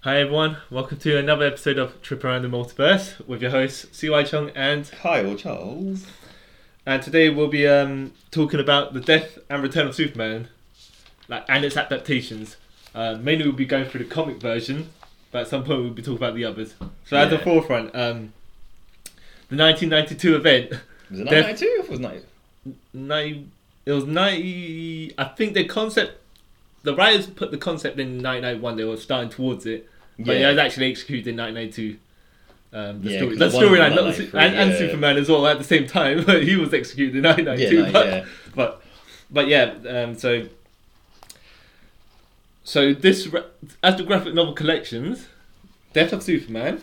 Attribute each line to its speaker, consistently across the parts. Speaker 1: Hi everyone, welcome to another episode of Trip Around the Multiverse with your hosts CY Chung and
Speaker 2: Kyle Charles.
Speaker 1: and today we'll be um, talking about the death and return of Superman, like and its adaptations. Uh, mainly we'll be going through the comic version, but at some point we'll be talking about the others. So at the
Speaker 2: Yeah.
Speaker 1: forefront, um, the 1992 event,
Speaker 2: Was it
Speaker 1: Def-
Speaker 2: 992 or was it 90?
Speaker 1: 90, it was 90. I think the concept, the writers put the concept in 1991. They were starting towards it, but
Speaker 2: Yeah.
Speaker 1: it was actually executed in 1992. Um, the
Speaker 2: Yeah,
Speaker 1: story,
Speaker 2: 'cause
Speaker 1: the
Speaker 2: the one
Speaker 1: storyline,
Speaker 2: was
Speaker 1: not the su-
Speaker 2: 1993,
Speaker 1: and, and
Speaker 2: yeah.
Speaker 1: Superman as well at the same time. he was executed in 1992.
Speaker 2: no,
Speaker 1: but,
Speaker 2: yeah.
Speaker 1: but but yeah, um, so so this re- as the graphic novel collections, Death of Superman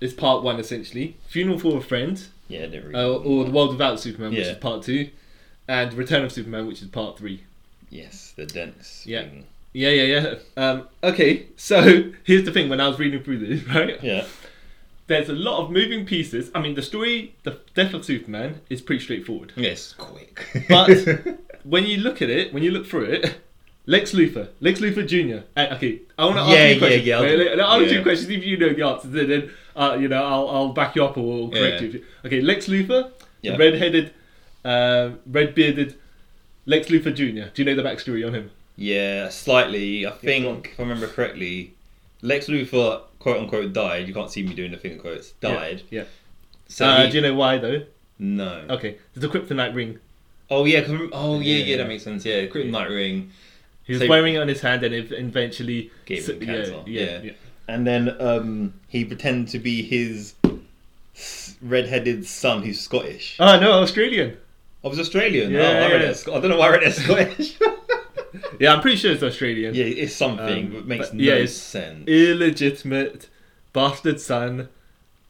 Speaker 1: is part one essentially. Funeral for a Friend,
Speaker 2: Yeah, I didn't read.
Speaker 1: uh, or The World Without Superman, which
Speaker 2: Yeah.
Speaker 1: is part two, and Return of Superman, which is part three.
Speaker 2: Yes, the dense.
Speaker 1: Yeah.
Speaker 2: thing.
Speaker 1: Yeah, yeah, yeah. Um, okay, so here's the thing: when I was reading through this, right,
Speaker 2: Yeah.
Speaker 1: there's a lot of moving pieces. I mean, the story, the Death of Superman, is pretty straightforward.
Speaker 2: Yes, quick.
Speaker 1: But- When you look at it, when you look through it, Lex Luthor, Lex Luthor Jr. Uh, okay, I want to
Speaker 2: Yeah,
Speaker 1: ask you
Speaker 2: yeah,
Speaker 1: a question.
Speaker 2: yeah, I'll
Speaker 1: Wait,
Speaker 2: do-
Speaker 1: let- I'll ask you
Speaker 2: yeah.
Speaker 1: a question. If you know the answer, then, then uh, you know I'll, I'll back you up or, or correct you.
Speaker 2: Yeah.
Speaker 1: if you- Okay, Lex Luthor,
Speaker 2: Yeah.
Speaker 1: the red-headed, uh, red-bearded Lex Luthor Jr. Do you know the backstory on him?
Speaker 2: yeah, slightly. I think,
Speaker 1: go on.
Speaker 2: if I remember correctly, Lex Luthor, quote unquote, died. You can't see me doing the finger quotes. Died.
Speaker 1: Yeah. yeah.
Speaker 2: So
Speaker 1: uh,
Speaker 2: he-
Speaker 1: Do you know why though?
Speaker 2: no.
Speaker 1: Okay, there's a kryptonite ring.
Speaker 2: Oh yeah. 'cause- oh yeah, yeah,
Speaker 1: Yeah.
Speaker 2: That makes sense. Yeah, Kryptonite Night Ring.
Speaker 1: He was
Speaker 2: So-
Speaker 1: wearing it on his hand, and ev- eventually
Speaker 2: Gave
Speaker 1: so-
Speaker 2: him cancer.
Speaker 1: Yeah, yeah,
Speaker 2: Yeah. And then um, he pretended to be his s- red-headed son, who's Scottish.
Speaker 1: Oh no, Australian.
Speaker 2: I was Australian.
Speaker 1: Yeah,
Speaker 2: oh, I,
Speaker 1: yeah.
Speaker 2: read it as, I don't know why I read it as Scottish.
Speaker 1: Yeah, I'm pretty sure it's Australian.
Speaker 2: yeah, it's something
Speaker 1: Um,
Speaker 2: that makes
Speaker 1: but-
Speaker 2: no
Speaker 1: yeah, it's-
Speaker 2: sense.
Speaker 1: Illegitimate bastard son,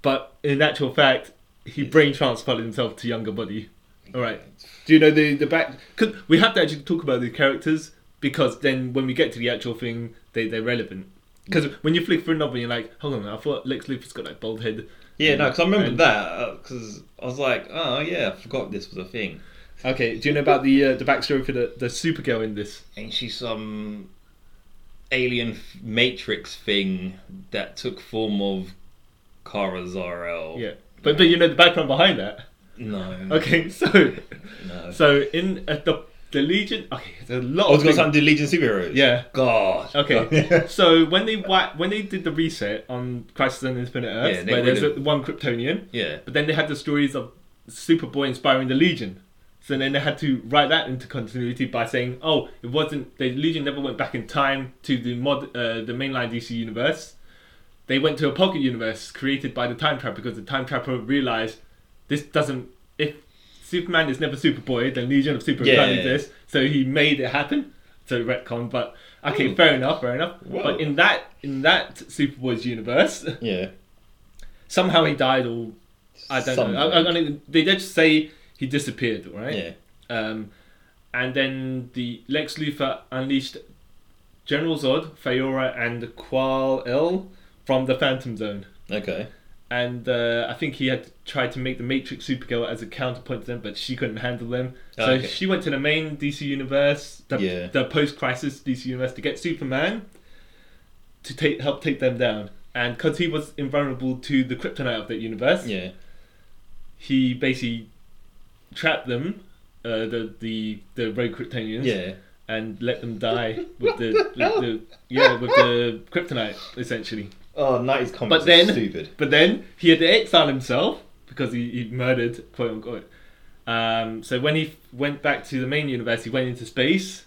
Speaker 1: but in actual fact, he brain transplanted himself to younger body. All right. Do you know the the back? Cause we have to actually talk about the characters because then when we get to the actual thing, they they're relevant. Because when you flick through a novel, you're like, hold on, I thought Lex Luthor's got like bald head.
Speaker 2: Yeah, no, because I remember
Speaker 1: And-
Speaker 2: that because I was like, oh yeah, I forgot this was a thing.
Speaker 1: Okay, do you know about the uh, the backstory for the the Supergirl in this?
Speaker 2: Ain't she some alien f- matrix thing that took form of Kara Zor-El?
Speaker 1: Yeah, Mm. but but you know the background behind that.
Speaker 2: No.
Speaker 1: Okay, so
Speaker 2: No.
Speaker 1: so in at the the Legion. Okay, there's a lot.
Speaker 2: I was
Speaker 1: of
Speaker 2: going
Speaker 1: things-
Speaker 2: to do Legion superheroes.
Speaker 1: Yeah.
Speaker 2: God.
Speaker 1: Okay, so when they wa- when they did the reset on Crisis on Infinite Earth,
Speaker 2: Yeah, they
Speaker 1: where
Speaker 2: rid
Speaker 1: there's a, one Kryptonian,
Speaker 2: yeah.
Speaker 1: but then they had the stories of Superboy inspiring the Legion. So then they had to write that into continuity by saying, "Oh, it wasn't the Legion never went back in time to the mod uh, the mainline DC universe. They went to a pocket universe created by the Time Trapper because the Time Trapper realized this doesn't if Superman is never Superboy, then Legion of Superman
Speaker 2: Yeah.
Speaker 1: exists. So he made it happen. So retcon, but okay,
Speaker 2: Ooh.
Speaker 1: fair enough, fair enough.
Speaker 2: Hmm. Whoa.
Speaker 1: But in that in that Superboy's universe,
Speaker 2: Yeah.
Speaker 1: somehow he died or I don't
Speaker 2: Something.
Speaker 1: know. I, I, mean, they did say he disappeared, right?
Speaker 2: Yeah.
Speaker 1: Um, and then the Lex Luthor unleashed General Zod, Fayora, and Qual El from the Phantom Zone.
Speaker 2: Okay.
Speaker 1: And uh, I think he had tried to make the Matrix Supergirl as a counterpoint to them, but she couldn't handle them. So
Speaker 2: Oh, Okay.
Speaker 1: she went to the main DC universe, the,
Speaker 2: Yeah.
Speaker 1: the post-crisis DC universe, to get Superman to take help take them down. And because he was invulnerable to the kryptonite of that universe,
Speaker 2: Yeah.
Speaker 1: he basically trapped them, uh, the the the rogue Kryptonians,
Speaker 2: Yeah.
Speaker 1: and let them die with the, with the yeah with the kryptonite essentially.
Speaker 2: Oh, 90s comics
Speaker 1: But
Speaker 2: are
Speaker 1: then,
Speaker 2: stupid.
Speaker 1: but then he had to exile himself because he, he murdered quote unquote. Um, so when he went back to the main universe, he went into space,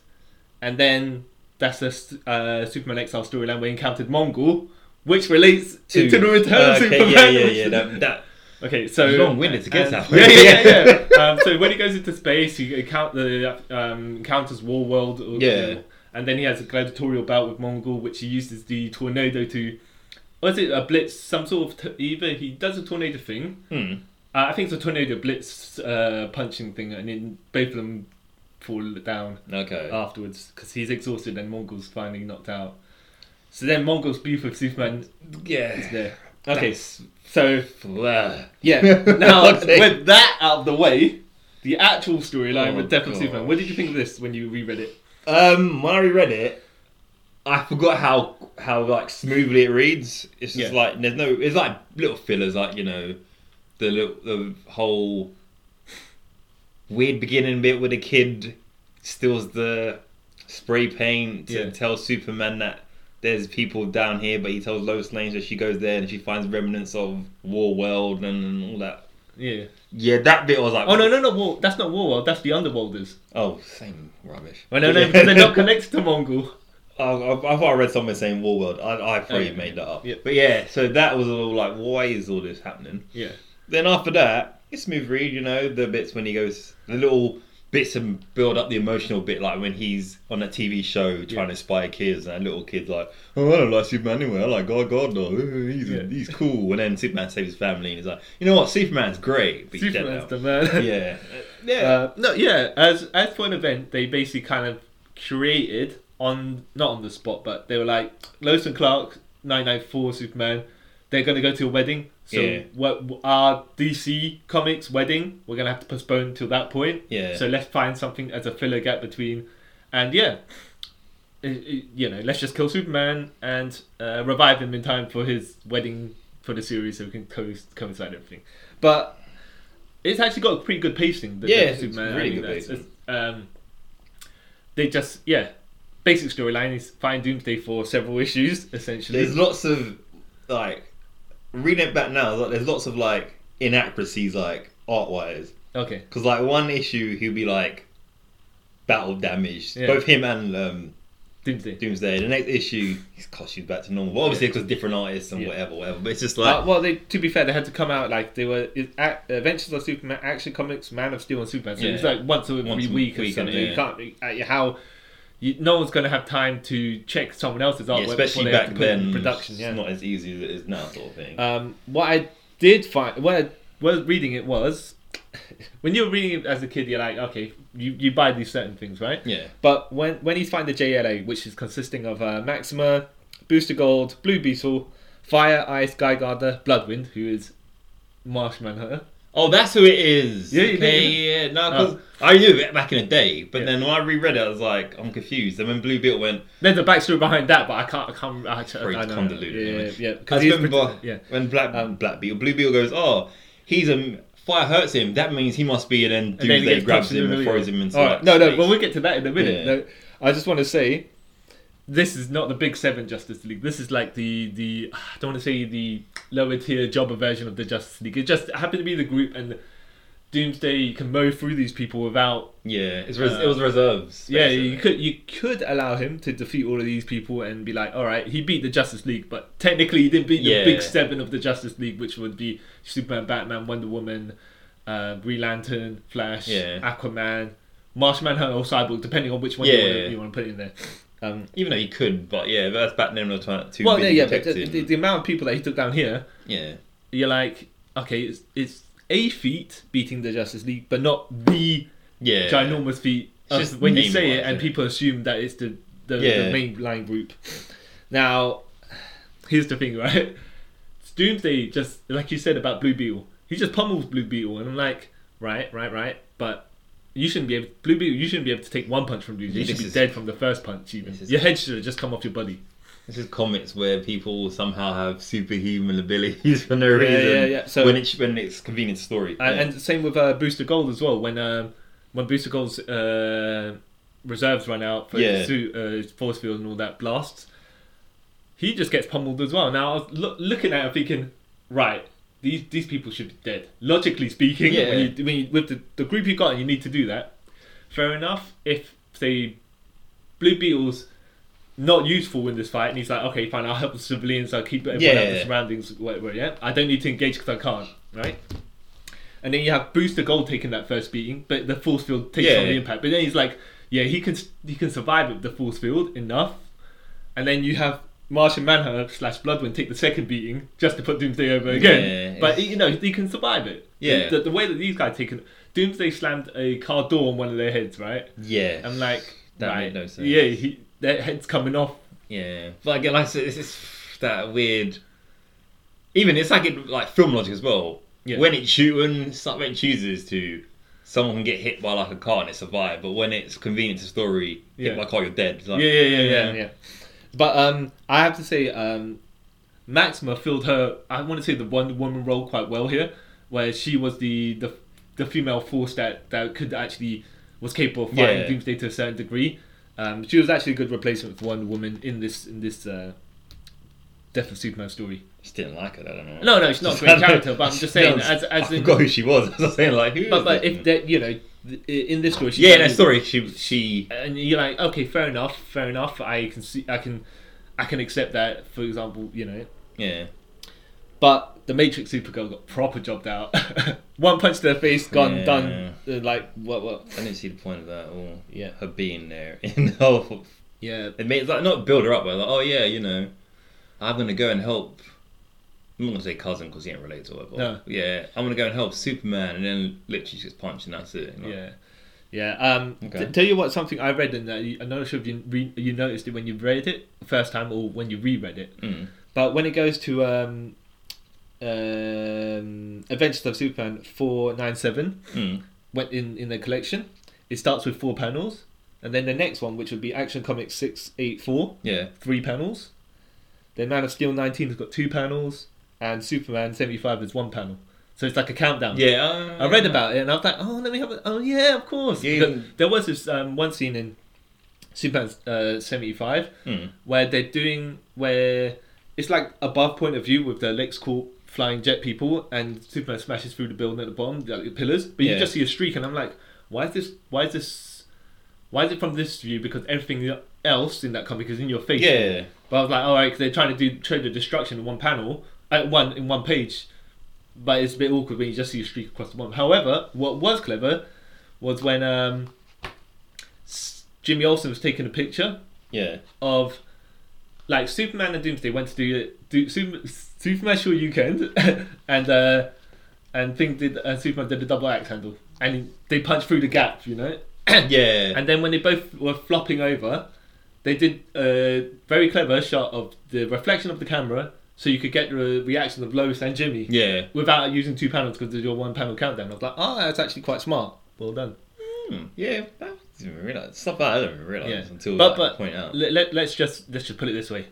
Speaker 1: and then that's the uh, Superman Exile storyline where he encountered Mongol, which relates to, the return of
Speaker 2: okay,
Speaker 1: Superman.
Speaker 2: Yeah, yeah, yeah. That, that,
Speaker 1: Okay, so
Speaker 2: It's long-winded to
Speaker 1: and-
Speaker 2: get that
Speaker 1: Yeah,
Speaker 2: way.
Speaker 1: yeah, yeah. yeah. um, so when he goes into space, he account the um, encounters Warworld. Or,
Speaker 2: Yeah.
Speaker 1: and then he has a gladiatorial bout with Mongol, which he uses the tornado to. Was it a blitz? Some sort of t- either he does a tornado thing.
Speaker 2: hmm.
Speaker 1: Uh, I think it's a tornado blitz uh, punching thing, and then both of them fall down
Speaker 2: Okay.
Speaker 1: Uh, afterwards because he's exhausted and Mongol's finally knocked out. So then Mongol's beef with Superman is
Speaker 2: yeah.
Speaker 1: there. Okay,
Speaker 2: That's-
Speaker 1: so
Speaker 2: Blah.
Speaker 1: yeah. Now,
Speaker 2: Okay.
Speaker 1: with that out of the way, the actual storyline
Speaker 2: Oh,
Speaker 1: with Death of
Speaker 2: gosh.
Speaker 1: Superman. What did you think of this when you reread it?
Speaker 2: Um, when I reread it, I forgot how how like smoothly it reads. It's just
Speaker 1: Yeah.
Speaker 2: like there's no. It's like little fillers, like you know, the little the whole weird beginning bit where the kid steals the spray paint to
Speaker 1: Yeah.
Speaker 2: tell Superman that there's people down here, but he tells Lois Lane that she goes there and she finds remnants of War World and all that.
Speaker 1: Yeah.
Speaker 2: Yeah, that bit I was like,
Speaker 1: Oh no, no, no. War, that's not Warworld. That's the Underworlders.
Speaker 2: oh, same rubbish.
Speaker 1: Well, no, no,
Speaker 2: Yeah.
Speaker 1: because they're not connected to Mongol.
Speaker 2: I, I, I thought I read somewhere saying War World. I, I thought
Speaker 1: Okay.
Speaker 2: you made that up.
Speaker 1: Yeah.
Speaker 2: But yeah, so that was all like, why is all this happening?
Speaker 1: Yeah.
Speaker 2: Then after that, it's smooth read, you know, the bits when he goes, the little bits and build up the emotional bit, like when he's on a TV show trying
Speaker 1: Yeah.
Speaker 2: to spy kids, and that little kid's like, oh, I don't like Superman anyway, I like God, God, though, he's,
Speaker 1: Yeah.
Speaker 2: he's cool. And then Superman saves his family, and he's like, you know what, Superman's great, but he's dead now.
Speaker 1: Superman's the man.
Speaker 2: Yeah. Yeah.
Speaker 1: Uh, no, yeah. As as for an event, they basically kind of created on not on the spot, but they were like Lois and Clark, nine nine four Superman. They're gonna go to a wedding. So
Speaker 2: Yeah.
Speaker 1: what our DC Comics wedding? We're gonna have to postpone till that point.
Speaker 2: Yeah.
Speaker 1: So let's find something as a filler gap between, and yeah, i i you know, let's just kill Superman and uh, revive him in time for his wedding for the series, so we can co- coincide everything. But it's actually got a pretty good pacing. The
Speaker 2: Yeah,
Speaker 1: Death of
Speaker 2: it's
Speaker 1: Superman.
Speaker 2: really
Speaker 1: I mean,
Speaker 2: good
Speaker 1: that's-
Speaker 2: pacing.
Speaker 1: it's, um, they just yeah, basic storyline is find Doomsday for several issues essentially.
Speaker 2: There's lots of like reading it back now. Like, there's lots of like inaccuracies, like art wise,
Speaker 1: Okay.
Speaker 2: because like one issue he'll be like battle damaged,
Speaker 1: Yeah.
Speaker 2: both him and um,
Speaker 1: Doomsday.
Speaker 2: Doomsday. The next issue his costume's back to normal, But obviously because different artists and
Speaker 1: Yeah.
Speaker 2: whatever, whatever. But it's just like
Speaker 1: Uh, well, they to be fair, they had to come out like they were it, a Adventures of Superman, Action Comics, Man of Steel, and Superman. So it's
Speaker 2: Yeah.
Speaker 1: like once every
Speaker 2: Once a
Speaker 1: week, or
Speaker 2: weekend,
Speaker 1: something.
Speaker 2: yeah.
Speaker 1: You can't you- uh, how you, no one's going to have time to check someone else's
Speaker 2: yeah,
Speaker 1: artwork, before
Speaker 2: especially
Speaker 1: they have
Speaker 2: back
Speaker 1: to put it in
Speaker 2: then,
Speaker 1: production.
Speaker 2: it's
Speaker 1: Yeah.
Speaker 2: not as easy as it is now, sort of thing.
Speaker 1: Um, what I did find, what I was reading it was, when you were reading it as a kid, you're like, okay, you, you buy these certain things, right?
Speaker 2: yeah,
Speaker 1: But when when you find the JLA, which is consisting of uh, Maxima, Booster Gold, Blue Beetle, Fire, Ice, Guy Garda, Bloodwind, who is Marsh Manhunter.
Speaker 2: Oh, that's who it is.
Speaker 1: Yeah,
Speaker 2: Yeah,
Speaker 1: you
Speaker 2: okay,
Speaker 1: did,
Speaker 2: yeah, no, 'cause I knew it back in the day, but
Speaker 1: Yeah.
Speaker 2: then when I reread it, I was like, I'm confused. And when Blue Beetle went,
Speaker 1: There's a backstory behind that, but I can't. I can't. I, I,
Speaker 2: Pretty
Speaker 1: I know.
Speaker 2: convoluted,
Speaker 1: Yeah,
Speaker 2: isn't
Speaker 1: yeah.
Speaker 2: I
Speaker 1: Because
Speaker 2: just
Speaker 1: he's
Speaker 2: remember
Speaker 1: pretty- yeah. Um,
Speaker 2: when Black Black Beetle, Blue Beetle goes, "Oh, he's a fire hurts him. That means he must be." And then
Speaker 1: And then he
Speaker 2: Doomsday
Speaker 1: gets
Speaker 2: grabs
Speaker 1: punched in
Speaker 2: him
Speaker 1: the
Speaker 2: and
Speaker 1: middle,
Speaker 2: throws
Speaker 1: yeah.
Speaker 2: him into.
Speaker 1: All
Speaker 2: like,
Speaker 1: right. No, no.
Speaker 2: space.
Speaker 1: Well, we'll get to that in a minute.
Speaker 2: Yeah.
Speaker 1: No, I just want to say, this is not the big seven Justice League. This is like the the I don't want to say the lower tier jobber version of the Justice League. It just happened to be the group and Doomsday. You can mow through these people without.
Speaker 2: yeah, it's res-
Speaker 1: Uh,
Speaker 2: it was reserves.
Speaker 1: Yeah,
Speaker 2: basically.
Speaker 1: you could you could allow him to defeat all of these people and be like, all right, he beat the Justice League, but technically he didn't beat the
Speaker 2: Yeah.
Speaker 1: big seven of the Justice League, which would be Superman, Batman, Wonder Woman, uh, Green Lantern, Flash,
Speaker 2: Yeah.
Speaker 1: Aquaman, Marshman, or Cyborg, depending on which one you,
Speaker 2: Yeah.
Speaker 1: want to, you want to put in there. Um,
Speaker 2: even though he could, but yeah, that's back then. when I was trying to
Speaker 1: well, yeah,
Speaker 2: busy
Speaker 1: yeah, but the,
Speaker 2: protecting.
Speaker 1: the, the amount of people that he took down here,
Speaker 2: yeah,
Speaker 1: you're like, okay, it's, it's a feat beating the Justice League, but not the
Speaker 2: yeah,
Speaker 1: ginormous feat.
Speaker 2: It's
Speaker 1: of-
Speaker 2: just
Speaker 1: when you
Speaker 2: name
Speaker 1: say
Speaker 2: wise,
Speaker 1: it, and
Speaker 2: yeah.
Speaker 1: people assume that it's the the, the
Speaker 2: Yeah.
Speaker 1: main line group. Now, here's the thing, right? Doomsday just like you said about Blue Beetle, he just pummels Blue Beetle, and I'm like, right, right, right, but. You shouldn't be able, Blue Beetle. You shouldn't be able to take one punch from Doomsday. You
Speaker 2: This
Speaker 1: should be
Speaker 2: is-
Speaker 1: dead from the first punch. Even
Speaker 2: this is-
Speaker 1: your head should have just come off your body.
Speaker 2: This is comics where people somehow have superhuman abilities for no
Speaker 1: Yeah,
Speaker 2: reason.
Speaker 1: yeah, yeah, so-
Speaker 2: when it's when it's convenient story,
Speaker 1: And, and same with uh, Booster Gold as well. When um, when Booster Gold's uh, reserves run out for
Speaker 2: Yeah.
Speaker 1: his suit, uh, his force field and all that blasts, he just gets pummeled as well. Now I was loo- looking at it thinking, right, these these people should be dead. Logically speaking,
Speaker 2: Yeah.
Speaker 1: when you, when you, with the, the group you got, you need to do that. Fair enough. If say Blue Beetle's not useful in this fight, and he's like, okay, fine, I'll help the civilians, I'll keep everyone out of the
Speaker 2: Yeah.
Speaker 1: surroundings, whatever, yeah? I don't need to engage because I can't, right? And then you have Booster Gold taking that first beating, but the force field takes
Speaker 2: Yeah.
Speaker 1: on the impact. But then he's like, yeah, he can he can survive with the force field enough. And then you have Martian Manhunter slash Bloodwind take the second beating just to put Doomsday over again.
Speaker 2: Yeah,
Speaker 1: but
Speaker 2: it's-
Speaker 1: you know he can survive it.
Speaker 2: Yeah.
Speaker 1: The, the way that these guys taken Doomsday slammed a car door on one of their heads, right?
Speaker 2: yeah,
Speaker 1: I'm like,
Speaker 2: that
Speaker 1: right,
Speaker 2: made no sense.
Speaker 1: Yeah, he, their head's coming off.
Speaker 2: Yeah, but again, like I said, this is that weird. Even it's like it, like film logic as well.
Speaker 1: Yeah.
Speaker 2: When it's shooting, something chooses to. Someone can get hit by like a car and it survive, but when it's convenient to story,
Speaker 1: Yeah.
Speaker 2: hit by a car, you're dead. It's Like,
Speaker 1: yeah, yeah, yeah, yeah, yeah. But um, I have to say, um, Maxima filled her. I want to say the Wonder Woman role quite well here, where she was the the, the female force that that could actually was capable of fighting
Speaker 2: Yeah.
Speaker 1: Doomsday to a certain degree. Um, she was actually a good replacement for Wonder Woman in this in this uh, Death of Superman story.
Speaker 2: Just didn't like it. I don't know.
Speaker 1: No, no, she's not a great character, but I'm just saying, as as
Speaker 2: I
Speaker 1: in,
Speaker 2: forgot who she was. I was saying like who.
Speaker 1: but
Speaker 2: is
Speaker 1: but
Speaker 2: this
Speaker 1: if
Speaker 2: woman?
Speaker 1: that you know th- in this story, she's
Speaker 2: yeah,
Speaker 1: like-
Speaker 2: no, sorry. She she
Speaker 1: and you're like, okay, fair enough, fair enough. I can see, I can, I can accept that. For example, you know,
Speaker 2: yeah.
Speaker 1: but the Matrix Supergirl got proper jobbed out. One punch to their face, gone,
Speaker 2: Yeah.
Speaker 1: done. Uh, Like what? What?
Speaker 2: I didn't see the point of that at all.
Speaker 1: Yeah.
Speaker 2: Her being there in the whole
Speaker 1: Yeah.
Speaker 2: It made like not build her up, but like, oh yeah, you know, I'm gonna go and help. I'm not gonna say cousin because he ain't related or whatever.
Speaker 1: No.
Speaker 2: Yeah, I'm gonna go and help Superman, and then literally she gets punched, and that's it. Like,
Speaker 1: Yeah. Yeah. Um, t-
Speaker 2: Okay.
Speaker 1: tell you what, something I read and that you- I'm not sure if you re- you noticed it when you read it the first time or when you reread it.
Speaker 2: Mm.
Speaker 1: But when it goes to um, um, Adventures of Superman four nine seven,
Speaker 2: Mm.
Speaker 1: went in in the collection. It starts with four panels, and then the next one, which would be Action Comics six eight four,
Speaker 2: Yeah.
Speaker 1: three panels. Then Man of Steel nineteen has got two panels, and Superman seventy five is one panel. So it's like a countdown.
Speaker 2: Yeah.
Speaker 1: I read about it and I was like, oh, let me have it. Oh yeah, of course.
Speaker 2: Yeah.
Speaker 1: Because There was this um, one scene in Superman uh, seventy five
Speaker 2: Mm.
Speaker 1: where they're doing where it's like above point of view with the LexCorp flying jet people and Superman smashes through the building at the bomb, like the pillars. But
Speaker 2: Yeah.
Speaker 1: you just see a streak, and I'm like, why is this? Why is this? Why is it from this view? Because everything else in that comic is in your face.
Speaker 2: Yeah.
Speaker 1: But I was like, all right, 'cause they're trying to do show the destruction in one panel, at one in one page. But it's a bit awkward when you just see a streak across the bottom. However, what was clever was when um, S- Jimmy Olsen was taking a picture
Speaker 2: Yeah.
Speaker 1: of like Superman and Doomsday went to do do Super, Superman Sure You Can and uh, and thing did uh, Superman did the double axe handle and they punched through the gap, you know.
Speaker 2: Yeah.
Speaker 1: And then when they both were flopping over, they did a very clever shot of the reflection of the camera so you could get the reaction of Lois and Jimmy
Speaker 2: Yeah.
Speaker 1: without using two panels because there's your one panel countdown. I was like, oh, that's actually quite smart. Well done.
Speaker 2: Hmm. Yeah. I didn't even realize stuff like that I didn't even realize
Speaker 1: Yeah.
Speaker 2: until
Speaker 1: But-
Speaker 2: like,
Speaker 1: but-
Speaker 2: point out.
Speaker 1: Let, let, let's just let's just put it this way: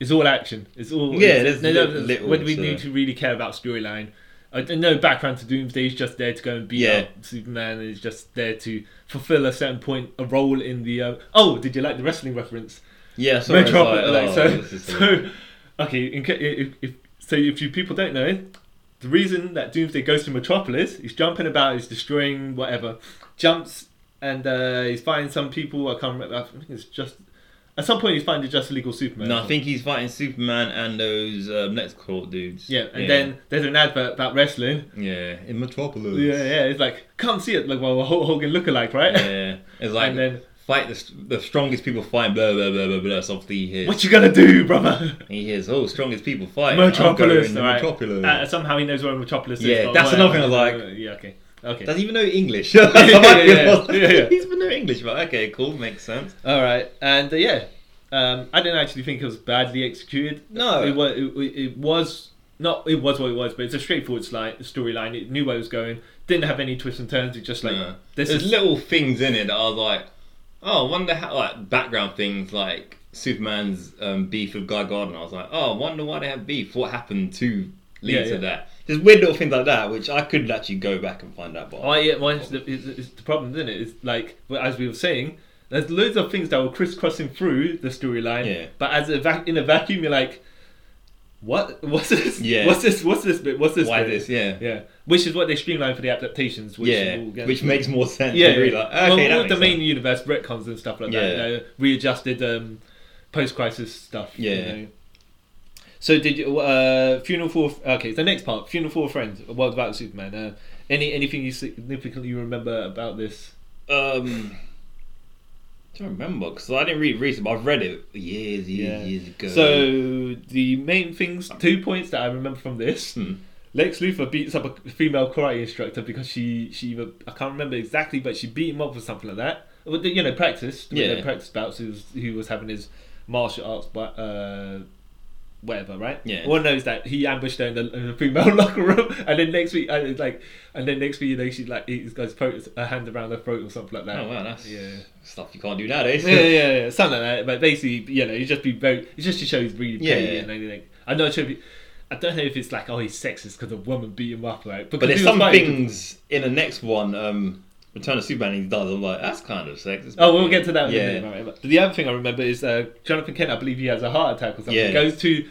Speaker 1: it's all action. It's all
Speaker 2: Yeah,
Speaker 1: It's,
Speaker 2: there's
Speaker 1: no,
Speaker 2: li-
Speaker 1: no,
Speaker 2: little
Speaker 1: when we
Speaker 2: to-
Speaker 1: need to really care about storyline. Uh, no background to Doomsday. He's just there to go and beat
Speaker 2: Yeah.
Speaker 1: up Superman. And he's just there to fulfill a certain point, a role in the. Uh... Oh, did you like the wrestling reference?
Speaker 2: yeah. Sorry.
Speaker 1: No
Speaker 2: it's
Speaker 1: drama,
Speaker 2: like, oh,
Speaker 1: like, so,
Speaker 2: this is-
Speaker 1: so, okay. In, ca- if, if, so, if you people don't know, the reason that Doomsday goes to Metropolis, he's jumping about, he's destroying whatever, jumps, and uh, he's fighting some people. I can't remember. I think it's just. At some point, he's finding just illegal Superman.
Speaker 2: no, I think he's fighting Superman and those um, Let's Call It dudes.
Speaker 1: Yeah, and then there's an advert about wrestling.
Speaker 2: yeah, in Metropolis.
Speaker 1: Yeah, yeah. It's like, come see it. Like, well, Hulk Hogan lookalike, right?
Speaker 2: Yeah, it's like
Speaker 1: And then-
Speaker 2: fight the, the strongest people fight. Blah blah blah blah blah. So obviously he hears,
Speaker 1: What you gonna do, brother?
Speaker 2: he hears, oh, strongest people fight.
Speaker 1: Metropolis.
Speaker 2: i
Speaker 1: all right.
Speaker 2: Metropolis.
Speaker 1: Uh, somehow he knows where Metropolis is.
Speaker 2: Yeah,
Speaker 1: but
Speaker 2: that's
Speaker 1: where-
Speaker 2: another thing I was
Speaker 1: Yeah, okay. Okay.
Speaker 2: Doesn't even know English.
Speaker 1: yeah, yeah, yeah, yeah.
Speaker 2: He's even know English, but okay, cool, makes sense.
Speaker 1: All right, and uh, yeah, um, I didn't actually think it was badly executed.
Speaker 2: No.
Speaker 1: it was. It, it- it was not. It was what it was, but it's a straightforward sli- storyline. It knew where it was going. Didn't have any twists and turns. It just like
Speaker 2: No.
Speaker 1: this
Speaker 2: Uh, There's
Speaker 1: is
Speaker 2: little things in it that I was like, oh, I wonder how like background things like Superman's um, beef with Guy Gardner. I was like, oh, I wonder why they have beef. What happened to lead
Speaker 1: Yeah,
Speaker 2: to
Speaker 1: yeah.
Speaker 2: that? There's weird little things like that, which I could actually go back and find out. But
Speaker 1: Oh, yeah, well, it's, the, it's, it's the problem, isn't it? It's like, well, as we were saying, there's loads of things that were crisscrossing through the storyline.
Speaker 2: Yeah.
Speaker 1: But as a vac- in a vacuum, you're like, what? What's this?
Speaker 2: Yeah.
Speaker 1: What's this? What's this bit? What's this?
Speaker 2: why
Speaker 1: bit?
Speaker 2: this? Yeah.
Speaker 1: Yeah. Which is what they streamlined for the adaptations. Which
Speaker 2: yeah,
Speaker 1: we'll get-
Speaker 2: which makes more sense.
Speaker 1: yeah.
Speaker 2: to
Speaker 1: yeah.
Speaker 2: be like, okay,
Speaker 1: well,
Speaker 2: that
Speaker 1: all
Speaker 2: makes
Speaker 1: the
Speaker 2: sense.
Speaker 1: main universe retcons and stuff like that.
Speaker 2: Yeah.
Speaker 1: you know, readjusted um, post-crisis stuff. you
Speaker 2: Yeah.
Speaker 1: know. So did you uh, funeral for okay? The next part, funeral for a friend. What about Superman? Uh, any anything you significantly remember about this?
Speaker 2: Um, I don't remember because I didn't read it recently. But I've read it years, years, years ago.
Speaker 1: So the main things, two points that I remember from this:
Speaker 2: Hmm.
Speaker 1: Lex Luthor beats up a female karate instructor because she she either, I can't remember exactly, but she beat him up or something like that. Well, You know, practiced. you know,
Speaker 2: Yeah.
Speaker 1: practice bouts. Who was, who was having his martial arts but, uh, whatever, right?
Speaker 2: Yeah.
Speaker 1: One knows that he ambushed her in the, in the female locker room, and then next week, and it's like, and then next week, you know, she like he's got his throat, her hand around her throat or something like that.
Speaker 2: Oh wow, that's
Speaker 1: yeah.
Speaker 2: stuff you can't do nowadays.
Speaker 1: yeah, yeah, yeah, something like that. But basically, you know, he just be very, it's just to show he's really
Speaker 2: Yeah,
Speaker 1: petty
Speaker 2: yeah.
Speaker 1: and anything. I'm not sure if, he, I don't know if it's like, oh, he's sexist because a woman beat him up, like.
Speaker 2: But
Speaker 1: because
Speaker 2: there's
Speaker 1: he was
Speaker 2: some
Speaker 1: fighting-
Speaker 2: things in the next one, um, Return of Superman, he does. I'm like, that's kind of sexist.
Speaker 1: Oh, we'll get to that in
Speaker 2: yeah.
Speaker 1: a minute. Right? But the other thing I remember is uh, Jonathan Kent. I believe he has a heart attack or something.
Speaker 2: Yeah.
Speaker 1: Goes to,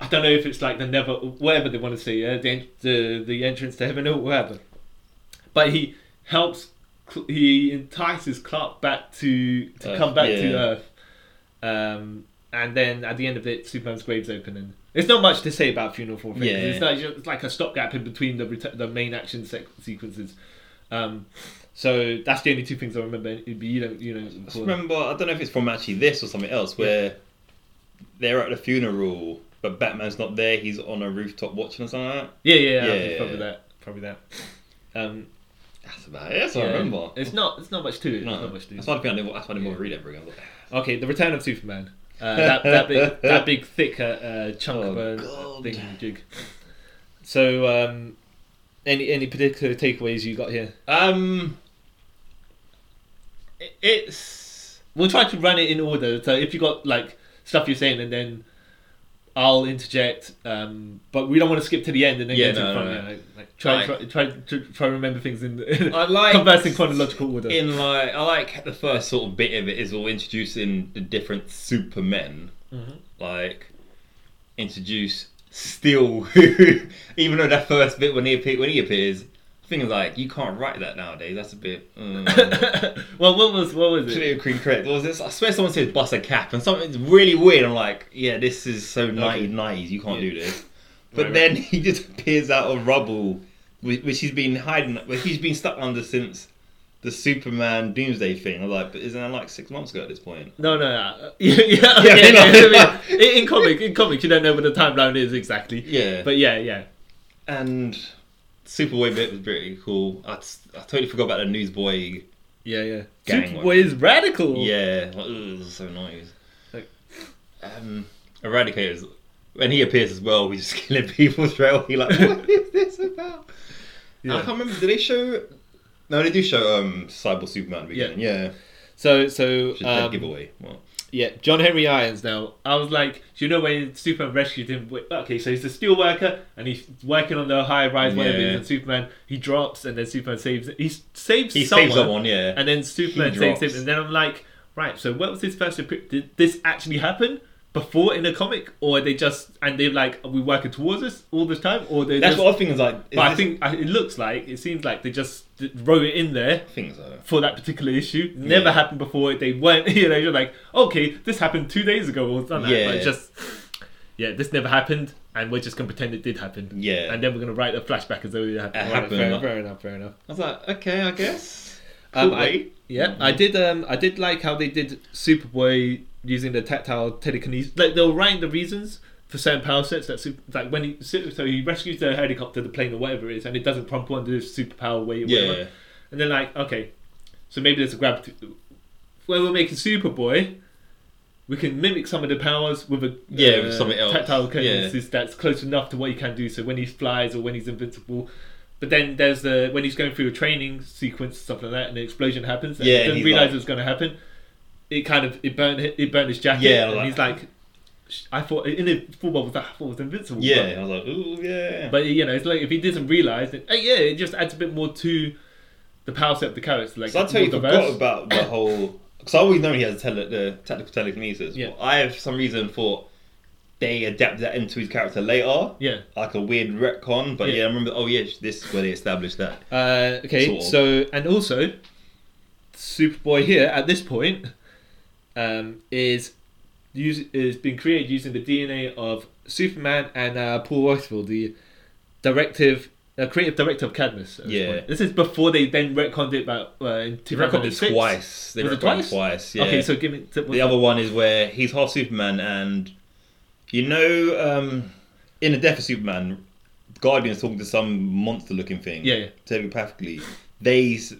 Speaker 1: I don't know if it's like the never, whatever they want to see, uh, the, en- the the entrance to heaven or whatever. But he helps. Cl- He entices Clark back to to
Speaker 2: Earth,
Speaker 1: come back to
Speaker 2: yeah.
Speaker 1: Earth, um, and then at the end of it, Superman's grave's opening. It's not much to say about funeral for things.
Speaker 2: Yeah.
Speaker 1: It's, like, it's like a stopgap in between the ret- the main action sec- sequences. Um, so that's the only two things I remember. It'd be, you know, you know.
Speaker 2: I just
Speaker 1: cool.
Speaker 2: remember, I don't know if it's from actually this or something else, where they're at the funeral, but Batman's not there. He's on a rooftop watching or something like that.
Speaker 1: Yeah, yeah, yeah.
Speaker 2: Yeah,
Speaker 1: I think
Speaker 2: yeah,
Speaker 1: probably
Speaker 2: yeah.
Speaker 1: that. Probably that. Um,
Speaker 2: That's about it. That's what
Speaker 1: yeah.
Speaker 2: I remember.
Speaker 1: It's not. It's not much to it.
Speaker 2: No,
Speaker 1: It's Not much to
Speaker 2: that's
Speaker 1: it.
Speaker 2: why I didn't, want- that's why I didn't want to read it ever again. I was like,
Speaker 1: Okay, the return of Superman. Uh, that, that big, that big thick uh, uh, chunk
Speaker 2: Oh,
Speaker 1: of a
Speaker 2: God.
Speaker 1: thing jig. So, um, any any particular takeaways you got here?
Speaker 2: Um, it- it's
Speaker 1: We'll try to run it in order. So if you got like stuff you're saying, and then I'll interject. Um, but we don't want to skip to the end and then
Speaker 2: Yeah,
Speaker 1: get to
Speaker 2: no,
Speaker 1: the front.
Speaker 2: no, no.
Speaker 1: yeah, Like, like, try,
Speaker 2: Like-
Speaker 1: try, try, to try and remember things in.
Speaker 2: I like-
Speaker 1: converse in chronological order.
Speaker 2: in like I like the first sort of bit of it is all introducing the different Supermen,
Speaker 1: Mhm.
Speaker 2: like introduce Steel, who even though that first bit when he appear, when he appears, I think it's like you can't write that nowadays. That's a bit. Um,
Speaker 1: well, what was what was it?
Speaker 2: Politically correct. What was this? I swear someone says bust a cap and something's really weird. I'm like, yeah, this is so 1990s. You can't
Speaker 1: Yeah.
Speaker 2: do this.
Speaker 1: Right,
Speaker 2: But
Speaker 1: right.
Speaker 2: then he just appears out of rubble, whi- which he's been hiding, which he's been stuck under since the Superman Doomsday thing. I'm like, but isn't that like six months ago at this point?
Speaker 1: No, no, no. yeah, yeah,
Speaker 2: Yeah,
Speaker 1: yeah,
Speaker 2: no.
Speaker 1: yeah, I mean, in, in comic, in comic, you don't know what the timeline is exactly.
Speaker 2: Yeah.
Speaker 1: But yeah, yeah.
Speaker 2: and Superboy bit was pretty cool. I, t- I totally forgot about the newsboy.
Speaker 1: Yeah, yeah.
Speaker 2: Gang
Speaker 1: Superboy
Speaker 2: one.
Speaker 1: is radical.
Speaker 2: Yeah, like, ugh, this is so noise.
Speaker 1: Like-
Speaker 2: Um, Eradicator's when he appears as well, he's just killing people straight away. Like, what is this about?
Speaker 1: Yeah.
Speaker 2: I can't remember. Did they show? No, they do show um Cyborg Superman at the
Speaker 1: Yeah.
Speaker 2: beginning. Yeah,
Speaker 1: So, so
Speaker 2: which is a dead
Speaker 1: um,
Speaker 2: giveaway. Well,
Speaker 1: yeah, John Henry Irons. Now, I was like, do you know when Superman rescued him? Wait, Okay, so he's a steel worker and he's working on the high rise, whatever. it is,
Speaker 2: Yeah.
Speaker 1: And Superman, he drops, and then Superman saves. He s- saves.
Speaker 2: he
Speaker 1: someone,
Speaker 2: saves someone. Yeah,
Speaker 1: and then Superman
Speaker 2: He
Speaker 1: takes
Speaker 2: drops.
Speaker 1: him, and then I'm like, right. So what was his first? appre- Did this actually happen before in the comic, or they just and they're like, are we working towards this all this time, or they
Speaker 2: that's
Speaker 1: just?
Speaker 2: what I think is like. Is
Speaker 1: but I
Speaker 2: this-
Speaker 1: think I, it looks like it seems like they just d- wrote it in there
Speaker 2: I think so.
Speaker 1: for that particular issue. Never
Speaker 2: Yeah.
Speaker 1: happened before. They weren't, you know, you're like, okay, this happened two days ago or something. Yeah.
Speaker 2: Yeah.
Speaker 1: But it's just, yeah, this never happened, and we're just gonna pretend it did happen.
Speaker 2: Yeah.
Speaker 1: And then we're gonna write a flashback as though it happened.
Speaker 2: It
Speaker 1: Right,
Speaker 2: happened.
Speaker 1: Fair, fair enough. Fair enough.
Speaker 2: I was like, okay, I
Speaker 1: Um,
Speaker 2: guess. Cool, Mm-hmm.
Speaker 1: I,
Speaker 2: right?
Speaker 1: yeah, I did. Um, I did like how they did Superboy using the tactile telekinesis. Like they were writing the reasons for certain power sets that super, like when he so so he rescues the helicopter, the plane, or whatever it is, and it doesn't prompt onto his superpower way. Or whatever.
Speaker 2: yeah,
Speaker 1: And they're like, okay, so maybe there's a gravity. When we're making Superboy, we can mimic some of the powers with a uh,
Speaker 2: Yeah, with something else.
Speaker 1: tactile
Speaker 2: Yeah.
Speaker 1: kinesis that's close enough to what he can do. So when he flies or when he's invincible. But then there's the when he's going through a training sequence stuff like that, and the explosion happens, and
Speaker 2: Yeah,
Speaker 1: he
Speaker 2: and
Speaker 1: doesn't
Speaker 2: he's
Speaker 1: realize
Speaker 2: like-
Speaker 1: it's going to happen. It kind of it burned it burned his jacket,
Speaker 2: Yeah,
Speaker 1: and
Speaker 2: like-
Speaker 1: he's like, "Sh- I thought in the football was I thought it was invincible. but
Speaker 2: yeah. I was like, ooh, yeah.
Speaker 1: but you know, it's like if he doesn't realize, then hey, yeah, it just adds a bit more to the power set of the character. Like
Speaker 2: So I totally
Speaker 1: more
Speaker 2: forgot about the whole. Because I always know he has tele, the tactical telekinesis.
Speaker 1: Yeah.
Speaker 2: But I have some reason for they adapted that into his character later,
Speaker 1: Yeah.
Speaker 2: like a weird retcon. But
Speaker 1: Yeah.
Speaker 2: yeah, I remember. Oh yeah, this is where they established that.
Speaker 1: Uh, okay.
Speaker 2: Sort of.
Speaker 1: So and also, Superboy here at this point, um, is use is being created using the DNA of Superman and uh, Paul Rothfield, the directive. Uh, creative director of Cadmus. at this
Speaker 2: Yeah.
Speaker 1: point. This is before they then retconned it about uh, in
Speaker 2: They retconned it
Speaker 1: 2006.
Speaker 2: twice. They
Speaker 1: Was it
Speaker 2: retconned
Speaker 1: twice?
Speaker 2: twice. Yeah.
Speaker 1: Okay, so give me
Speaker 2: the other one is where he's half Superman, and you know, um, in the death of Superman, Guardian's talking to some monster-looking thing.
Speaker 1: Yeah, yeah.
Speaker 2: Telepathically, they s-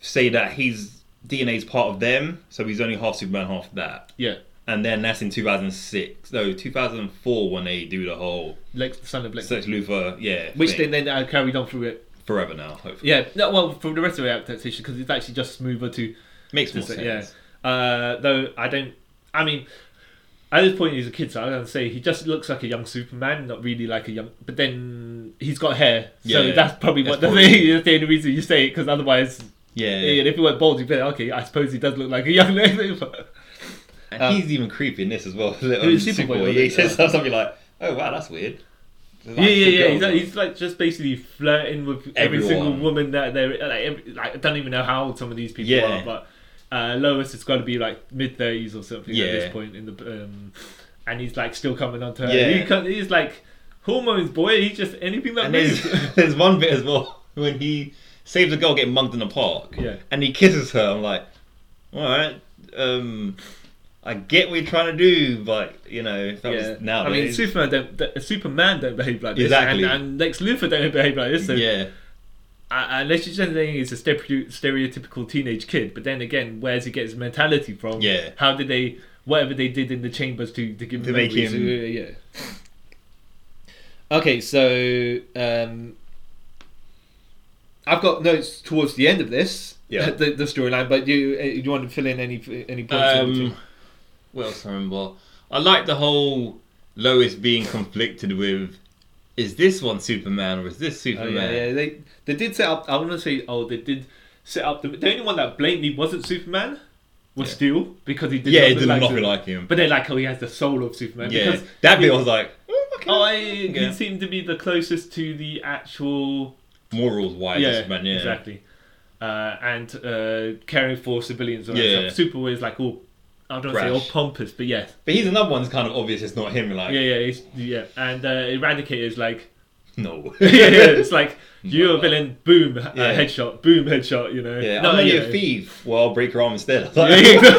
Speaker 2: say that his DNA is part of them, so he's only half Superman, half that.
Speaker 1: Yeah.
Speaker 2: and then that's in 2006. No, 2004 when they do the whole
Speaker 1: Lex, the son of Lex,
Speaker 2: Lex Luthor, yeah,
Speaker 1: which they
Speaker 2: thing.
Speaker 1: then uh, carried on through it.
Speaker 2: forever now. Hopefully,
Speaker 1: Yeah, no, well, for the rest of the adaptation because it's actually just smoother to
Speaker 2: makes more
Speaker 1: Just,
Speaker 2: sense.
Speaker 1: yeah. Uh, though I don't. I mean, at this point he's a kid, so I'm gonna say he just looks like a young Superman, not really like a young. But then he's got hair, so
Speaker 2: Yeah.
Speaker 1: that's probably what
Speaker 2: That's
Speaker 1: the
Speaker 2: probably-
Speaker 1: thing. That's the only reason you say it, because otherwise,
Speaker 2: yeah,
Speaker 1: yeah. if he went bald, you'd be like, okay, I suppose he does look like a young Luthor.
Speaker 2: And
Speaker 1: Um,
Speaker 2: he's even creepy in this as well. Little
Speaker 1: Who's
Speaker 2: Superboy.
Speaker 1: Superboy, wasn't
Speaker 2: yeah, he
Speaker 1: it?
Speaker 2: says something like, "Oh wow, that's weird." Like,
Speaker 1: yeah, yeah, yeah.
Speaker 2: girls
Speaker 1: He's like,
Speaker 2: are-
Speaker 1: he's like just basically flirting with every
Speaker 2: Everyone.
Speaker 1: single woman that they're like, every, like. I don't even know how old some of these people
Speaker 2: Yeah.
Speaker 1: are, but uh, Lois has got to be like mid thirties or something at
Speaker 2: Yeah.
Speaker 1: this point in the. Um, and he's like still coming on to her.
Speaker 2: Yeah.
Speaker 1: He co- he's like hormones, boy. He's just anything that
Speaker 2: And
Speaker 1: moves.
Speaker 2: there's, there's one bit as well when he saves a girl getting mugged in the park.
Speaker 1: Yeah.
Speaker 2: And he kisses her. I'm like, all right, um, I get what you're trying to do, but you know, if that was now,
Speaker 1: I mean, Superman don't, th- Superman don't behave like this,
Speaker 2: Exactly.
Speaker 1: and, and Lex Luthor don't behave like this. So
Speaker 2: yeah,
Speaker 1: uh, unless you're saying he's a stereoty- stereotypical teenage kid, but then again, where's he get his mentality from?
Speaker 2: Yeah.
Speaker 1: How did they, whatever they did in the chambers to, to give him
Speaker 2: To make
Speaker 1: memories,
Speaker 2: him-
Speaker 1: uh, yeah. Okay, so um, I've got notes towards the end of this,
Speaker 2: Yeah.
Speaker 1: the, the storyline. But you, uh, you want to fill in any any points? in between?
Speaker 2: Um, what else I remember? I like the whole Lois being conflicted with. Is this one Superman or is this
Speaker 1: Oh,
Speaker 2: Superman?
Speaker 1: yeah, yeah. They they did set up. I want to say, oh, they did set up the. The only one that blatantly wasn't Superman was
Speaker 2: Yeah.
Speaker 1: Steel because he did.
Speaker 2: Yeah,
Speaker 1: not
Speaker 2: it
Speaker 1: look
Speaker 2: did not
Speaker 1: like
Speaker 2: look
Speaker 1: Superman.
Speaker 2: like him.
Speaker 1: But they're like, oh, he has the soul of Superman.
Speaker 2: yeah,
Speaker 1: Because
Speaker 2: that bit
Speaker 1: he-
Speaker 2: I was like, "Oh, okay,
Speaker 1: Oh, I,
Speaker 2: okay."
Speaker 1: he seemed to be the closest to the actual.
Speaker 2: morals wise,
Speaker 1: yeah,
Speaker 2: Superman. Yeah,
Speaker 1: exactly. Uh, and uh, caring for civilians. and all that
Speaker 2: Yeah.
Speaker 1: stuff. Superboy is like all. I don't say all
Speaker 2: Brash.
Speaker 1: pompous, but yes.
Speaker 2: But he's another one's kind of obvious. It's not him. Like,
Speaker 1: Yeah, yeah, he's, yeah. And uh, Eradicator is like,
Speaker 2: no.
Speaker 1: yeah, it's like you're
Speaker 2: No.
Speaker 1: a villain. Boom, uh,
Speaker 2: Yeah.
Speaker 1: headshot. Boom, headshot. You know.
Speaker 2: Yeah,
Speaker 1: No,
Speaker 2: I'm only
Speaker 1: you
Speaker 2: a
Speaker 1: know.
Speaker 2: thief. Well, I'll break your arm instead.
Speaker 1: yeah,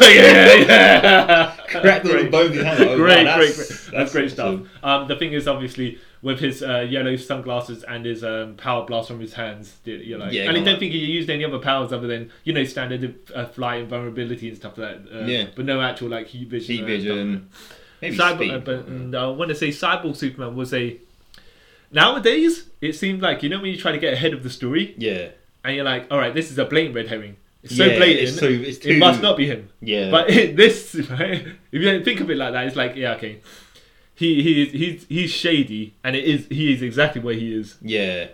Speaker 1: yeah, yeah.
Speaker 2: Crack the little
Speaker 1: Great.
Speaker 2: bone in your hand. Oh, wow,
Speaker 1: great, great, great.
Speaker 2: that's-
Speaker 1: That's,
Speaker 2: that's
Speaker 1: great
Speaker 2: awesome.
Speaker 1: stuff. Um, the thing is, obviously, with his uh, yellow sunglasses and his um, power blast from his hands, y- you know,
Speaker 2: Yeah,
Speaker 1: and I
Speaker 2: kinda.
Speaker 1: don't think he used any other powers other than you know standard uh, flight and vulnerability and stuff like that. Uh,
Speaker 2: Yeah.
Speaker 1: But no actual like heat vision.
Speaker 2: Heat
Speaker 1: or anything.
Speaker 2: vision. Maybe
Speaker 1: Cyber,
Speaker 2: speed.
Speaker 1: uh, but mm, I want to say Cyborg Superman was a. Nowadays, it seemed like you know when you try to get ahead of the story,
Speaker 2: yeah,
Speaker 1: and you're like, all right, this is a blatant red herring. It's so
Speaker 2: Yeah,
Speaker 1: blatant.
Speaker 2: it's so- it's
Speaker 1: It
Speaker 2: too-
Speaker 1: must not be him.
Speaker 2: yeah.
Speaker 1: But this, right? If you don't think of it like that, it's like, yeah, okay. He he is he's he's shady, and it is he is exactly where he is.
Speaker 2: yeah,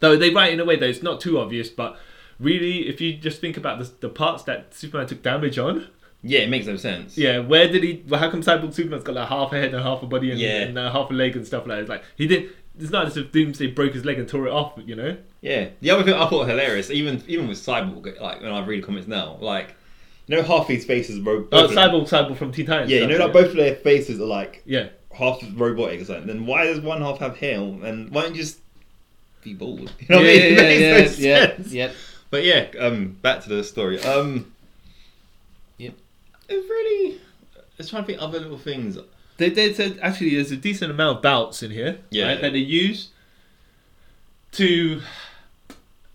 Speaker 1: Though they write it in a way that it's not too obvious, but really, if you just think about the, the parts that Superman took damage on,
Speaker 2: yeah, it makes no sense.
Speaker 1: yeah, where did he? Well, how come Cyborg Superman's got like half a head and half a body and,
Speaker 2: Yeah.
Speaker 1: and uh, half a leg and stuff like that? It's like he did. It's not as if Doomsday broke his leg and tore it off, you know.
Speaker 2: yeah. The other thing I thought hilarious, even even with Cyborg, like when I read comments now, like you know half these faces were
Speaker 1: Oh,
Speaker 2: both-
Speaker 1: Cyborg, Cyborg from Teen Titans.
Speaker 2: Yeah, you know,
Speaker 1: stuff,
Speaker 2: like both of their faces are like
Speaker 1: Yeah,
Speaker 2: half robotic or something. Then why does one half have hair? And why don't you just be bald? You know what I mean? It makes no sense.
Speaker 3: yeah,
Speaker 2: But yeah, um, back to the story. Um,
Speaker 3: Yep.
Speaker 2: It's really. I was trying to think other little things.
Speaker 1: They, they said actually there's a decent amount of bouts in here
Speaker 2: Yeah.
Speaker 1: right, that they use to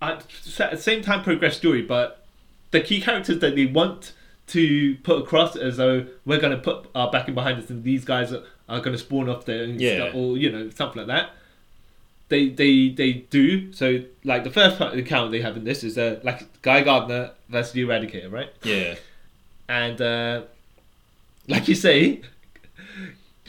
Speaker 1: at the same time progress story, but the key characters that they want to put across as though we're going to put our backing behind us and these guys are, are going to spawn off their own
Speaker 2: Yeah.
Speaker 1: stuff or you know something like that. They they they do so like the first part of the account they have in this is uh, like Guy Gardner versus the Eradicator, right?
Speaker 2: Yeah.
Speaker 1: and uh, like you say,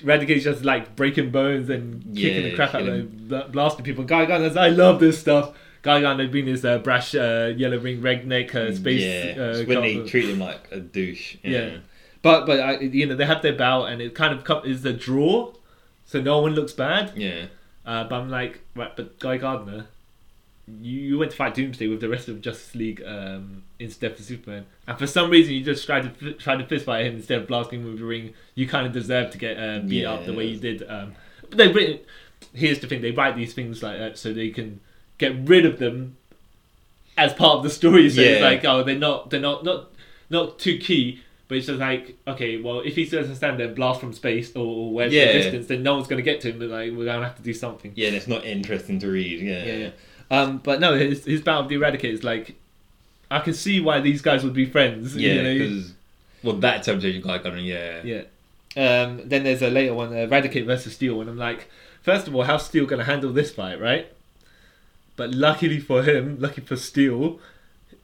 Speaker 1: Radicate's just like breaking bones and kicking
Speaker 2: Yeah,
Speaker 1: the crap out of
Speaker 2: killing.
Speaker 1: them, bl- blasting people. Guy Gardner's, I love this stuff. Guy Gardner being his uh, brash uh, yellow ring redneck uh, space.
Speaker 2: Mm, yeah.
Speaker 1: uh,
Speaker 2: It's when they
Speaker 1: cop.
Speaker 2: treat him like a douche.
Speaker 1: Yeah. but but I, you know they have their bout and it kind of come, is a draw, so no one looks bad.
Speaker 2: Yeah.
Speaker 1: Uh, but I'm like, right, but Guy Gardner, you, you went to fight Doomsday with the rest of Justice League um, instead of Superman, and for some reason you just tried to fi- tried to fist fight him instead of blasting him with your ring. You kind of deserve to get uh, beat up the way you did. Um, but they written. Here's the thing: they write these things like that so they can get rid of them as part of the story. So it's
Speaker 2: Yeah.
Speaker 1: like, oh, they're not, they're not, not, not too key. But it's just like, okay, well, if he doesn't stand there, and blast from space or, or where's
Speaker 2: Yeah.
Speaker 1: the distance, then no one's going to get to him. But like, we're going to have to do something.
Speaker 2: Yeah, and it's not interesting to read. Yeah.
Speaker 1: Yeah, yeah. Um, but no, his his battle of the Eradicator is like, I can see why these guys would be friends. you
Speaker 2: Yeah,
Speaker 1: know?
Speaker 2: because. Well, that temptation guy, I mean, yeah.
Speaker 1: yeah. Um, then there's a later one, Eradicate versus Steel, and I'm like, first of all, how's Steel going to handle this fight, right? But luckily for him, lucky for Steel,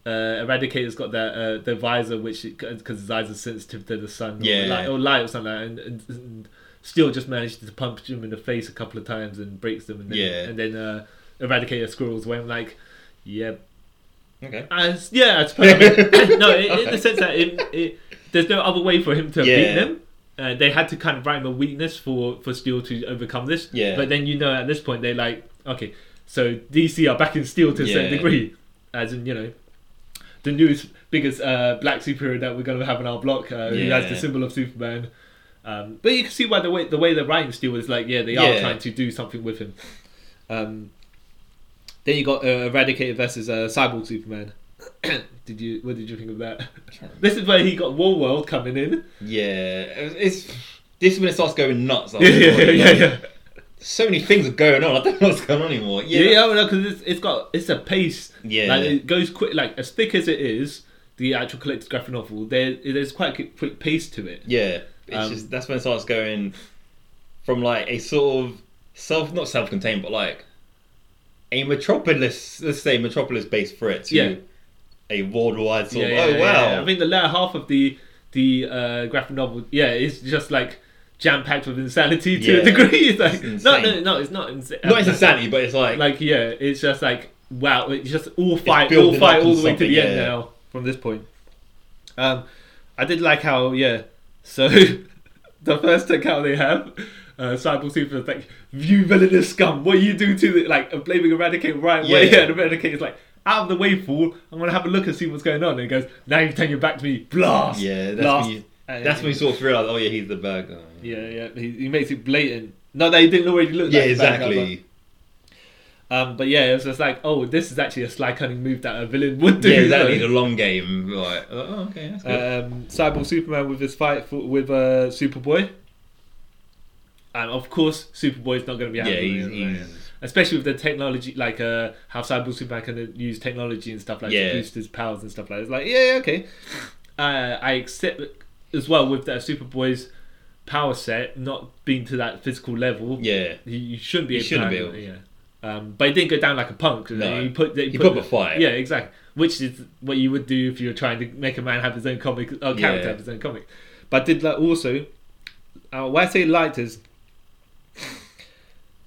Speaker 1: uh, Eradicator's got that uh, the visor, which because his eyes are sensitive to the sun, or
Speaker 2: Yeah.
Speaker 1: light, or light or something, like that. And, and, and Steel just managed to punch him in the face a couple of times and breaks them, and then,
Speaker 2: Yeah.
Speaker 1: and then uh, Eradicator squirrels away. I'm like, yeah,
Speaker 2: Okay.
Speaker 1: as yeah, I suppose. no, it, in the sense that it, it, there's no other way for him to have
Speaker 2: Yeah.
Speaker 1: beat them. Uh, they had to kind of write him a weakness for for Steel to overcome this.
Speaker 2: Yeah.
Speaker 1: But then you know at this point they're like, okay, so DC are back in Steel to a certain
Speaker 2: Yeah.
Speaker 1: degree, as in you know, the newest biggest uh, black superhero that we're gonna have in our block uh, who has the
Speaker 2: Yeah.
Speaker 1: symbol of Superman. Um, but you can see why the way the way they're writing Steel is like, yeah, they are
Speaker 2: Yeah.
Speaker 1: trying to do something with him. Um, then you got uh, Eradicator versus uh, Cyborg Superman. did you? What did you think of that? This is where he got War World coming in.
Speaker 2: Yeah, it's this is when it starts going nuts.
Speaker 1: yeah, yeah, yeah, yeah.
Speaker 2: So many things are going on. I don't know what's going on anymore.
Speaker 1: Yeah,
Speaker 2: Yeah,
Speaker 1: yeah, because it's, it's got it's a pace.
Speaker 2: Yeah.
Speaker 1: like it goes quick. Like as thick as it is, the actual collected graphic novel, there there's quite a quick- quick pace to it.
Speaker 2: Yeah, it's
Speaker 1: Um,
Speaker 2: just that's when it starts going from like a sort of self, not self-contained, but like a metropolis. Let's say metropolis-based threat to
Speaker 1: Yeah.
Speaker 2: a worldwide sort
Speaker 1: Yeah,
Speaker 2: of.
Speaker 1: yeah,
Speaker 2: oh
Speaker 1: yeah,
Speaker 2: wow!
Speaker 1: yeah. I think the latter half of the the uh, graphic novel, yeah, is just like jam packed with insanity to a
Speaker 2: Yeah.
Speaker 1: degree. It's like
Speaker 2: It's
Speaker 1: no, no,
Speaker 2: insane.
Speaker 1: no, it's not insane.
Speaker 2: not it's insanity, but it's like,
Speaker 1: like yeah, it's just like wow, it's just all fight, all
Speaker 2: building
Speaker 1: fight,
Speaker 2: up
Speaker 1: all
Speaker 2: to
Speaker 1: the way to the
Speaker 2: something,
Speaker 1: end
Speaker 2: yeah.
Speaker 1: now from this point. Um, I did like how yeah, so the first takeout they have. Uh, Cyborg Super is like, you villainous scum, what you do to the, like, and blaming Eradicate right away.
Speaker 2: Yeah.
Speaker 1: Yeah, and Eradicate is like, out of the way, fool, I'm gonna have a look and see what's going on. And he goes, now you turn your back to me, blast!
Speaker 2: yeah, that's
Speaker 1: blast.
Speaker 2: when you,
Speaker 1: And-
Speaker 2: that's when you sort of realize, oh yeah, he's the bad guy.
Speaker 1: Yeah, yeah, he, he makes it blatant. Not that he didn't already look
Speaker 2: yeah,
Speaker 1: like a bad guy, but-
Speaker 2: exactly.
Speaker 1: Um, but yeah, it was just like, oh, this is actually a sly cunning move that a villain would do.
Speaker 2: Yeah, exactly. The long game, like, oh okay, that's good.
Speaker 1: Um, Cyborg Superman with his fight for, with uh, Superboy, and of course, Superboy's not going to be
Speaker 2: yeah,
Speaker 1: happy,
Speaker 2: he's,
Speaker 1: with it,
Speaker 2: he's
Speaker 1: especially with the technology, like uh, how Cyborg Superman can use technology and stuff like
Speaker 2: Yeah.
Speaker 1: to boost his powers and stuff like that. It's like, yeah, yeah, okay. Uh, I accept as well with that Superboy's power set not being to that physical level.
Speaker 2: yeah.
Speaker 1: He, you shouldn't be.
Speaker 2: You
Speaker 1: able to
Speaker 2: shouldn't be
Speaker 1: handle it, Yeah. Um, but he didn't go down like a punk. you know,
Speaker 2: No.
Speaker 1: He put he,
Speaker 2: He
Speaker 1: put,
Speaker 2: put up a fight.
Speaker 1: Yeah, exactly. Which is what you would do if you were trying to make a man have his own comic or character
Speaker 2: Yeah.
Speaker 1: have his own comic. But I did like also, uh, why I say light is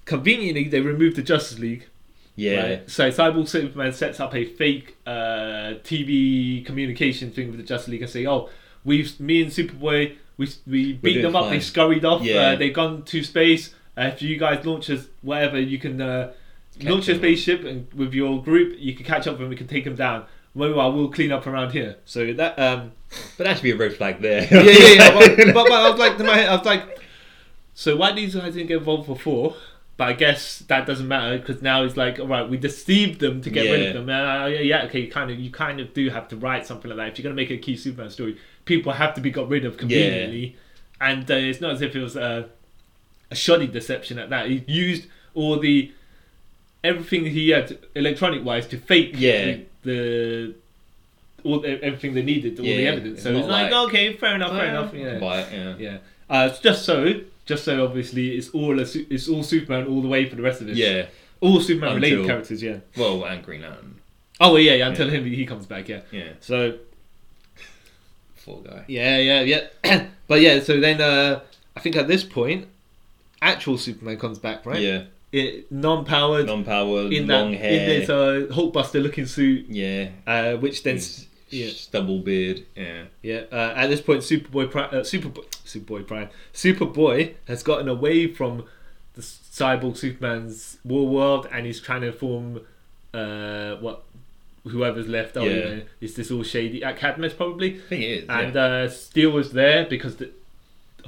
Speaker 1: conveniently they removed the Justice League.
Speaker 2: Yeah,
Speaker 1: Right? So Cyborg Superman sets up a fake uh, TV communication thing with the Justice League and say, "Oh, we've me and Superboy, we we beat
Speaker 2: doing
Speaker 1: them up.
Speaker 2: fine."
Speaker 1: They scurried off.
Speaker 2: Yeah.
Speaker 1: Uh, they've gone to space. Uh, if you guys launch us, whatever, you can uh,
Speaker 2: Catch
Speaker 1: launch a
Speaker 2: them.
Speaker 1: spaceship and with your group, you can catch up and we can take them down. Meanwhile, we'll clean up around here. So that um,
Speaker 2: but that should be a red flag there.
Speaker 1: yeah, yeah, yeah. But, but, but I was like, in my head, I was like, so why these guys didn't get involved before? But I guess that doesn't matter because now it's like, all right, we deceived them to get rid
Speaker 2: Yeah.
Speaker 1: of them. Uh, yeah, yeah, okay, you kind of, you kind of do have to write something like that if you're gonna make a key Superman story. People have to be got rid of conveniently, and uh, it's not as if it was a, a shoddy deception at that. He used all the everything he had electronic wise to fake
Speaker 2: Yeah.
Speaker 1: the, the all the- everything they needed, all the
Speaker 2: Yeah,
Speaker 1: evidence.
Speaker 2: it's
Speaker 1: So it's,
Speaker 2: not
Speaker 1: like,
Speaker 2: like-
Speaker 1: okay, fair enough, fair enough. Yeah,
Speaker 2: But, yeah.
Speaker 1: yeah. Uh, it's just so, just so obviously, it's all a, su- it's all Superman all the way for the rest of this.
Speaker 2: Yeah.
Speaker 1: all Superman related
Speaker 2: Until-
Speaker 1: characters. Yeah.
Speaker 2: Well, and Green Lantern.
Speaker 1: Oh yeah, yeah. Until
Speaker 2: Yeah.
Speaker 1: him, he comes back. Yeah.
Speaker 2: Yeah.
Speaker 1: So
Speaker 2: Poor guy.
Speaker 1: yeah, yeah, yeah. but yeah, so then uh, I think at this point, actual Superman comes back, right?
Speaker 2: Yeah.
Speaker 1: It non-powered.
Speaker 2: Non-powered,
Speaker 1: in that,
Speaker 2: long hair.
Speaker 1: in this uh, Hulkbuster looking suit,
Speaker 2: yeah.
Speaker 1: uh, which then
Speaker 2: His
Speaker 1: yeah.
Speaker 2: Stubble beard. Yeah.
Speaker 1: Yeah, uh, at this point, Superboy, Pri- uh, Superboy, Superboy Prime, Superboy has gotten away from the cyborg Superman's war world, and he's trying to form uh, what whoever's left. Oh,
Speaker 2: Yeah.
Speaker 1: you know, is this all shady at Cadmus probably?
Speaker 2: I think it is.
Speaker 1: And
Speaker 2: yeah.
Speaker 1: uh, Steel was there because the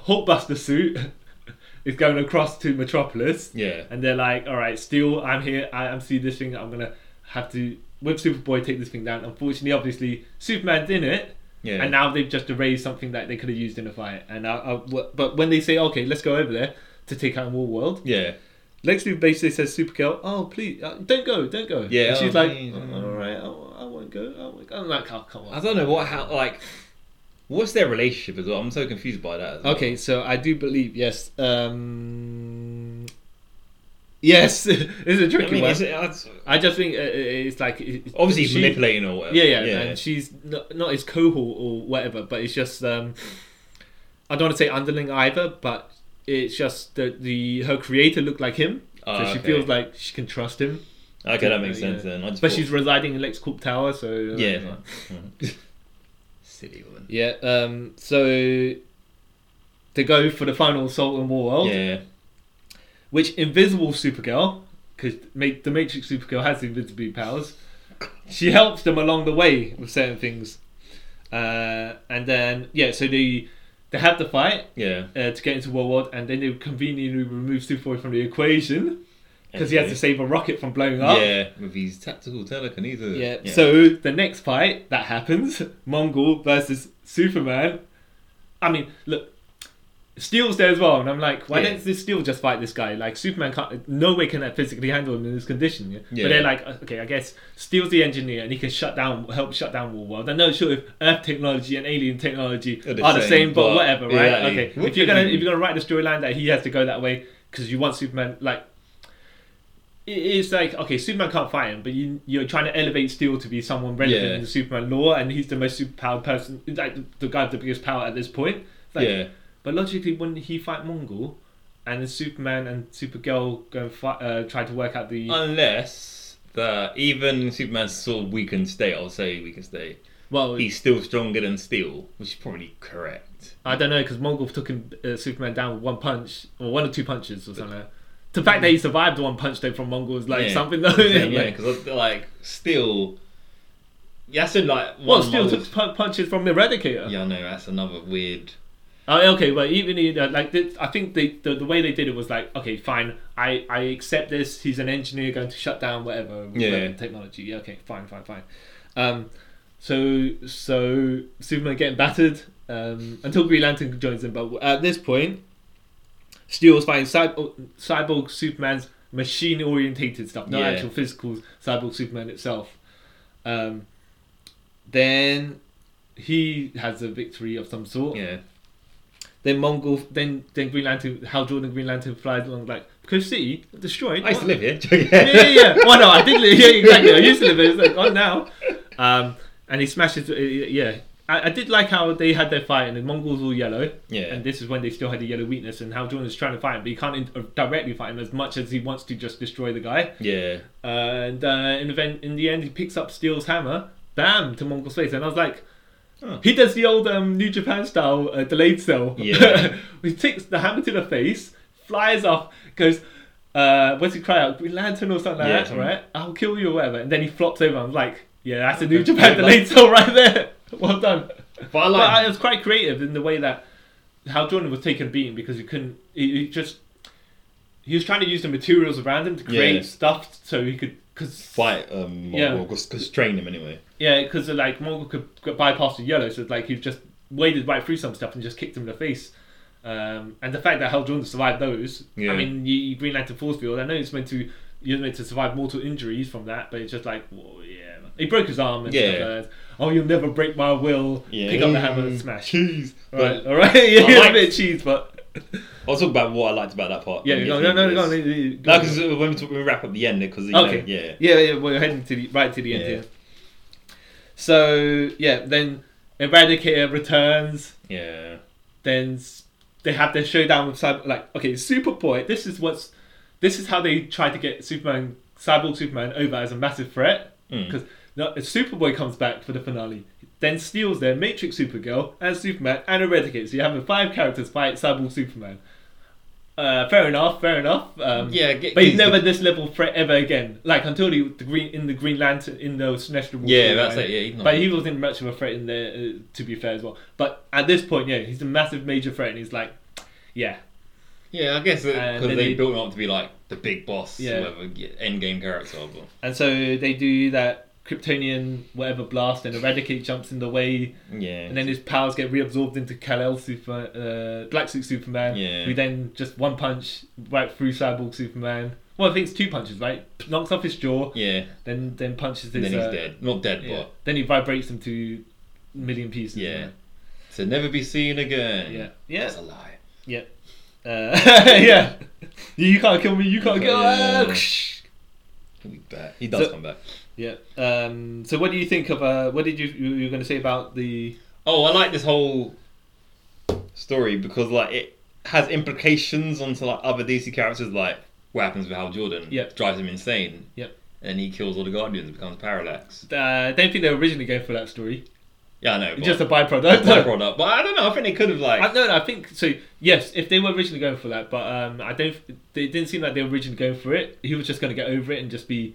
Speaker 1: Hulkbuster suit is going across to Metropolis,
Speaker 2: yeah.
Speaker 1: and they're like, "All right, Steel, I'm here. I, I'm see this thing. I'm gonna have to." With Superboy, take this thing down. Unfortunately, obviously, Superman's in it,
Speaker 2: Yeah.
Speaker 1: and now they've just erased something that they could have used in a fight. And I, I- w- but when they say, okay, let's go over there to take out War World,
Speaker 2: yeah.
Speaker 1: Lex Luthor basically says, Supergirl, oh please, uh, don't go, don't go.
Speaker 2: Yeah,
Speaker 1: and she's
Speaker 2: oh,
Speaker 1: like,
Speaker 2: please,
Speaker 1: all
Speaker 2: mm.
Speaker 1: right, I, I won't go. I won't go. I'm like, oh, come
Speaker 2: I
Speaker 1: on.
Speaker 2: don't know what how like What's their relationship as well? I'm so confused by that. as well.
Speaker 3: Okay, so I do believe yes. Um, yes, it's a
Speaker 2: I
Speaker 3: tricky
Speaker 2: mean,
Speaker 3: one.
Speaker 2: is it, that's-
Speaker 1: I just think uh, uh, it's like it- it-
Speaker 2: obviously he's
Speaker 1: she-
Speaker 2: manipulating or whatever.
Speaker 1: Yeah, yeah, and she's not, not his cohort or whatever, but it's just um, I don't want to say underling either, but it's just that the her creator looked like him,
Speaker 2: Ah,
Speaker 1: so she
Speaker 2: okay.
Speaker 1: feels like she can trust him.
Speaker 2: okay, that makes
Speaker 1: Yeah.
Speaker 2: sense then. I just
Speaker 1: But
Speaker 2: thought-
Speaker 1: she's residing in Lexcorp Tower, so uh,
Speaker 2: yeah. fine. Silly woman.
Speaker 3: Yeah. Um. So they go for the final Salt and War world,
Speaker 2: Yeah,
Speaker 1: which invisible Supergirl, because the Matrix Supergirl has invisibility powers, she helps them along the way with certain things, uh, and then yeah, so they they have the fight
Speaker 2: yeah.
Speaker 1: uh, to get into World War, and then they conveniently remove Superboy from the equation because he has to save a rocket from blowing up.
Speaker 2: Yeah, with his tactical telekinesis.
Speaker 3: Yeah,
Speaker 1: Oh. So the next fight that happens, Mongol versus Superman. I mean, look, Steel's there as well, and I'm like, why
Speaker 2: Yeah.
Speaker 1: didn't this Steel just fight this guy? Like Superman can't, no way can that physically handle him in this condition. Yeah?
Speaker 2: Yeah.
Speaker 1: But they're like, okay, I guess Steel's the engineer, and he can shut down, help shut down War World. I'm not sure if Earth technology and alien technology
Speaker 2: Are
Speaker 1: are
Speaker 2: the
Speaker 1: the,
Speaker 2: same,
Speaker 1: same, but,
Speaker 2: but-
Speaker 1: whatever, right?
Speaker 2: Exactly.
Speaker 1: Okay, if you're gonna if you're gonna write the storyline that he has to go that way because you want Superman like it- it's like okay, Superman can't fight him, but you you're trying to elevate Steel to be someone relevant
Speaker 2: Yeah.
Speaker 1: in the Superman lore, and he's the most superpowered person, like the, the guy with the biggest power at this point. It's like,
Speaker 2: yeah.
Speaker 1: But logically, wouldn't he fight Mongol, and then Superman and Supergirl go and fight, uh, try to work out the
Speaker 2: Unless that even Superman's sort of weakened state, I'll say weakened state,
Speaker 1: well.
Speaker 2: he's still stronger than Steel, which is probably correct.
Speaker 1: I don't know because Mongol took him, uh, Superman down with one punch or one or two punches or something. The fact that he survived one punch though from Mongol is like
Speaker 2: Yeah.
Speaker 1: something though.
Speaker 2: Yeah,
Speaker 1: Like,
Speaker 2: because like Steel, yeah, that's in like one
Speaker 1: Well,
Speaker 2: of
Speaker 1: still
Speaker 2: my-
Speaker 1: took pu- punches from Eradicator.
Speaker 2: Yeah, I know that's another weird.
Speaker 1: Oh, okay, but even in, uh, like th- I think they, the the way they did it was like, okay, fine, I, I accept this. He's an engineer going to shut down whatever,
Speaker 2: Yeah.
Speaker 1: whatever technology. Yeah, okay, fine, fine, fine. Um, so so Superman getting battered um, until Green Lantern joins him. But at this point, Steel's fighting cyborg, cyborg Superman's machine orientated stuff, not
Speaker 2: Yeah.
Speaker 1: actual physical cyborg Superman itself. Um,
Speaker 3: Then
Speaker 1: he has a victory of some sort.
Speaker 2: Yeah,
Speaker 1: Then Mongol, then then Green Lantern, Hal Jordan Green Lantern flies along like because City destroyed.
Speaker 2: I used to
Speaker 1: Why-
Speaker 2: live here.
Speaker 1: Yeah, yeah, yeah. Well, no, I did live. Yeah, exactly. I used to live. here. It's like on now, um, and he smashes. uh, Yeah, I, I did like how they had their fight, and the Mongols all yellow,
Speaker 2: yeah,
Speaker 1: and this is when they still had the yellow weakness, and Hal Jordan's trying to fight him, but he can't in- uh, directly fight him as much as he wants to just destroy the guy.
Speaker 2: yeah.
Speaker 1: And uh, in, the end, in the end, he picks up Steel's hammer, bam, to Mongol's face. And I was like,
Speaker 2: Huh.
Speaker 1: he does the old um, New Japan style uh, delayed cell.
Speaker 2: Yeah.
Speaker 1: he takes the hammer to the face, flies off, goes, uh, what's he cry out? Green Lantern or something like
Speaker 2: Yeah,
Speaker 1: that,
Speaker 2: something.
Speaker 1: right? I'll kill you or whatever. And then he flops over. I'm like, yeah, that's a New Japan
Speaker 2: Yeah,
Speaker 1: delayed cell right there. well done.
Speaker 2: But I
Speaker 1: But
Speaker 2: like
Speaker 1: I, it was quite creative in the way that how Jordan was taking a beating because he couldn't. He, he just he was trying to use the materials around him to create
Speaker 2: Yeah.
Speaker 1: stuff so he could because
Speaker 2: fight um
Speaker 1: Yeah.
Speaker 2: or, or constrain him anyway.
Speaker 1: yeah because like Morgul could, could bypass the yellow so like he just waded right through some stuff and just kicked him in the face. Um, and the fact that Hal Jordan survived those,
Speaker 2: Yeah.
Speaker 1: I mean, you, you Green Lantern force field. I know it's meant to you're meant to survive mortal injuries from that, but it's just like, whoa, yeah, man. he broke his arm and
Speaker 2: Yeah.
Speaker 1: stuff like that. Oh, you'll never break my will.
Speaker 2: Yeah. Mm.
Speaker 1: Pick up the hammer and smash.
Speaker 2: Jeez.
Speaker 1: Right,
Speaker 2: But
Speaker 1: all right. Yeah,
Speaker 2: I like-
Speaker 1: a bit of cheese, but
Speaker 2: I'll talk about what I liked about that part.
Speaker 1: yeah,
Speaker 2: when we
Speaker 1: no,
Speaker 2: get
Speaker 1: no,
Speaker 2: to
Speaker 1: no,
Speaker 2: this.
Speaker 1: no, no, no,
Speaker 2: No, because when we, talk, we wrap up the end, because
Speaker 1: okay,
Speaker 2: yeah,
Speaker 1: yeah, yeah. We're heading to the right to the end
Speaker 2: Yeah.
Speaker 1: here. So yeah, then Eradicator returns.
Speaker 2: yeah,
Speaker 1: Then s- they have their showdown with Cyber. Like, okay, Superboy. This is what's. This is how they try to get Superman, Cyborg Superman, over as a massive threat.
Speaker 2: Mm.
Speaker 1: Because if Superboy comes back for the finale, then steals their Matrix Supergirl and Superman and Eradicator. So you're having five characters fight Cyborg Superman. Uh, fair enough, fair enough. Um,
Speaker 2: yeah. Get,
Speaker 1: But he's
Speaker 2: get-
Speaker 1: never this level threat ever again. Like until he, the green in the Green Lantern in the Sinestro. War
Speaker 2: Yeah,
Speaker 1: storyline.
Speaker 2: that's it. Yeah, he's not.
Speaker 1: But he wasn't much of a threat in there, uh, to be fair as well. But at this point, yeah, he's a massive major threat, and he's like, yeah,
Speaker 2: yeah, I guess
Speaker 1: Uh, And
Speaker 2: because
Speaker 1: then
Speaker 2: they
Speaker 1: he-
Speaker 2: built him up to be like the big boss,
Speaker 1: Yeah.
Speaker 2: whatever, yeah, end game character. But
Speaker 1: and so they do that Kryptonian whatever blast, and Eradicate jumps in the way,
Speaker 2: yeah,
Speaker 1: and then his powers get reabsorbed into Kal El Super, uh, Black Suit Superman,
Speaker 2: Yeah.
Speaker 1: who then just one punch right through Cyborg Superman. Well, I think it's two punches, right? Knocks off his jaw,
Speaker 2: yeah,
Speaker 1: then then punches his.
Speaker 2: and then he's
Speaker 1: uh,
Speaker 2: dead. Not dead,
Speaker 1: Yeah. Then he vibrates them to a million pieces.
Speaker 2: Yeah.
Speaker 1: you know.
Speaker 2: but to never be seen again.
Speaker 4: Yeah.
Speaker 1: Yeah.
Speaker 2: That's a lie.
Speaker 1: Yep. Uh, yeah. You can't kill me. You can't kill
Speaker 2: Yeah.
Speaker 1: me.
Speaker 2: He'll be back. He does
Speaker 1: So-
Speaker 2: come back.
Speaker 1: Yep. Um, so, what do you think of? Uh, what did you you, you were going to say about the?
Speaker 2: Oh, I like this whole story because like it has implications onto like other DC characters, like what happens with Hal Jordan.
Speaker 1: Yep.
Speaker 2: drives him insane.
Speaker 1: Yep.
Speaker 2: and he kills all the Guardians and becomes Parallax.
Speaker 1: Uh, I don't think they were originally going for that story.
Speaker 2: Yeah, I know.
Speaker 1: It's
Speaker 2: But
Speaker 1: just a byproduct.
Speaker 2: byproduct, but I don't know. I think they could have like
Speaker 1: I, no, no, I think so. Yes, if they were originally going for that, but um, I don't. They didn't seem like they were originally going for it. He was just going to get over it and just be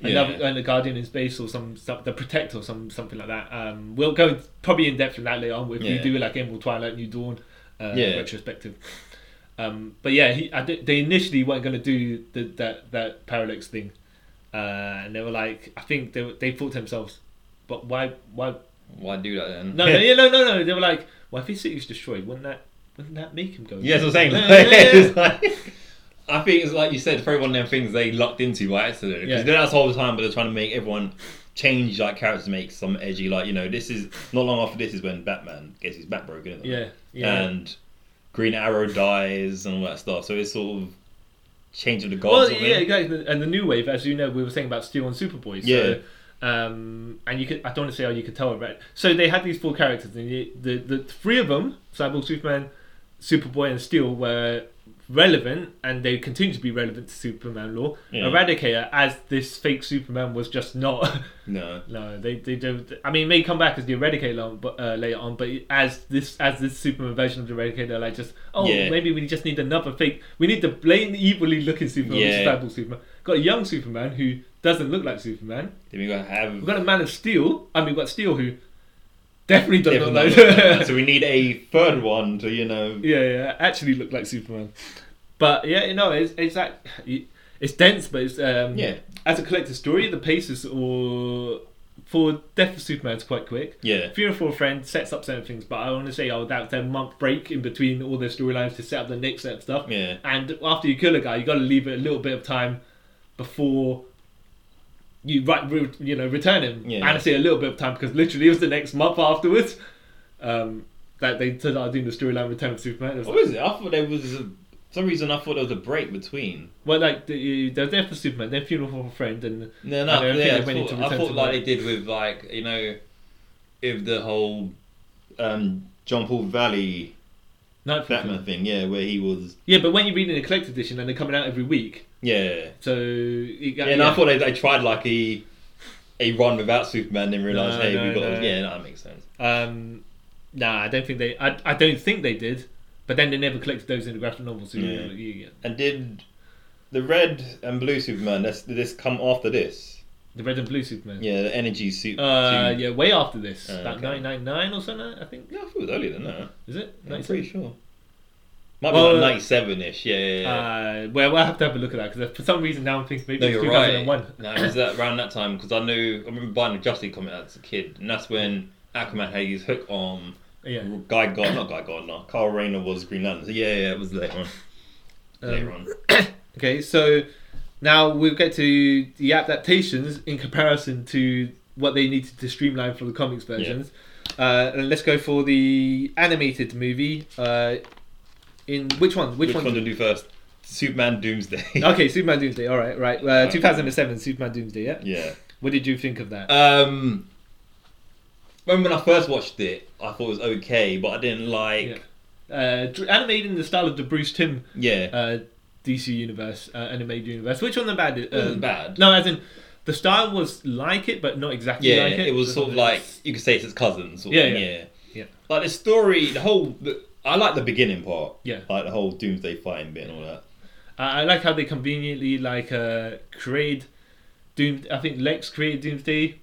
Speaker 1: another
Speaker 2: Yeah.
Speaker 1: and the guardian in space or some, some the protector or some something like that. Um, we'll go in- probably in depth in that later on if we
Speaker 2: Yeah.
Speaker 1: do like Emerald Twilight New Dawn uh,
Speaker 2: Yeah.
Speaker 1: retrospective. Um, but yeah, he, I don't- they initially weren't going to do the, that that parallax thing, uh, and they were like, I think they were- they thought to themselves, but why why
Speaker 2: why do that then?
Speaker 1: no, no, yeah, no, no, no. They were like, well, if his city was destroyed, wouldn't that, wouldn't that make him go?
Speaker 2: Yeah, that's what I'm saying.
Speaker 1: Yeah, yeah, yeah.
Speaker 2: It's like- I think it's like you said, probably one of them things they lucked into by accident. Because
Speaker 1: Yeah.
Speaker 2: they do that all the time, but they're trying to make everyone change like characters, to make some edgy like you know. This is not long after this is when Batman gets his back broken. Isn't it?
Speaker 1: yeah, yeah.
Speaker 2: and Green Arrow dies and all that stuff. So it's sort of change of the
Speaker 1: well,
Speaker 2: gods. I
Speaker 1: yeah,
Speaker 2: think.
Speaker 1: exactly. And the new wave, as you know, we were saying about Steel and Superboy. So,
Speaker 2: Yeah.
Speaker 1: Um, and you could, I don't want to say how you could tell, right? So they had these four characters, and the, the the three of them, Cyborg, Superman, Superboy, and Steel, were relevant, and they continue to be relevant to Superman lore.
Speaker 2: Yeah.
Speaker 1: Eradicator, as this fake Superman, was just not.
Speaker 2: No.
Speaker 1: No, they they don't. I mean, they come back as the Eradicator on, but, uh, later on, but as this as this Superman version of the Eradicator, they're like just oh
Speaker 2: Yeah.
Speaker 1: maybe we just need another fake. We need the blatant evilly looking Superman, which is
Speaker 2: Yeah.
Speaker 1: Cyborg Superman. Got a young Superman who doesn't look like Superman.
Speaker 2: Then we gotta
Speaker 1: We've
Speaker 2: have.
Speaker 1: got a Man of Steel. I mean, we've got Steel who definitely doesn't
Speaker 2: Definitely
Speaker 1: look
Speaker 2: not
Speaker 1: like.
Speaker 2: that. so we need a third one to you know.
Speaker 1: yeah, yeah, actually look like Superman. But yeah, you know, it's it's that it's dense, but it's um
Speaker 2: Yeah.
Speaker 1: As a collective story, the pace is or for Death of Superman is quite quick.
Speaker 2: Yeah.
Speaker 1: Fear for a Friend sets up certain things, but I want to say, oh, that their month break in between all their storylines to set up the next set of stuff.
Speaker 2: Yeah.
Speaker 1: And after you kill a guy, you got to leave it a little bit of time before you right, re- you know, return him.
Speaker 2: Yeah.
Speaker 1: And I say a little bit of time because literally it was the next month afterwards um, that they started doing the storyline Return of Superman. It was
Speaker 2: What was it? I thought there was a, for some reason. I thought there was a break between.
Speaker 1: well, like the, they were there for Superman, then Funeral for a Friend, and
Speaker 2: No,
Speaker 1: I
Speaker 2: no,
Speaker 1: don't think
Speaker 2: yeah,
Speaker 1: they went
Speaker 2: I
Speaker 1: into
Speaker 2: thought, I
Speaker 1: Return
Speaker 2: thought
Speaker 1: to
Speaker 2: like
Speaker 1: Moon.
Speaker 2: they did with like you know, if the whole um, John Paul Valley
Speaker 1: Nightfall.
Speaker 2: Batman thing, yeah, where he was,
Speaker 1: Yeah, but when you're reading the collected edition and they're coming out every week,
Speaker 2: yeah,
Speaker 1: so it,
Speaker 2: and I thought they, they tried like a a run without Superman, then realized
Speaker 1: No,
Speaker 2: hey,
Speaker 1: no,
Speaker 2: we got
Speaker 1: no.
Speaker 2: yeah, no, that makes sense.
Speaker 1: Um, nah, I don't think they. I, I don't think they did. But then they never collected those in the graphic novels. So
Speaker 2: Yeah.
Speaker 1: yeah. you, you,
Speaker 2: And did the red and blue Superman? That's did this come after this?
Speaker 1: the red and blue Superman.
Speaker 2: Yeah, the energy suit.
Speaker 1: Uh,
Speaker 2: suit-
Speaker 1: yeah, Oh, way after this,
Speaker 2: Uh,
Speaker 1: like
Speaker 2: okay.
Speaker 1: 1999 or something. I think
Speaker 2: No, I thought it was earlier than that.
Speaker 1: is it?
Speaker 2: I'm
Speaker 1: 97?
Speaker 2: pretty sure. Might be
Speaker 1: Well,
Speaker 2: like ninety-seven ish. Yeah, yeah, yeah.
Speaker 1: Oh, Uh, well, we'll have to have a look at that because for some reason now I'm thinking maybe
Speaker 2: No,
Speaker 1: it's
Speaker 2: you're
Speaker 1: 2001.
Speaker 2: right. No, it was that around that time because I knew I remember buying a Justice League comic as a kid, and that's when Aquaman had his hook on
Speaker 1: Yeah.
Speaker 2: Guy Gardner, not Guy Gardner, Carl Rayner was Green Lantern. So yeah, yeah, it was later on. later
Speaker 1: Um,
Speaker 2: on.
Speaker 1: okay, so now we'll get to the adaptations in comparison to what they needed to streamline for the comics versions. Uh, and let's go for the animated movie. Uh, in which one? Which,
Speaker 2: Which, one
Speaker 1: one
Speaker 2: to do first? Superman Doomsday.
Speaker 1: okay, Superman Doomsday. All right, right. Uh,
Speaker 2: Alright.
Speaker 1: 2007, Superman Doomsday. Yeah.
Speaker 2: Yeah.
Speaker 1: What did you think of that?
Speaker 2: Um. When when I first watched it, I thought it was okay, but I didn't like.
Speaker 1: Uh, dr- animated in the style of the Bruce Tim
Speaker 2: Yeah.
Speaker 1: uh, DC universe, uh, animated universe. Which one the bad?
Speaker 2: it wasn't
Speaker 1: um,
Speaker 2: bad.
Speaker 1: No, as in the style was like it, but not exactly
Speaker 2: yeah,
Speaker 1: like it.
Speaker 2: it was sort of like you could say it's his cousin. Sort
Speaker 1: Yeah,
Speaker 2: of thing,
Speaker 1: yeah.
Speaker 2: yeah,
Speaker 1: Yeah.
Speaker 2: Like the story, the whole. The, I like the beginning part.
Speaker 1: Yeah.
Speaker 2: Like the whole Doomsday fighting bit and all that.
Speaker 1: I, I like how they conveniently like uh, create Doom. I think Lex created Doomsday.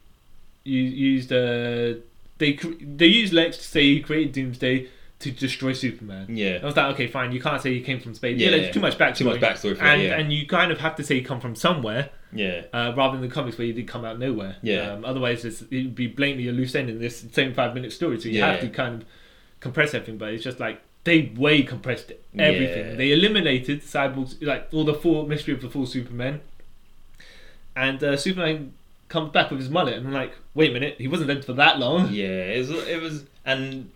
Speaker 1: You used uh, they cre- they used Lex to say he created Doomsday to destroy Superman. I
Speaker 2: Yeah.
Speaker 1: was like, okay, fine. You can't say you came from space. Yeah,
Speaker 2: Yeah,
Speaker 1: there's too much backstory.
Speaker 2: Too much backstory for
Speaker 1: And
Speaker 2: it. Yeah.
Speaker 1: and you kind of have to say you come from somewhere,
Speaker 2: yeah.
Speaker 1: uh, rather than the comics where you did come out of nowhere.
Speaker 2: Yeah.
Speaker 1: Um, otherwise, it's, it'd be blatantly a loose end in this same five minute story. So you
Speaker 2: Yeah.
Speaker 1: have to kind of compress everything. But it's just like they way compressed everything.
Speaker 2: Yeah.
Speaker 1: They eliminated cyborgs, like all the full mystery of the full Superman. And uh, Superman comes back with his mullet, and I'm like, wait a minute, he wasn't dead for that long.
Speaker 2: Yeah. It was. It was and.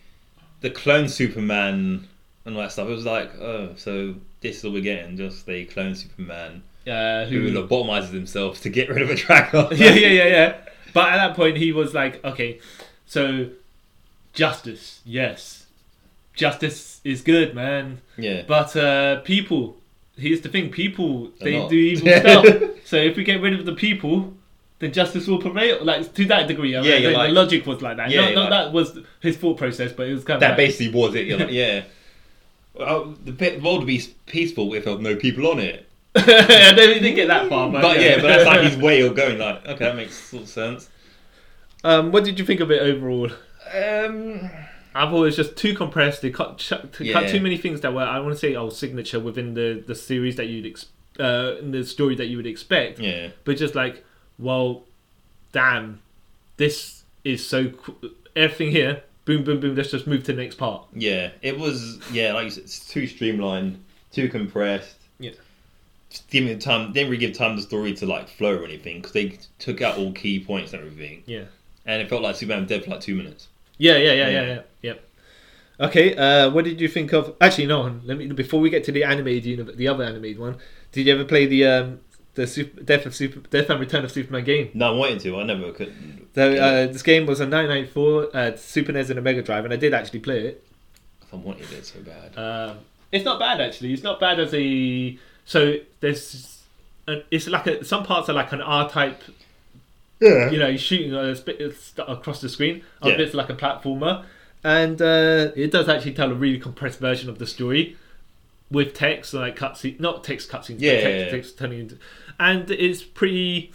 Speaker 2: the clone Superman and all that stuff. It was like, oh, so this is all we're getting, just the clone Superman
Speaker 1: Uh,
Speaker 2: who
Speaker 1: who?
Speaker 2: lobotomizes himself to get rid of a tracker.
Speaker 1: yeah, yeah, yeah, yeah. But at that point, he was like, okay, so justice, yes, justice is good, man.
Speaker 2: yeah.
Speaker 1: But uh, people, here's the thing: people
Speaker 2: They're
Speaker 1: they
Speaker 2: not.
Speaker 1: do evil
Speaker 2: Yeah.
Speaker 1: stuff. So if we get rid of the people, then justice will prevail. Like to that degree, I
Speaker 2: Yeah,
Speaker 1: mean,
Speaker 2: you're
Speaker 1: the,
Speaker 2: like-
Speaker 1: the logic was like that.
Speaker 2: Yeah,
Speaker 1: not
Speaker 2: you're
Speaker 1: not
Speaker 2: like-
Speaker 1: that was his thought process, but it was kind
Speaker 2: That
Speaker 1: of like,
Speaker 2: basically was it. You're like, yeah. Well, the pe- world would be peaceful if there were no people on it.
Speaker 1: I don't think get that far, but,
Speaker 2: But yeah, but that's like his way of going. Like, okay, that makes sort of sense.
Speaker 1: um, what did you think of it overall?
Speaker 2: Um,
Speaker 1: I thought it was just too compressed. They cut, ch- cut
Speaker 2: Yeah.
Speaker 1: too many things that were I want to say oh signature within the the series that you'd ex- uh, in the story that you would expect.
Speaker 2: yeah,
Speaker 1: but just like, well, damn, this is so qu- everything here. Boom, boom, boom. Let's just move to the next part.
Speaker 2: yeah. It was yeah, like you said, it's too streamlined, too compressed.
Speaker 1: Yeah.
Speaker 2: Just give it time. Didn't really give time the story to like flow or anything because they took out all key points and everything,
Speaker 1: Yeah,
Speaker 2: and it felt like Superman was dead for like two minutes.
Speaker 1: yeah, yeah, yeah, yeah,
Speaker 2: Yeah.
Speaker 1: yeah. Yep. Okay. Uh, what did you think of? Actually, no. hon, Let me before we get to the animated universe, the other animated one. Did you ever play the um the super, Death of Super Death and Return of Superman game?
Speaker 2: No, I wanted to. I never could.
Speaker 1: So
Speaker 2: Yeah.
Speaker 1: uh, this game was on 994 uh, Super NES and a Mega Drive, and I did actually play it.
Speaker 2: If I wanted it so bad.
Speaker 1: Um, it's not bad actually. It's not bad as a so there's an, it's like a, some parts are like an R type
Speaker 2: Yeah.
Speaker 1: you know, you're shooting uh, it's bit- it's across the screen, a
Speaker 2: Yeah.
Speaker 1: bit like a platformer. And uh, it does actually tell a really compressed version of the story with text, like cutscene, not text cutscenes,
Speaker 2: Yeah,
Speaker 1: but text,
Speaker 2: yeah, yeah.
Speaker 1: text turning into. And it's pretty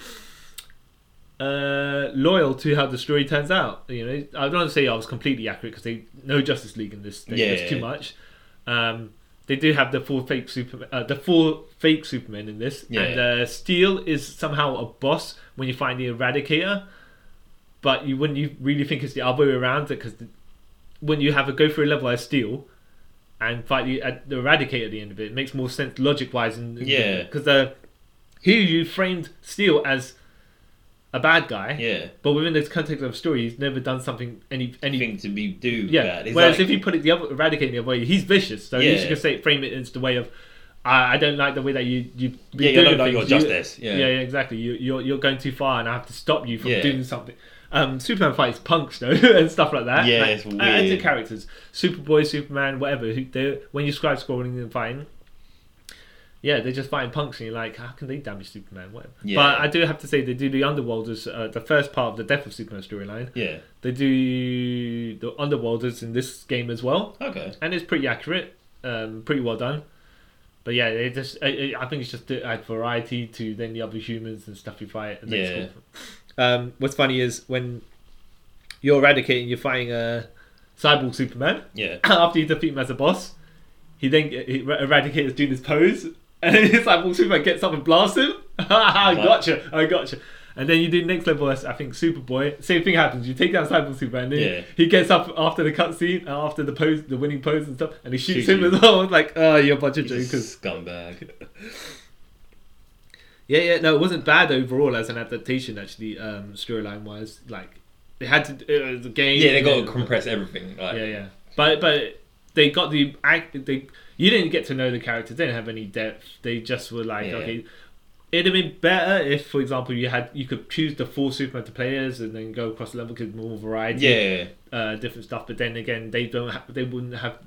Speaker 1: uh, loyal to how the story turns out. You know, I don't want to say I was completely accurate because they no Justice League in this thing.
Speaker 2: Yeah,
Speaker 1: There's
Speaker 2: yeah,
Speaker 1: too
Speaker 2: yeah.
Speaker 1: much. Um, they do have the four fake super, uh, the four fake Supermen in this,
Speaker 2: Yeah,
Speaker 1: and
Speaker 2: yeah.
Speaker 1: uh, Steel is somehow a boss when you find the Eradicator, but you wouldn't you really think it's the other way around because when you have a go through a level as Steel and fight the, uh, the Eradicator at the end of it, it makes more sense logic wise and
Speaker 2: Yeah.
Speaker 1: because uh, here you framed Steel as a bad guy,
Speaker 2: Yeah.
Speaker 1: but within the context of the story, he's never done something any any
Speaker 2: Anything to be do
Speaker 1: yeah.
Speaker 2: bad. It's
Speaker 1: Whereas
Speaker 2: like-
Speaker 1: if you put it the other, eradicate the other way, he's vicious. So
Speaker 2: Yeah.
Speaker 1: you should just say frame it as the way of, I, I don't like the way that you you
Speaker 2: Yeah, you don't like your
Speaker 1: things. You-
Speaker 2: justice. Yeah.
Speaker 1: yeah, exactly. You, you're you're going too far, and I have to stop you from
Speaker 2: Yeah.
Speaker 1: doing something. Um, Superman fights punks though, and stuff like that.
Speaker 2: Yeah,
Speaker 1: like,
Speaker 2: it's
Speaker 1: and- And the
Speaker 2: weird.
Speaker 1: characters, Superboy, Superman, whatever. Who they when you scribe scrolling and fighting. Yeah, they're just fighting punks, and you're like, how can they damage Superman? Whatever.
Speaker 2: Yeah.
Speaker 1: But I do have to say, they do the Underworld as uh, the first part of the Death of Superman storyline
Speaker 2: Yeah.
Speaker 1: they do the underworlders in this game as well
Speaker 2: Okay.
Speaker 1: and it's pretty accurate um, pretty well done but yeah they just I, I I think it's just to add variety to then the other humans and stuff you fight and then it's
Speaker 2: Yeah.
Speaker 1: cool. um, what's funny is when you're eradicating you're fighting a cyborg superman
Speaker 2: Yeah.
Speaker 1: after you defeat him as a boss he then he, er, eradicates doing his pose and it's like well, Superman gets up and blasts him I gotcha I gotcha and then you do next level as I think Superboy same thing happens you take down Cyborg Superman then
Speaker 2: Yeah.
Speaker 1: he gets up after the cutscene uh, after the pose the winning pose and stuff and he shoots
Speaker 2: Shoots
Speaker 1: him
Speaker 2: you.
Speaker 1: as well It's like oh you're a bunch of jokers
Speaker 2: Scumbag.
Speaker 1: yeah yeah no it wasn't bad overall as an adaptation actually um, storyline wise like they had to it was a game
Speaker 2: Yeah, they got
Speaker 1: and-
Speaker 2: to compress everything. Like,
Speaker 1: yeah, yeah. But but they got the act. They you didn't get to know the characters. They didn't have any depth. They just were like,
Speaker 2: Yeah.
Speaker 1: okay, it'd have been better if, for example, you had you could choose the four Superman to play as and then go across the level because more variety,
Speaker 2: Yeah.
Speaker 1: uh, different stuff. But then again, they don't. Ha- they wouldn't have.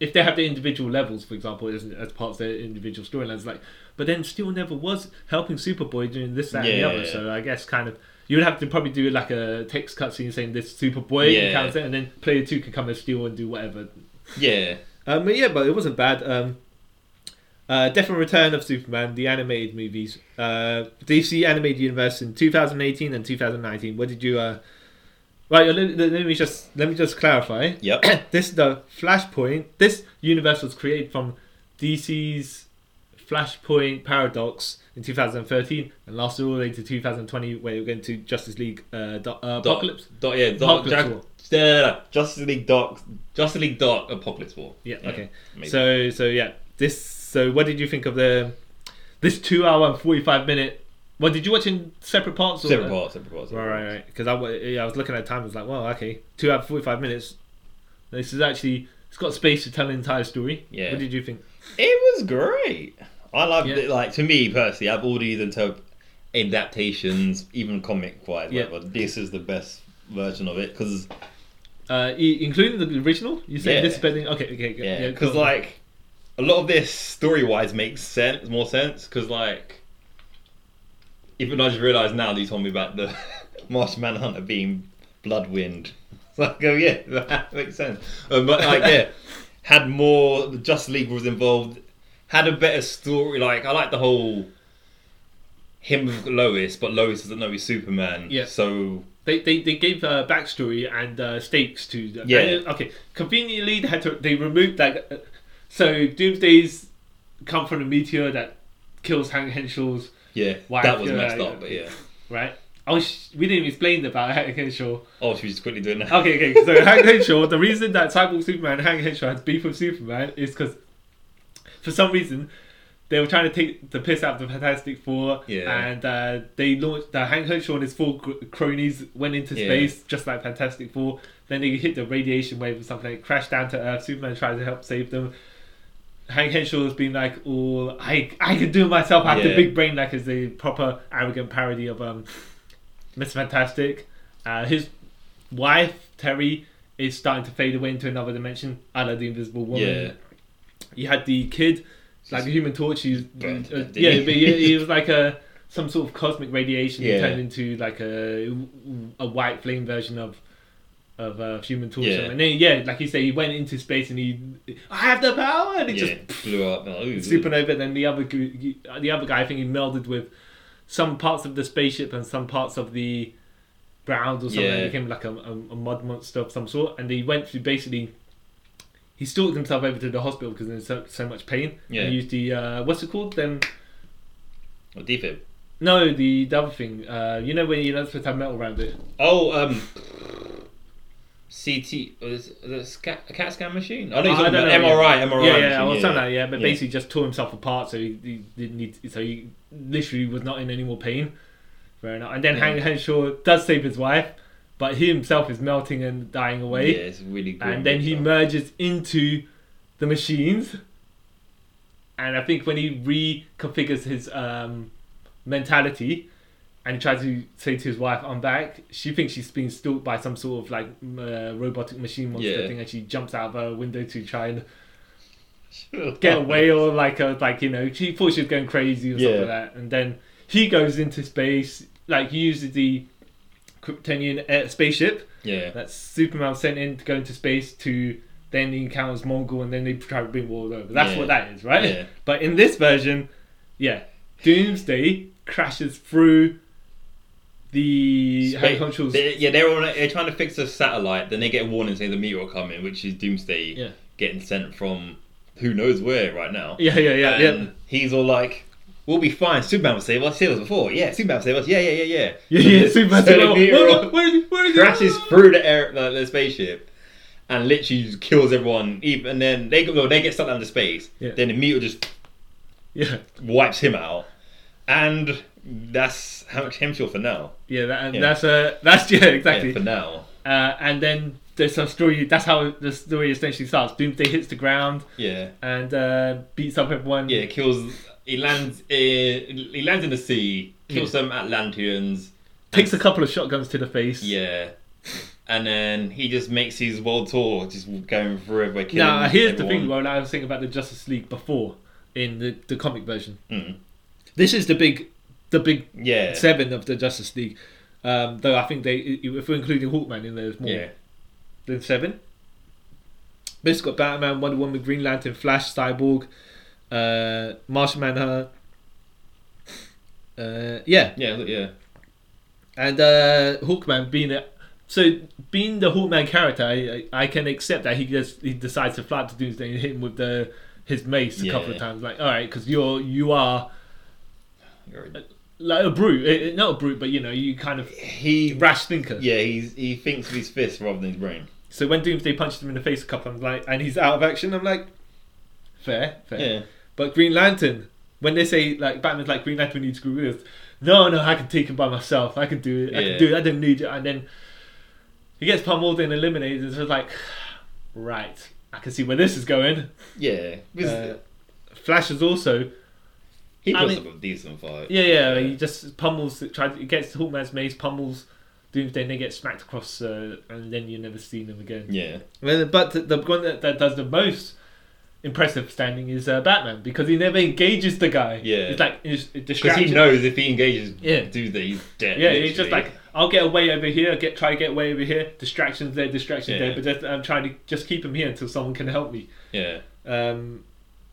Speaker 1: If they have the individual levels, for example, as, as parts of their individual storylines, like, but then still never was helping Superboy doing this, that, and the
Speaker 2: Yeah,
Speaker 1: other.
Speaker 2: yeah.
Speaker 1: So I guess kind of you would have to probably do like a text cutscene saying this Superboy
Speaker 2: Yeah.
Speaker 1: counts it, and then player two can come and steal and do whatever.
Speaker 2: Yeah.
Speaker 1: Um, but yeah, but it wasn't bad. Um, uh, Death and Return of Superman, the animated movies, uh, DC animated universe in 2018 and 2019. What did you? Uh... Right, let, let- let me just let me just clarify.
Speaker 2: Yep.
Speaker 1: this is the Flashpoint. This universe was created from DC's Flashpoint Paradox in 2013 and lasted all the way to 2020, where we're going to Justice League uh, do- uh,
Speaker 2: Dark-
Speaker 1: Apocalypse.
Speaker 2: Dark- yeah, Dark,
Speaker 1: Apocalypse
Speaker 2: Jack-
Speaker 1: War.
Speaker 2: no, no, no, no. Justice League Dark. Justice League Dark Apocalypse War.
Speaker 1: Yeah. Okay.
Speaker 2: amazing.
Speaker 1: So so yeah. This so what did you think of the this two hour and forty five minute? Well, did you watch in separate parts? Or
Speaker 2: separate parts. Separate parts.
Speaker 1: Right, right, right. Because I, wa- yeah, I was looking at time. I was like, well, okay, two hour forty five minutes. This is actually it's got space to tell an entire story.
Speaker 2: Yeah.
Speaker 1: What did you think?
Speaker 2: It was great. I loved
Speaker 1: Yeah.
Speaker 2: it. Like to me personally, I've already these into adaptations, even comic wise.
Speaker 1: Yeah.
Speaker 2: Whatever. This is the best version of it because
Speaker 1: Uh, e- including the original. You say
Speaker 2: Yeah.
Speaker 1: this spending? Okay, okay, okay.
Speaker 2: yeah,
Speaker 1: cool.
Speaker 2: because like a lot of this story wise makes sense, more sense because like even I just realised now that you told me about the Marsh Manhunter being Bloodwind. It's like oh yeah, that makes sense. Um, but like yeah, had more Just League was involved, had a better story. Like I like the whole him with Lois, but Lois doesn't know he's Superman.
Speaker 1: Yeah.
Speaker 2: So
Speaker 1: They, they, they gave uh, backstory and uh, stakes to the
Speaker 2: Yeah.
Speaker 1: and, uh, okay, conveniently they had to they removed that. Uh, so Doomsday's come from a meteor that kills Hank Henschel's
Speaker 2: yeah,
Speaker 1: Why
Speaker 2: that
Speaker 1: I
Speaker 2: was
Speaker 1: feel
Speaker 2: messed
Speaker 1: like-
Speaker 2: up. But yeah,
Speaker 1: right. Oh, sh- we didn't explain about Hank Henshaw.
Speaker 2: oh, she was just quickly doing that.
Speaker 1: Okay, okay. So Hank Henshaw, the reason that Cyborg Superman and Hank Henshaw has beef with Superman is because for some reason they were trying to take the piss out of the Fantastic Four,
Speaker 2: Yeah.
Speaker 1: and uh, they launched uh, Hank Henshaw and his four cr- cronies went into
Speaker 2: Yeah.
Speaker 1: space just like Fantastic Four. Then they hit the radiation wave or something, it crashed down to Earth. Superman tried to help save them. Hank Henshaw has been like, "Oh, I I can do it myself. I have
Speaker 2: Yeah.
Speaker 1: the big brain." Like, is the proper arrogant parody of um, Miss Fantastic. Uh, his wife Terry is starting to fade away into another dimension, a la the Invisible
Speaker 2: Yeah.
Speaker 1: Woman. You had the kid, like a Human Torch. He's
Speaker 2: Burned to
Speaker 1: uh,
Speaker 2: death,
Speaker 1: yeah,
Speaker 2: didn't
Speaker 1: but
Speaker 2: he?
Speaker 1: he, he was like a some sort of cosmic radiation
Speaker 2: Yeah.
Speaker 1: he turned into like a a white flame version of of uh, Human Torch.
Speaker 2: Yeah.
Speaker 1: And then yeah, like you say, he went into space and he I have the power, and it
Speaker 2: Yeah,
Speaker 1: just
Speaker 2: blew up. Like, ooh,
Speaker 1: supernova. Then the other gu- uh, the other guy, I think he melded with some parts of the spaceship and some parts of the ground or something.
Speaker 2: Yeah.
Speaker 1: It became like a, a, a mud monster of some sort. And he went through basically. He stalked himself over to the hospital because there's so, so much pain.
Speaker 2: Yeah.
Speaker 1: And used the uh, what's it called? Then
Speaker 2: Or defib.
Speaker 1: no, the, the other thing. Uh, you know when you're not supposed to have metal around it.
Speaker 2: Oh, um, CT, was it a sca- a CAT scan machine? I know you're
Speaker 1: I
Speaker 2: talking
Speaker 1: don't
Speaker 2: about
Speaker 1: know,
Speaker 2: MRI, MRI.
Speaker 1: yeah, yeah,
Speaker 2: machine,
Speaker 1: well, something like that, yeah. But
Speaker 2: Yeah.
Speaker 1: basically, just tore himself apart, so he, he didn't need. So he literally was not in any more pain. Fair enough. And then
Speaker 2: Yeah.
Speaker 1: Hank Henshaw does save his wife, but he himself is melting and dying away.
Speaker 2: Yeah, it's really good.
Speaker 1: and then he merges into the machines. And I think when he reconfigures his um, mentality and tries to say to his wife, "I'm back," she thinks she's being stalked by some sort of like m- uh, robotic machine monster
Speaker 2: Yeah.
Speaker 1: thing, and she jumps out of her window to try and get away or like a, like you know she thought she was going crazy or
Speaker 2: Oh. Yeah.
Speaker 1: something like that and then he goes into space like he uses the kryptonian uh, spaceship
Speaker 2: Yeah.
Speaker 1: that superman sent in to go into space to then he encounters mongol and then they try to bring world over that's
Speaker 2: Yeah.
Speaker 1: what that is right
Speaker 2: Yeah.
Speaker 1: but in this version yeah doomsday crashes through the
Speaker 2: Spa-
Speaker 1: Hank Henschel's
Speaker 2: they- yeah, they're, on a, they're trying to fix a satellite, then they get a warning saying the meteor coming, which is Doomsday
Speaker 1: Yeah.
Speaker 2: getting sent from who knows where right now.
Speaker 1: yeah yeah yeah
Speaker 2: and
Speaker 1: yeah
Speaker 2: he's all like, "We'll be fine. Superman will save us. Save us before. Yeah, Superman will save us. Yeah, yeah, yeah, yeah."
Speaker 1: yeah, yeah, Superman.
Speaker 2: So the
Speaker 1: Where-
Speaker 2: meteor-
Speaker 1: where- where- where is he?
Speaker 2: crashes through the air the, the spaceship and literally just kills everyone. Even and then they go, well, they get sucked down into space.
Speaker 1: Yeah.
Speaker 2: Then the meteor just
Speaker 1: Yeah,
Speaker 2: wipes him out, and that's how much Hemshaw for now.
Speaker 1: yeah, that, and
Speaker 2: Yeah.
Speaker 1: that's uh, that's yeah, exactly.
Speaker 2: Yeah, for now,
Speaker 1: uh, and then there's some story. That's how the story essentially starts. Doomsday hits the ground
Speaker 2: yeah,
Speaker 1: and uh, beats up everyone.
Speaker 2: yeah, kills. He lands. Uh, he lands in the sea, kills some Atlanteans.
Speaker 1: takes a couple of shotguns to the face.
Speaker 2: Yeah. And then he just makes his world tour, just going through everywhere. killing
Speaker 1: Now here's the
Speaker 2: everyone.
Speaker 1: thing. Well, I was thinking about the Justice League before in the, the comic version.
Speaker 2: Mm.
Speaker 1: This is the big, the big
Speaker 2: Yeah.
Speaker 1: seven of the Justice League. Um, though I think they, if we're including Hawkman in there, there's more
Speaker 2: Yeah.
Speaker 1: than seven. But it's got Batman, Wonder Woman, Green Lantern, Flash, Cyborg, uh, Martian Manhunter. Uh, yeah,
Speaker 2: Yeah. Yeah.
Speaker 1: and uh, Hawkman being a so being the Hawkman character, I, I I can accept that he just he decides to fly up to Doomsday and hit him with the his mace a couple
Speaker 2: Yeah.
Speaker 1: of times. Like, all right, because you're you are
Speaker 2: You're-
Speaker 1: like a brute, Eh, eh, not a brute, but you know you kind of
Speaker 2: He
Speaker 1: rash thinker.
Speaker 2: Yeah, he's he thinks with his fist rather than his brain.
Speaker 1: So when Doomsday punches him in the face a couple, I'm like, and he's out of action. I'm like, fair, fair.
Speaker 2: Yeah.
Speaker 1: But Green Lantern, when they say like Batman's like Green Lantern needs guerrillas, no, no, I can take him by myself. I can do it. I
Speaker 2: Yeah.
Speaker 1: can do it. I don't need it. And then he gets pummeled and eliminated. It's just like right, I can see where this is going.
Speaker 2: Yeah, because
Speaker 1: Uh, Flash is also
Speaker 2: he
Speaker 1: I
Speaker 2: puts
Speaker 1: mean-
Speaker 2: up a decent fight.
Speaker 1: yeah yeah he just pummels tries he gets Hawkman's maze pummels Doomsday and they get smacked across uh, and then you never see them again.
Speaker 2: yeah,
Speaker 1: Well, But the- the one that, that does the most impressive standing is uh, Batman because he never engages the guy.
Speaker 2: Yeah.
Speaker 1: it's like it's
Speaker 2: because he
Speaker 1: distracting.
Speaker 2: knows if he engages
Speaker 1: Yeah.
Speaker 2: Doomsday, he's dead.
Speaker 1: Yeah, he's
Speaker 2: literally.
Speaker 1: just like I'll get away over here. Get try to get away over here. Distractions there, distractions
Speaker 2: Yeah.
Speaker 1: there. But just, I'm trying to just keep him here until someone can help me.
Speaker 2: yeah,
Speaker 1: Um,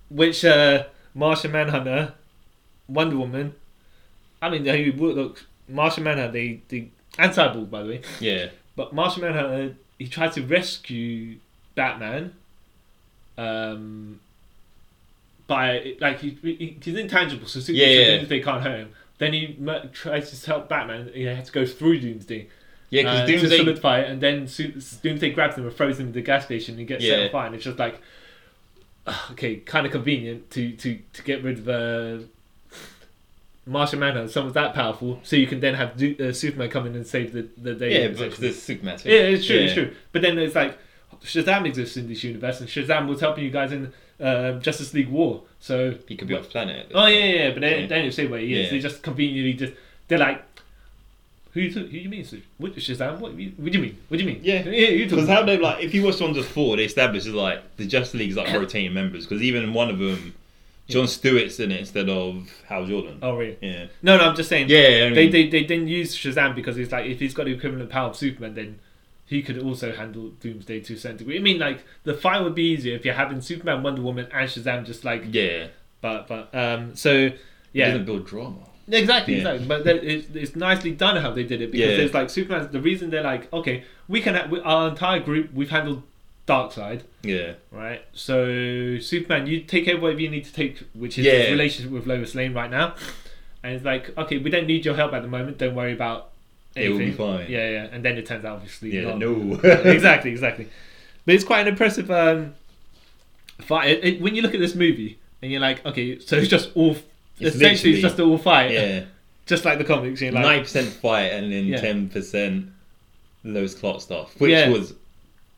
Speaker 1: which uh, Martian Manhunter, Wonder Woman. I mean, they would look Martian Manhunter. They the and Cyborg by the way.
Speaker 2: yeah,
Speaker 1: But Martian Manhunter, he tried to rescue Batman. Um, by like he, he he's intangible, so, Super-
Speaker 2: Yeah,
Speaker 1: so
Speaker 2: yeah.
Speaker 1: Doomsday can't hurt him. Then he mer- tries to help Batman. He had to go through Doomsday
Speaker 2: yeah. Because
Speaker 1: uh, to
Speaker 2: Doomsday,
Speaker 1: solidify it, and then Su- Doomsday grabs him and throws him to the gas station. and He gets
Speaker 2: Yeah.
Speaker 1: set on fire, and it's just like ah, okay, kind of convenient to to to get rid of uh, Martian Manhunter, someone that powerful, so you can then have Do- uh, Superman come in and save the the day.
Speaker 2: yeah, but
Speaker 1: essentially.
Speaker 2: because there's Superman.
Speaker 1: Yeah, it's true,
Speaker 2: Yeah.
Speaker 1: it's true. But then it's like Shazam exists in this universe, and Shazam was helping you guys in uh, Justice League War. So
Speaker 2: He could be off planet.
Speaker 1: oh yeah, yeah, yeah. But they,
Speaker 2: Yeah.
Speaker 1: they don't say where he is.
Speaker 2: Yeah.
Speaker 1: They just conveniently just they're like, who who you mean? Sh- What Shazam? What you, what do you mean? What do you mean?
Speaker 2: Yeah.
Speaker 1: yeah you
Speaker 2: Because
Speaker 1: talking?
Speaker 2: how they like if you watch Saunders Four, they establish is like the Justice League's like rotating members because even one of them, John Stewart's in it instead of Hal Jordan.
Speaker 1: Oh really?
Speaker 2: Yeah,
Speaker 1: No, no. I'm just saying.
Speaker 2: yeah. I mean,
Speaker 1: They, they they didn't use Shazam because it's like if he's got the equivalent power of Superman, then he could also handle Doomsday to a certain degree. I mean, like the fight would be easier if you're having Superman, Wonder Woman, and Shazam just like
Speaker 2: yeah,
Speaker 1: but but um so
Speaker 2: yeah.
Speaker 1: yeah
Speaker 2: Doesn't build drama.
Speaker 1: exactly
Speaker 2: Yeah.
Speaker 1: exactly but then it's, it's nicely done how they did it because
Speaker 2: Yeah.
Speaker 1: there's like superman the reason they're like okay we can ha- we, our entire group we've handled dark side
Speaker 2: Yeah,
Speaker 1: right so superman you take care of whatever you need to take which is
Speaker 2: Yeah.
Speaker 1: his relationship with lois lane right now and it's like okay we don't need your help at the moment don't worry about
Speaker 2: It will
Speaker 1: anything
Speaker 2: be fine.
Speaker 1: yeah yeah and then it turns out obviously
Speaker 2: yeah.
Speaker 1: not.
Speaker 2: No.
Speaker 1: exactly exactly but it's quite an impressive um fight it, it- when you look at this movie and you're like okay so it's just all
Speaker 2: It's
Speaker 1: essentially
Speaker 2: literally-
Speaker 1: it's just all fight
Speaker 2: yeah,
Speaker 1: just like the comics. You're like,
Speaker 2: nine percent fight and then
Speaker 1: Yeah.
Speaker 2: ten percent Lois Clark stuff, which
Speaker 1: Yeah.
Speaker 2: was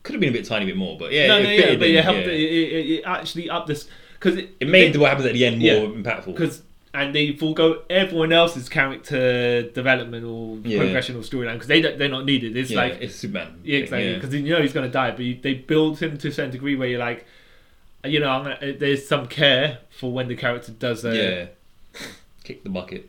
Speaker 2: could have been a bit tiny bit more, but yeah,
Speaker 1: no,
Speaker 2: it
Speaker 1: no, yeah,
Speaker 2: fitted
Speaker 1: but
Speaker 2: in,
Speaker 1: it helped.
Speaker 2: yeah.
Speaker 1: It, it, it actually up this because it,
Speaker 2: It made what happens at the end more
Speaker 1: Yeah.
Speaker 2: impactful.
Speaker 1: because and they forego everyone else's character development or
Speaker 2: Yeah.
Speaker 1: progression or storyline because they don't, they're not needed. It's
Speaker 2: yeah,
Speaker 1: like
Speaker 2: it's Superman.
Speaker 1: yeah, exactly because you know he's gonna die, but you, they build him to a certain degree where you're like, you know, I'm gonna, there's some care for when the character does. Uh,
Speaker 2: yeah. yeah. Kick the bucket.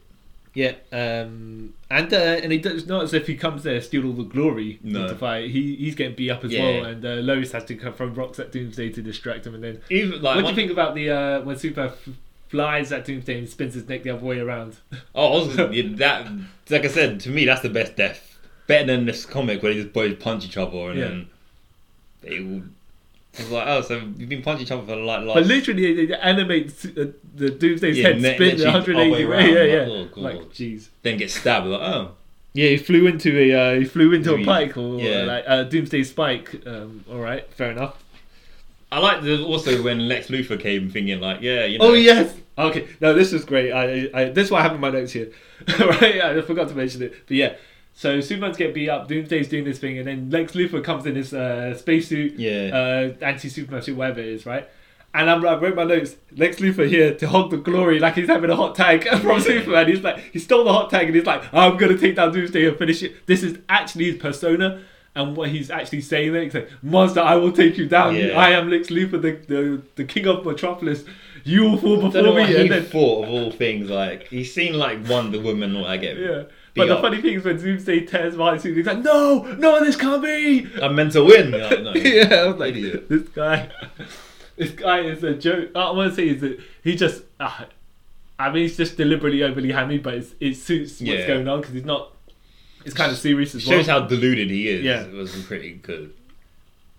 Speaker 1: Yeah, um, and uh, and it does not as if he comes there to steal all the glory
Speaker 2: No.
Speaker 1: of the fight. He he's getting beat up as
Speaker 2: Yeah.
Speaker 1: well, and uh, Lois has to come from rocks at Doomsday to distract him. And then,
Speaker 2: Even
Speaker 1: what
Speaker 2: like
Speaker 1: do
Speaker 2: one-
Speaker 1: you think about the uh, when Super f- flies at Doomsday and spins his neck the other way around?
Speaker 2: Oh, also, yeah, that like I said to me, that's the best death. Better than this comic where they just both punch each other and
Speaker 1: Yeah.
Speaker 2: then they all. It's like oh, so you've been punching each other for like
Speaker 1: But
Speaker 2: last.
Speaker 1: literally, they- they animate s- uh, the Doomsday's
Speaker 2: Yeah,
Speaker 1: head
Speaker 2: ne-
Speaker 1: spin
Speaker 2: literally
Speaker 1: 180
Speaker 2: halfway
Speaker 1: way. Yeah, yeah.
Speaker 2: around, like, oh,
Speaker 1: like,
Speaker 2: God.
Speaker 1: jeez.
Speaker 2: then get stabbed. Like oh,
Speaker 1: Yeah, he flew into a uh, he flew into a
Speaker 2: Maybe-
Speaker 1: pike or
Speaker 2: yeah.
Speaker 1: uh, like uh, Doomsday spike. Um, all right, fair enough.
Speaker 2: I like the also when Lex Luthor came thinking like yeah you know.
Speaker 1: Oh yes. Okay. No, this is great. I, I this is what I have in my notes here. right. I forgot to mention it. But yeah. So Superman's get beat up. Doomsday's doing this thing, and then Lex Luthor comes in his uh, spacesuit,
Speaker 2: Yeah.
Speaker 1: uh, anti-Superman suit, whatever it is, right? And I'm, I wrote my notes. Lex Luthor here to hog the glory, like he's having a hot tag from Superman. He's like, he stole the hot tag, and he's like, I'm gonna take down Doomsday and finish it. This is actually his persona, and what he's actually saying there. He's like, Monster, I will take you down.
Speaker 2: Yeah.
Speaker 1: I am Lex Luthor, the, the the king of Metropolis. You will fall
Speaker 2: I don't
Speaker 1: before
Speaker 2: know what
Speaker 1: me,
Speaker 2: he
Speaker 1: Oh, and then
Speaker 2: thought of all things. Like he's seen like Wonder Woman. Like, I get
Speaker 1: yeah. But the
Speaker 2: up.
Speaker 1: funny thing is when Doomsday tears Martin suit, he's like, No, no, this can't be.
Speaker 2: I'm meant to win. Like, no,
Speaker 1: yeah, I was like,
Speaker 2: Idiot.
Speaker 1: this guy, this guy is a joke. I want to say is that he just, uh, I mean, he's just deliberately overly hammy, but it's, it suits what's
Speaker 2: Yeah.
Speaker 1: going on because he's not. It's kind of serious as well.
Speaker 2: shows how deluded he is.
Speaker 1: Yeah.
Speaker 2: it was pretty good.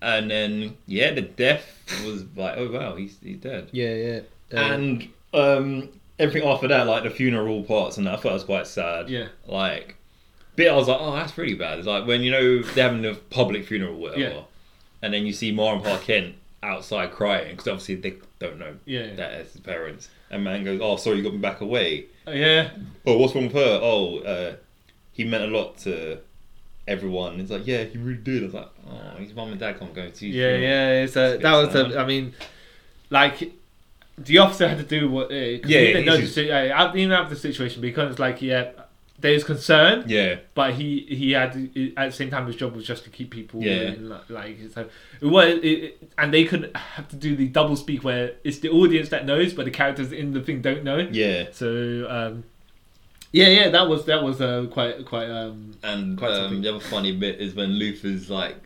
Speaker 2: And then yeah, the death was like, oh wow, he's he's dead.
Speaker 3: Yeah, yeah.
Speaker 2: And um, everything after that, like the funeral parts, and that, I thought that was quite sad.
Speaker 1: Yeah.
Speaker 2: like bit I was like, oh, that's really bad. It's like when you know they're having a public funeral, or whatever,
Speaker 1: Yeah.
Speaker 2: and then you see Mara Park Kent outside crying because obviously they don't know
Speaker 1: Yeah.
Speaker 2: that it's his parents. And man goes, oh, sorry, you got me back away.
Speaker 1: yeah,
Speaker 2: Oh, what's wrong with her? Oh, uh, he meant a lot to everyone. It's like, yeah, he really did. I was like, oh, his mum and dad can't go to.
Speaker 1: Yeah, yeah. It's a,
Speaker 2: It's
Speaker 1: that was
Speaker 2: sad.
Speaker 1: a. I mean, like the officer had to do what. Uh,
Speaker 2: Yeah,
Speaker 1: yeah, he didn't
Speaker 2: it's
Speaker 1: know the,
Speaker 2: just-
Speaker 1: si- uh, he didn't have the situation because like yeah, there's concern,
Speaker 2: Yeah,
Speaker 1: but he he had at the same time his job was just to keep people.
Speaker 2: Yeah.
Speaker 1: In, li- like so it was, it, it- and they couldn't have to do the double speak where it's the audience that knows, but the characters in the thing don't know.
Speaker 2: yeah.
Speaker 1: So um, yeah, yeah, that was that was uh, quite quite um.
Speaker 2: And
Speaker 1: Quite
Speaker 2: um,
Speaker 1: something.
Speaker 2: the other funny bit is when Luther's like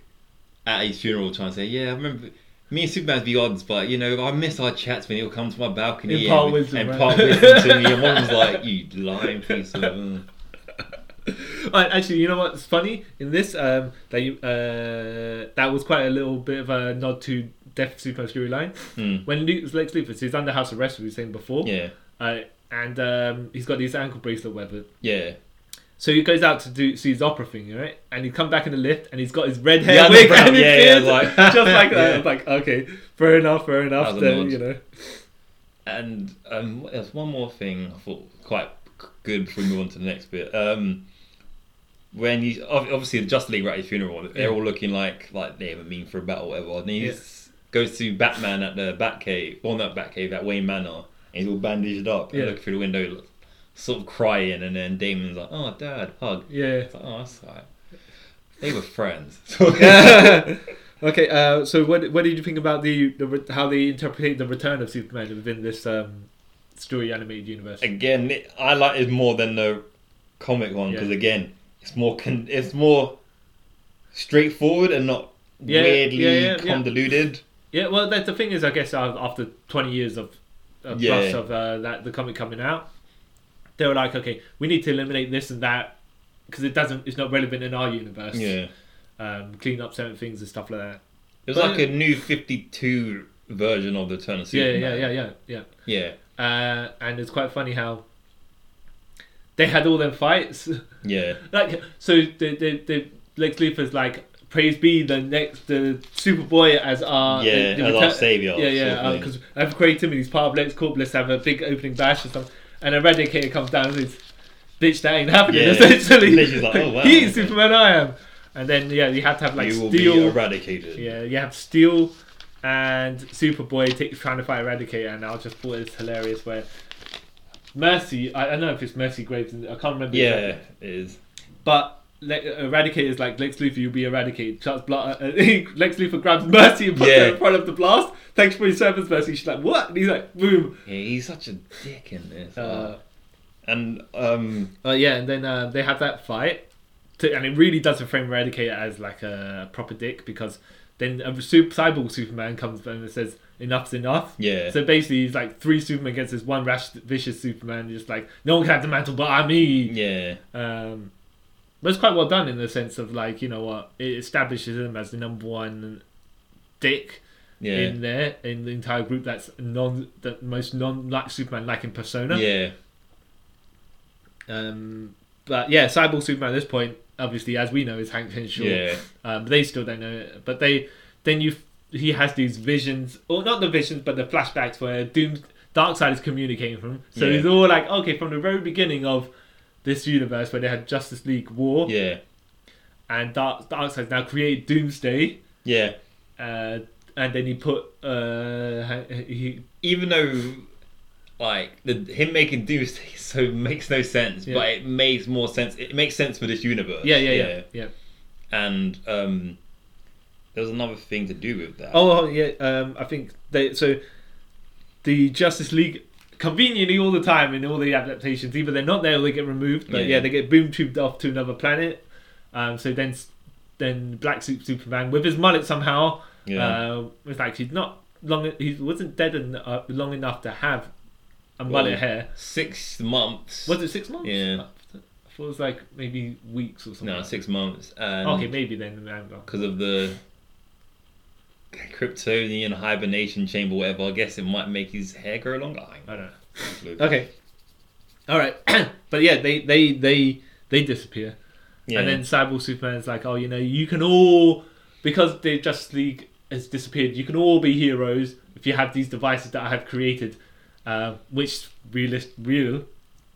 Speaker 2: at his funeral trying to say, yeah, I remember. Me and Superman's be odds, but you know, I miss our chats when he'll come to my balcony
Speaker 1: In
Speaker 2: and,
Speaker 1: part wisdom,
Speaker 2: and
Speaker 1: right?
Speaker 2: part wisdom to me. And one was like, "You lying piece of." mm."
Speaker 1: Right, actually, you know what's funny in this? Um, that you, uh, that was quite a little bit of a nod to Death Super storyline.
Speaker 2: Mm.
Speaker 1: When Luke's Lex Luthor, so he's under house arrest, we were saying before,
Speaker 2: Yeah,
Speaker 1: uh, and um, he's got his ankle bracelet, whatever.
Speaker 2: yeah.
Speaker 1: So he goes out to do see his opera thing, right? And he come back in the lift, and he's got his red
Speaker 2: Yeah,
Speaker 1: hair
Speaker 2: the
Speaker 1: wig
Speaker 2: brown-
Speaker 1: and his
Speaker 2: yeah, yeah,
Speaker 1: beard,
Speaker 2: like-
Speaker 1: just like that.
Speaker 2: Yeah.
Speaker 1: It's Like okay, fair enough, fair
Speaker 2: That
Speaker 1: enough.
Speaker 2: was a
Speaker 1: Then
Speaker 2: nod.
Speaker 1: you know,
Speaker 2: And um, there's one more thing I thought quite c- good before we move on to the next bit. Um, when you ob- obviously the Justice League are at his funeral, they're all looking like like they haven't been for a battle or whatever. And he goes to Batman at the Batcave, well not Batcave, at Wayne Manor. And he's all bandaged up and
Speaker 1: Yeah.
Speaker 2: looking through the window, look- sort of crying. And then Damon's like, "Oh, Dad, hug."
Speaker 1: yeah.
Speaker 2: It's like, "Oh, that's alright." They were friends. So-
Speaker 1: okay, uh, so what what did you think about the, the re- how they interpret the return of Superman within this um, story animated universe?
Speaker 2: again, it- I like it more than the comic one
Speaker 1: Yeah.
Speaker 2: because again, it's more con- it's more straightforward and not
Speaker 1: Yeah,
Speaker 2: weirdly
Speaker 1: yeah, yeah, yeah.
Speaker 2: convoluted.
Speaker 1: Yeah, well, that's the thing is, I guess uh, after twenty years of uh,
Speaker 2: Yeah.
Speaker 1: plus of uh, that the comic coming out, they were like, okay, we need to eliminate this and that because it doesn't, it's not relevant in our universe.
Speaker 2: Yeah, it
Speaker 1: um, clean up certain things and stuff like that.
Speaker 2: was
Speaker 1: But-
Speaker 2: like a new Fifty Two version of the Turn of
Speaker 1: Yeah,
Speaker 2: Superman.
Speaker 1: yeah, yeah, yeah, yeah.
Speaker 2: yeah,
Speaker 1: Uh, and it's quite funny how they had all them fights.
Speaker 2: yeah,
Speaker 1: like so the the, the Lex Luthor's like praise be the next the Superboy as our
Speaker 2: Yeah,
Speaker 1: the, the
Speaker 2: as our saviour,
Speaker 1: yeah um,
Speaker 2: sort of
Speaker 1: yeah
Speaker 2: thing.
Speaker 1: because I've created him and he's part of Lex Corp let's have a big opening bash or something and Eradicator comes down and says bitch that ain't happening
Speaker 2: Yeah.
Speaker 1: essentially
Speaker 2: Literally like, "Oh, wow,
Speaker 1: he's
Speaker 2: okay."
Speaker 1: Superman I am and then yeah you have to have like
Speaker 2: you will be
Speaker 1: steel
Speaker 2: eradicated.
Speaker 1: yeah you have steel and Superboy t- trying to fight Eradicator and I just thought it was hilarious where Mercy I, I don't know if it's Mercy Graves and I can't remember exactly.
Speaker 2: yeah, it is.
Speaker 1: But Le- Eradicator is like Lex Luthor, you'll be eradicated. Shuts bla- uh, Lex Luthor grabs Mercy and puts
Speaker 2: Yeah.
Speaker 1: her in front of the blast. Thanks for your service, Mercy. She's like, what? And he's like, boom.
Speaker 2: Yeah, he's such a dick in this.
Speaker 1: Uh,
Speaker 2: and um,
Speaker 1: uh, yeah, and then uh, they have that fight, to, and it really does frame Eradicator as like a proper dick because then a super, cyborg Superman comes and says, enough's enough.
Speaker 2: yeah,
Speaker 1: So basically, he's like three Superman against this one rash, vicious Superman. He's just like, no one can have the mantle, but I'm me.
Speaker 2: yeah,
Speaker 1: Um, but it's quite well done in the sense of like you know what it establishes him as the number one dick
Speaker 2: yeah,
Speaker 1: in there in the entire group. That's non the most non like Superman like in persona.
Speaker 2: yeah,
Speaker 1: Um, but yeah, Cyborg Superman at this point, obviously as we know, is Hank Henshaw.
Speaker 2: yeah.
Speaker 1: Um, they still don't know it, but they then you he has these visions, or not the visions, but the flashbacks where Doom Darkseid is communicating from. So
Speaker 2: Yeah.
Speaker 1: he's all like, okay, from the very beginning of this universe where they had Justice League War,
Speaker 2: yeah,
Speaker 1: and Dark Darkseid's now created Doomsday,
Speaker 2: yeah.
Speaker 1: uh, and then he put uh, he
Speaker 2: even though like the, him making Doomsday so makes no sense,
Speaker 1: Yeah.
Speaker 2: but it makes more sense. It makes sense for this universe.
Speaker 1: yeah yeah yeah yeah.
Speaker 2: And um, there was another thing to do with that.
Speaker 1: Oh yeah, um, I think they so the Justice League conveniently all the time in all the adaptations either they're not there or they get removed. But
Speaker 2: Yeah.
Speaker 1: yeah, they get boom tubed off to another planet. Um, so then s- then Black Suit Superman with his mullet somehow
Speaker 2: yeah,
Speaker 1: uh, was like he's not long he wasn't dead en- uh, long enough to have a
Speaker 2: Well,
Speaker 1: mullet hair.
Speaker 2: six months.
Speaker 1: Was it six months?
Speaker 2: Yeah.
Speaker 1: I thought it was like maybe weeks or something.
Speaker 2: No, six months. And
Speaker 1: Okay, maybe then. I'm wrong.
Speaker 2: Because of the Kryptonian hibernation chamber, whatever. I guess it might make his hair grow longer. I
Speaker 1: I don't know.
Speaker 2: don't know.
Speaker 1: Okay. All right. but yeah, they they they they disappear,
Speaker 2: Yeah.
Speaker 1: and then Cyborg Superman's like, oh, you know, you can all because the Justice League has disappeared. You can all be heroes if you have these devices that I have created, uh, which realist um, real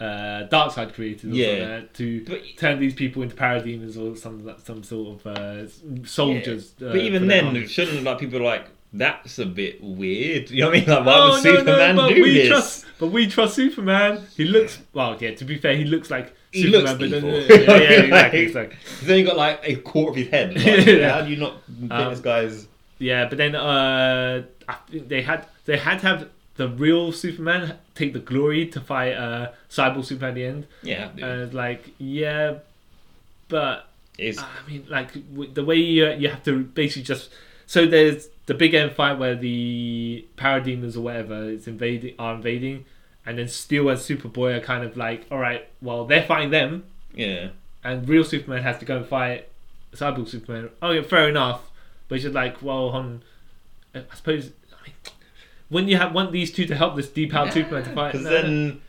Speaker 1: uh, Darkseid created or
Speaker 2: Yeah.
Speaker 1: something like that to
Speaker 2: But-
Speaker 1: turn these people into parademons or some some sort of uh, soldiers.
Speaker 2: Yeah.
Speaker 1: uh,
Speaker 2: but even
Speaker 1: for their
Speaker 2: then,
Speaker 1: army.
Speaker 2: shouldn't like people like that's a bit weird. You know what I mean? Like, why
Speaker 1: Oh,
Speaker 2: would Superman
Speaker 1: but
Speaker 2: do
Speaker 1: we
Speaker 2: this?
Speaker 1: Trust, but we trust Superman. He looks well. Yeah, to be fair, he looks like
Speaker 2: He
Speaker 1: Superman.
Speaker 2: looks
Speaker 1: but
Speaker 2: evil.
Speaker 1: Then, yeah, yeah, exactly, exactly.
Speaker 2: He's only got like a quarter of his head. Like,
Speaker 1: Yeah.
Speaker 2: How do you not think
Speaker 1: Um,
Speaker 2: this guy's?
Speaker 1: Yeah, but then uh, I think they had they had to have the real Superman take the glory to fight uh, Cyborg Superman at the end.
Speaker 2: Yeah,
Speaker 1: And it's like, yeah, but
Speaker 2: it's
Speaker 1: I mean, like w- the way you, you have to basically just so there's the big end fight where the parademons or whatever it's invading are invading, and then Steel and Superboy are kind of like, all right, well they're fighting them,
Speaker 2: yeah.
Speaker 1: and real Superman has to go and fight Cyborg Superman. Oh yeah, fair enough, but it's just like, well, hon, I suppose. I mean, wouldn't you have want these two to help this depowered Superman to fight?
Speaker 2: Because
Speaker 1: No, no.
Speaker 2: then,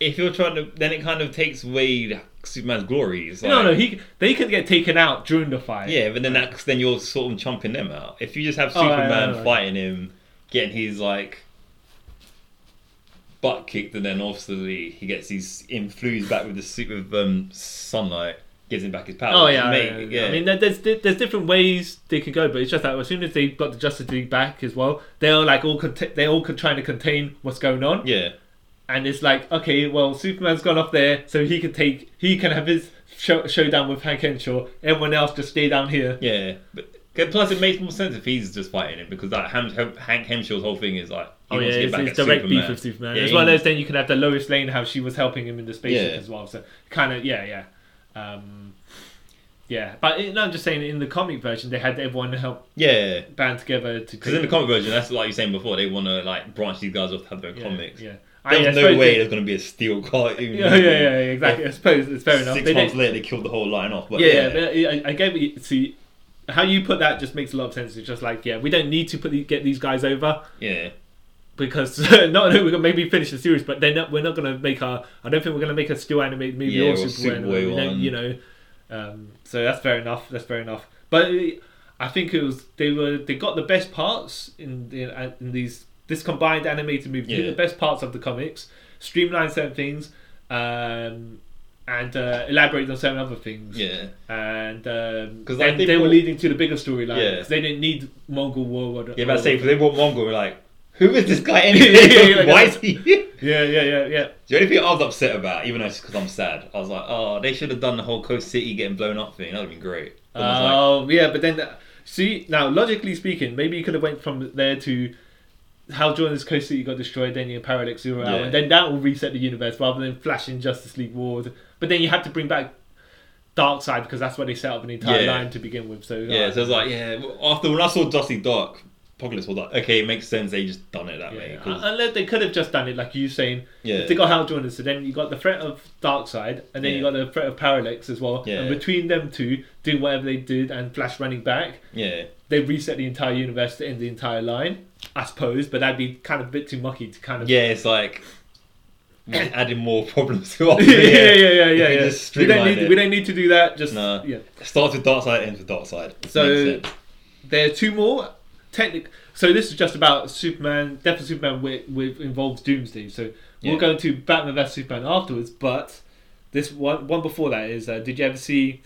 Speaker 2: if you're trying to, then it kind of takes away Superman's glories. Like,
Speaker 1: no, no, he they can get taken out during the fight.
Speaker 2: Yeah, but then that's then you're sort of chumping them out. If you just have
Speaker 1: Oh, yeah,
Speaker 2: Superman
Speaker 1: yeah, yeah.
Speaker 2: fighting him, getting his like butt kicked, and then obviously he gets his influes back with the suit of um, sunlight, gives him back his power.
Speaker 1: Oh yeah,
Speaker 2: Mate,
Speaker 1: yeah, yeah. I mean, there- there's di- there's different ways they could go, but it's just that as soon as they got the Justice League back as well, they're like all cont- they're all con- trying to contain what's going on,
Speaker 2: yeah.
Speaker 1: and it's like okay, well, Superman's gone off there, so he can take he can have his show- showdown with Hank Henshaw. Everyone else just stay down here.
Speaker 2: Yeah, but 'cause plus it makes more sense if he's just fighting him because like Ham, Ham- Hank Hemshaw's whole thing is like he
Speaker 1: Oh yeah,
Speaker 2: wants to get
Speaker 1: it's,
Speaker 2: back
Speaker 1: it's
Speaker 2: at
Speaker 1: direct
Speaker 2: Superman.
Speaker 1: beef with Superman.
Speaker 2: Yeah,
Speaker 1: as well
Speaker 2: he-
Speaker 1: as then you can have the Lois Lane how she was helping him in the spaceship
Speaker 2: Yeah.
Speaker 1: as well. So kind of yeah, yeah, um, yeah. But it, no, I'm just saying in the comic version they had everyone help
Speaker 2: yeah,
Speaker 1: band together to
Speaker 2: because in the comic version, that's like you were saying before, they want to like branch these guys off to have their own
Speaker 1: Yeah,
Speaker 2: comics.
Speaker 1: Yeah, I- I
Speaker 2: There's no
Speaker 1: suppose
Speaker 2: way
Speaker 1: they-
Speaker 2: there's going to be a steel cartoon.
Speaker 1: yeah, yeah, yeah, exactly. I suppose it's fair enough.
Speaker 2: Six
Speaker 1: They
Speaker 2: months
Speaker 1: don't-
Speaker 2: later, they killed the whole line off. But
Speaker 1: yeah,
Speaker 2: yeah,
Speaker 1: yeah, but I, I get what you see. How you put that just makes a lot of sense. It's just like, yeah, we don't need to put the, get these guys over
Speaker 2: yeah.
Speaker 1: because not only we're gonna maybe finish the series, but then we're not gonna make our. I don't think we're gonna make a still animated movie
Speaker 2: Yeah,
Speaker 1: or
Speaker 2: or
Speaker 1: Superboy,
Speaker 2: Superboy
Speaker 1: animated, we don't-
Speaker 2: one.
Speaker 1: you know. Um, so that's fair enough. That's fair enough. But it- I think it was they were they got the best parts in the, in these this combined animated movie. They took
Speaker 2: Yeah.
Speaker 1: The best parts of the comics, streamlined certain things, um, and uh, elaborated on certain other things.
Speaker 2: yeah.
Speaker 1: And um,
Speaker 2: 'Cause,
Speaker 1: then
Speaker 2: like,
Speaker 1: they,
Speaker 2: they
Speaker 1: were
Speaker 2: brought-
Speaker 1: leading to the bigger storyline.
Speaker 2: Yeah.
Speaker 1: 'cause They didn't need Mongol War. Or,
Speaker 2: Yeah, but I say,
Speaker 1: or-
Speaker 2: if they want one girl, we're like, who is this guy
Speaker 1: Yeah, yeah,
Speaker 2: anyway?
Speaker 1: like,
Speaker 2: Why is he here?
Speaker 1: yeah, yeah, yeah, yeah.
Speaker 2: The only thing I was upset about, even though it's because I'm sad, I was like, oh, they should have done the whole Coast City getting blown up thing. That would have been great. And I was like,
Speaker 1: Oh yeah, but then see now logically speaking, maybe you could have went from there to how Jordan's Coast City got destroyed, then you Parallax Zero Hour,
Speaker 2: Yeah.
Speaker 1: and then that will reset the universe rather than flashing Justice League Ward. But then you had to bring back Darkseid because that's where they set up an entire
Speaker 2: Yeah.
Speaker 1: line to begin with. So
Speaker 2: yeah, so I was like, yeah. well, After when I saw Dusty Dark, Apocalypse was like, okay, it makes sense. They just done it that way.
Speaker 1: Yeah,
Speaker 2: 'cause-
Speaker 1: unless they could have just done it like you saying.
Speaker 2: Yeah.
Speaker 1: If they got Hal Jordan, so then you got the threat of Darkseid, and then you
Speaker 2: Yeah.
Speaker 1: got the threat of Parallax as well.
Speaker 2: Yeah.
Speaker 1: And between them two, doing whatever they did, and Flash running back,
Speaker 2: yeah.
Speaker 1: they reset the entire universe to end the entire line, I suppose, but that'd be kind of a bit too mucky to kind of.
Speaker 2: Yeah, it's like adding more problems to our
Speaker 1: yeah, yeah, yeah, yeah, yeah.
Speaker 2: We
Speaker 1: yeah.
Speaker 2: just
Speaker 1: We don't
Speaker 2: streamlined
Speaker 1: need
Speaker 2: it.
Speaker 1: we don't need to do that. Just
Speaker 2: No.
Speaker 1: yeah.
Speaker 2: Starts with Dark Side, ends with Dark Side.
Speaker 1: So-
Speaker 2: Makes sense.
Speaker 1: There are two more technic. So this is just about Superman, Death of Superman, with, with involves Doomsday. So we'll
Speaker 2: Yeah.
Speaker 1: go into Batman vs Superman afterwards, but this one one before that is uh, did you ever see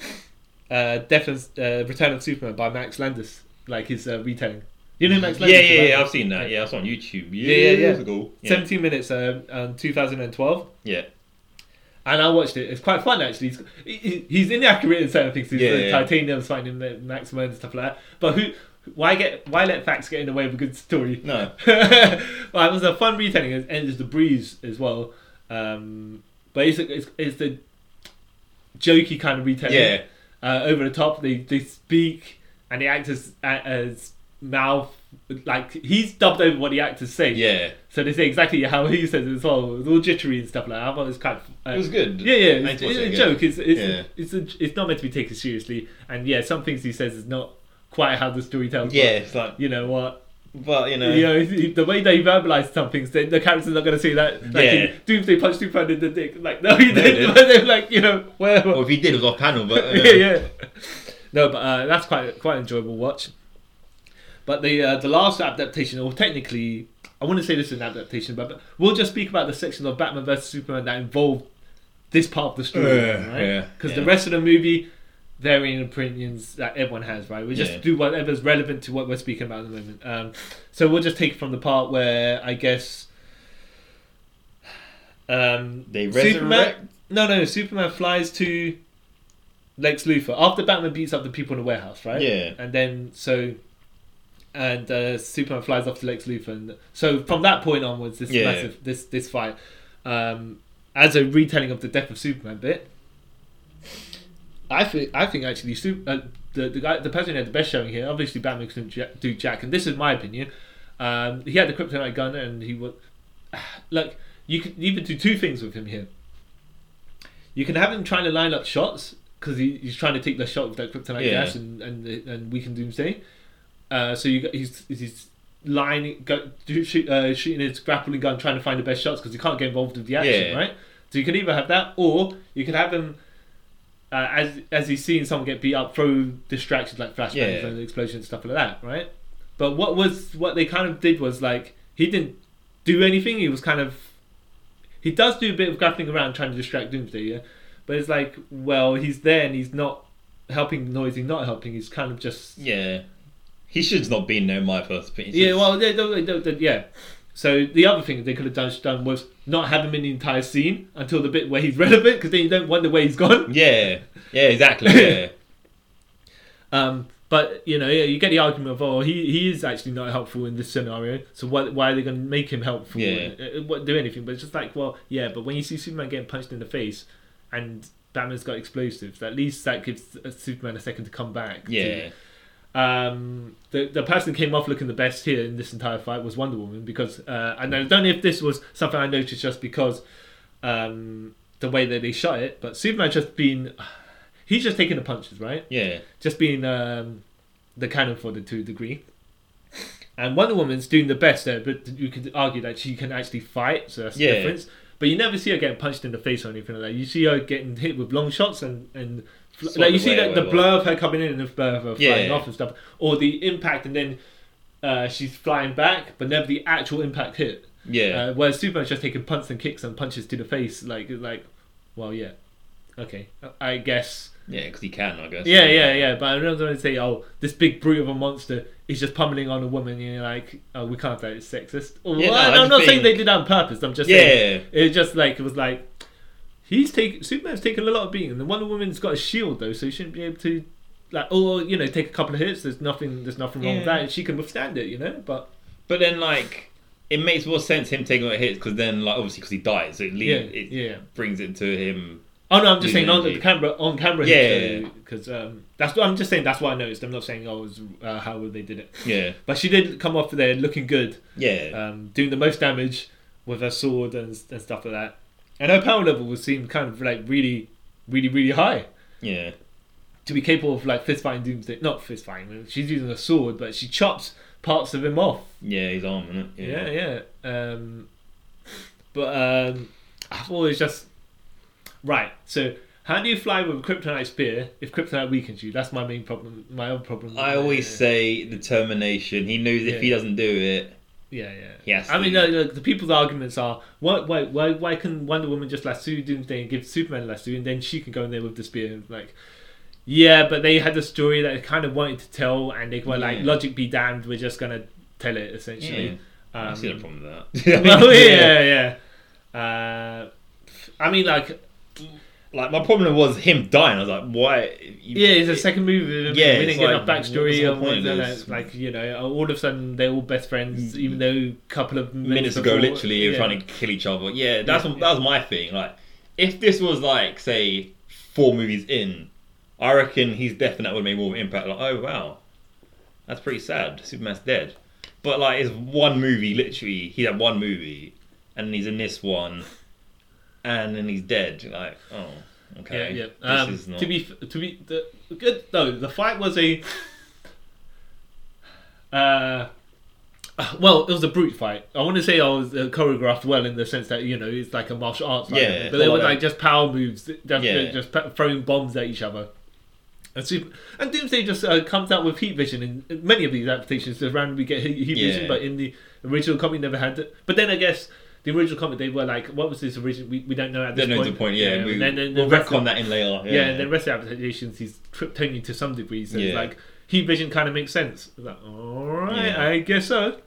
Speaker 1: uh, Death of, uh, Return of Superman by Max Landis, like his uh, retelling? You know Max
Speaker 2: yeah,
Speaker 1: Landis?
Speaker 2: yeah, yeah,
Speaker 1: right?
Speaker 2: I've seen that. Yeah, that's on YouTube
Speaker 1: yeah, yeah.
Speaker 2: years ago. Yeah.
Speaker 1: Seventeen minutes, um, um, two thousand and twelve.
Speaker 2: yeah.
Speaker 1: And I watched it. It's quite fun actually. He's, he- he's inaccurate in certain things. He's
Speaker 2: Yeah,
Speaker 1: the
Speaker 2: yeah.
Speaker 1: titanium's fighting the maximum and stuff like that. But who? Why get? Why let facts get in the way of a good story?
Speaker 2: No.
Speaker 1: well, it was a fun retelling, and there's the breeze as well. Um, but it's, it's it's the jokey kind of retelling.
Speaker 2: Yeah.
Speaker 1: Uh, over the top, they they speak and the actors as mouth like he's dubbed over what the actors say.
Speaker 2: Yeah.
Speaker 1: So they say exactly how he says it as well. It was all jittery and stuff like that. I thought it was kind of. Uh,
Speaker 2: It was good.
Speaker 1: Yeah, yeah.
Speaker 2: I
Speaker 1: It's,
Speaker 2: enjoyed
Speaker 1: it's
Speaker 2: it,
Speaker 1: a
Speaker 2: yeah.
Speaker 1: joke. It's it's,
Speaker 2: Yeah.
Speaker 1: it's, a, it's not meant to be taken seriously. And yeah, some things he says is not quite how the story tells.
Speaker 2: Yeah, it's like,
Speaker 1: But, you know what?
Speaker 2: but you know,
Speaker 1: You know he- the way they verbalize some things. The, the character's not going to say that. Like
Speaker 2: Yeah.
Speaker 1: in Doomsday punched Superman in the dick. Like no, he
Speaker 2: No, he
Speaker 1: didn't.
Speaker 2: didn't.
Speaker 1: But they're like you know whatever.
Speaker 2: Well, if he did, it was off panel, but uh,
Speaker 1: yeah, yeah. No, but uh, that's quite quite an enjoyable watch. But the uh, the last adaptation, or technically I wouldn't say this is an adaptation, but, but we'll just speak about the section of Batman vs Superman that involved this part of the story,
Speaker 2: Yeah, yeah,
Speaker 1: right? Because the
Speaker 2: yeah.
Speaker 1: rest of the movie, varying opinions that everyone has, right? We just
Speaker 2: Yeah.
Speaker 1: do whatever's relevant to what we're speaking about at the moment. Um, so we'll just take it from the part where I guess. Um,
Speaker 2: They resurrect-
Speaker 1: Superman, no, no, Superman flies to Lex Luthor after Batman beats up the people in the warehouse, right?
Speaker 2: Yeah.
Speaker 1: And then so, and uh, Superman flies off to Lex Luthor, and so from that point onwards, this
Speaker 2: Yeah.
Speaker 1: massive this this fight, um, as a retelling of the death of Superman bit. I think I think actually, Sup- uh, the the guy the person who had the best showing here, obviously Batman couldn't ja- do Jack, and this is my opinion. Um, he had the kryptonite gun, and he was like you could either do two things with him here. You can have him trying to line up shots because he, he's trying to take the shot with that kryptonite
Speaker 2: Yeah.
Speaker 1: gas and and and we can doomsday. Uh, so you got, he's he's lining go, do, shoot, uh, shooting his grappling gun trying to find the best shots because he can't get involved with the action,
Speaker 2: Yeah.
Speaker 1: right? So you can either have that or you could have him. Uh, as as he's seeing someone get beat up, throw distractions like flashbangs
Speaker 2: Yeah.
Speaker 1: and explosions stuff like that, right? But what was what they kind of did was like he didn't do anything. He was kind of he does do a bit of grappling around trying to distract Doomsday, yeah. But it's like, well, he's there and he's not helping. Nor is he not helping. He's kind of just
Speaker 2: Yeah. He should's not been there, in my first opinion.
Speaker 1: yeah. Well, they, they, they, they- yeah. So the other thing they could have done, done was not have him in the entire scene until the bit where he's relevant, because then you don't wonder where he's gone.
Speaker 2: Yeah. Yeah, exactly. Yeah.
Speaker 1: Um, but you know, yeah, you get the argument of oh, he, he is actually not helpful in this scenario. So why, why are they going to make him helpful?
Speaker 2: Yeah.
Speaker 1: Uh, uh, what do anything? But it's just like well, yeah. But when you see Superman getting punched in the face, and Batman's got explosives, at least that gives uh, Superman a second to come back. to-
Speaker 2: yeah.
Speaker 1: um, the the person who came off looking the best here in this entire fight was Wonder Woman because uh, and I don't know if this was something I noticed just because um, the way that they shot it, but Superman just been he's just taking the punches, right?
Speaker 2: Yeah.
Speaker 1: just being um, the canon for the two degree. And Wonder Woman's doing the best there, but you could argue that she can actually fight, so that's
Speaker 2: Yeah.
Speaker 1: the difference. But you never see her getting punched in the face or anything like that. You see her getting hit with long shots and and fl-
Speaker 2: Swatted
Speaker 1: like you see
Speaker 2: away,
Speaker 1: that the
Speaker 2: whatever.
Speaker 1: blur of her coming in and the blur of her flying
Speaker 2: Yeah.
Speaker 1: off and stuff, or the impact and then uh, she's flying back, but never the actual impact hit.
Speaker 2: Yeah.
Speaker 1: Uh, whereas Superman's just taking punts and kicks and punches to the face, like like, well, yeah, okay, I- I guess.
Speaker 2: yeah, because he can, I guess.
Speaker 1: Yeah, yeah, yeah. But I don't want to say, oh, this big brute of a monster is just pummeling on a woman. And you're like, oh, we can't say it's sexist. Or,
Speaker 2: Yeah, no,
Speaker 1: well,
Speaker 2: I
Speaker 1: I'm
Speaker 2: just
Speaker 1: not saying
Speaker 2: think-
Speaker 1: they did that on purpose. I'm just
Speaker 2: Yeah.
Speaker 1: saying it just like it was like he's taking Superman's taken a lot of beating, and the Wonder Woman's got a shield though, so she shouldn't be able to like oh you know take a couple of hits. There's nothing. There's nothing wrong with
Speaker 2: Yeah.
Speaker 1: that. and She can withstand it, you know. But
Speaker 2: But then, like, it makes more sense him taking what hits because then, like, obviously, because he dies, so it, le-
Speaker 1: Yeah,
Speaker 2: it
Speaker 1: yeah.
Speaker 2: brings it to him.
Speaker 1: Oh no, I'm just saying on
Speaker 2: Energy.
Speaker 1: the camera, on camera.
Speaker 2: Yeah.
Speaker 1: because um, that's what I'm just saying. That's what I noticed. I'm not saying oh, it was, uh, how they did it,
Speaker 2: Yeah,
Speaker 1: but she did come off there looking good.
Speaker 2: yeah,
Speaker 1: um, doing the most damage with her sword and, and stuff like that. And her power level was seemed kind of like really, really, really high
Speaker 2: yeah,
Speaker 1: to be capable of like fist fighting Doomsday. Not fist fighting. She's using a sword, but she chops parts of him off.
Speaker 2: yeah. His arm, innit?
Speaker 1: Yeah, yeah. Um, but um, I thought it was just right. So. How do you fly with a kryptonite spear if kryptonite weakens you? That's my main problem. My own problem.
Speaker 2: I always say determination. He knows if he
Speaker 1: Yeah.
Speaker 2: doesn't do it.
Speaker 1: Yeah, yeah.
Speaker 2: He has
Speaker 1: I
Speaker 2: to-
Speaker 1: mean, no, look, the people's arguments are why, why, why, why can Wonder Woman just lasso Doomsday and give Superman lasso, and then she can go in there with the spear? And like, yeah, but they had a story that they kind of wanted to tell, and they were like,
Speaker 2: Yeah.
Speaker 1: logic be damned, we're just gonna tell it essentially.
Speaker 2: I
Speaker 1: Um,
Speaker 2: see no problem with that.
Speaker 1: well, yeah, yeah. Uh, I mean, like,
Speaker 2: Like my problem was him dying. I was like, why?
Speaker 1: yeah, it's a second movie.
Speaker 2: Yeah,
Speaker 1: we didn't get
Speaker 2: it's like,
Speaker 1: enough
Speaker 2: what's the
Speaker 1: backstory. on
Speaker 2: point of
Speaker 1: Wonder Woman,
Speaker 2: this? Mm.
Speaker 1: Like, you know, all of a sudden they're all best friends, even though a couple of minutes,
Speaker 2: minutes ago,
Speaker 1: before-
Speaker 2: literally, they were
Speaker 1: yeah.
Speaker 2: trying to kill each other. Yeah, that's
Speaker 1: Yeah.
Speaker 2: that was my thing. Like, if this was like, say, four movies in, I reckon he's death, and that would make more of an impact. Like, oh wow, that's pretty sad. Superman's dead. But like, it's one movie. Literally, he had one movie, and he's in this one, and then he's dead. Like, oh, okay.
Speaker 1: Yeah,
Speaker 2: This
Speaker 1: yeah. Um,
Speaker 2: is not.
Speaker 1: To be f- to be the, the good though, the fight was a. Uh, well, it was a brute fight. I want to say I was uh, choreographed well in the sense that you know it's like a martial arts. fight,
Speaker 2: Yeah,
Speaker 1: but they
Speaker 2: well,
Speaker 1: were
Speaker 2: like-
Speaker 1: like just power moves, just,
Speaker 2: Yeah.
Speaker 1: just pa- throwing bombs at each other. And, super, and Doomsday just uh, comes out with heat vision in many of these adaptations. Just randomly get heat, heat
Speaker 2: Yeah.
Speaker 1: vision, but in the original comic, never had it. But then I guess the original comic, they were like, "What was this original? We, we don't know at this
Speaker 2: That knows
Speaker 1: point."
Speaker 2: the point, yeah. we,
Speaker 1: and then, then
Speaker 2: we'll
Speaker 1: the rest
Speaker 2: retcon
Speaker 1: of-
Speaker 2: that in later.
Speaker 1: Yeah, and then rest of the adaptations, he's Kryptonian to some degree. So it's
Speaker 2: Yeah.
Speaker 1: like heat vision kind of makes sense. I was Like, all right,
Speaker 2: Yeah.
Speaker 1: I guess so.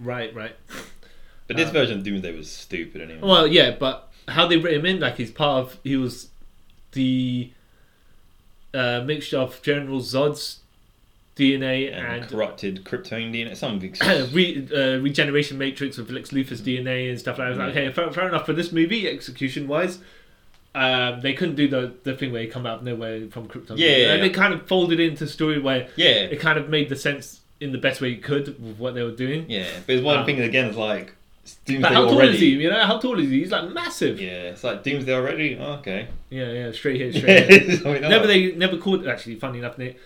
Speaker 1: Right, right.
Speaker 2: But this
Speaker 1: Uh,
Speaker 2: version of Doomsday was stupid anyway.
Speaker 1: Well, yeah, but how they wrote him in, like he's part of, he was the uh, mixture of General Zod's DNA
Speaker 2: and,
Speaker 1: and,
Speaker 2: corrupted Kryptonian DNA, something. yeah,
Speaker 1: re, uh, regeneration matrix with Lex Luthor's DNA and stuff like that. I was like, okay, fair, fair enough. For this movie, execution wise, um, they couldn't do the the thing where you come out of nowhere from Krypton.
Speaker 2: Yeah, yeah,
Speaker 1: and
Speaker 2: yeah.
Speaker 1: they kind of folded into a story where
Speaker 2: yeah.
Speaker 1: it kind of made the sense in the best way you could with what they were doing.
Speaker 2: But it's one
Speaker 1: Um,
Speaker 2: thing again. It's like it's Doomsday
Speaker 1: Like, how tall
Speaker 2: already.
Speaker 1: is he? You know, how tall is he? He's like massive.
Speaker 2: Yeah, it's like Doomsday already. Oh, okay.
Speaker 1: yeah, yeah straight here, straight here.
Speaker 2: So we know.
Speaker 1: Never they never called actually funny enough they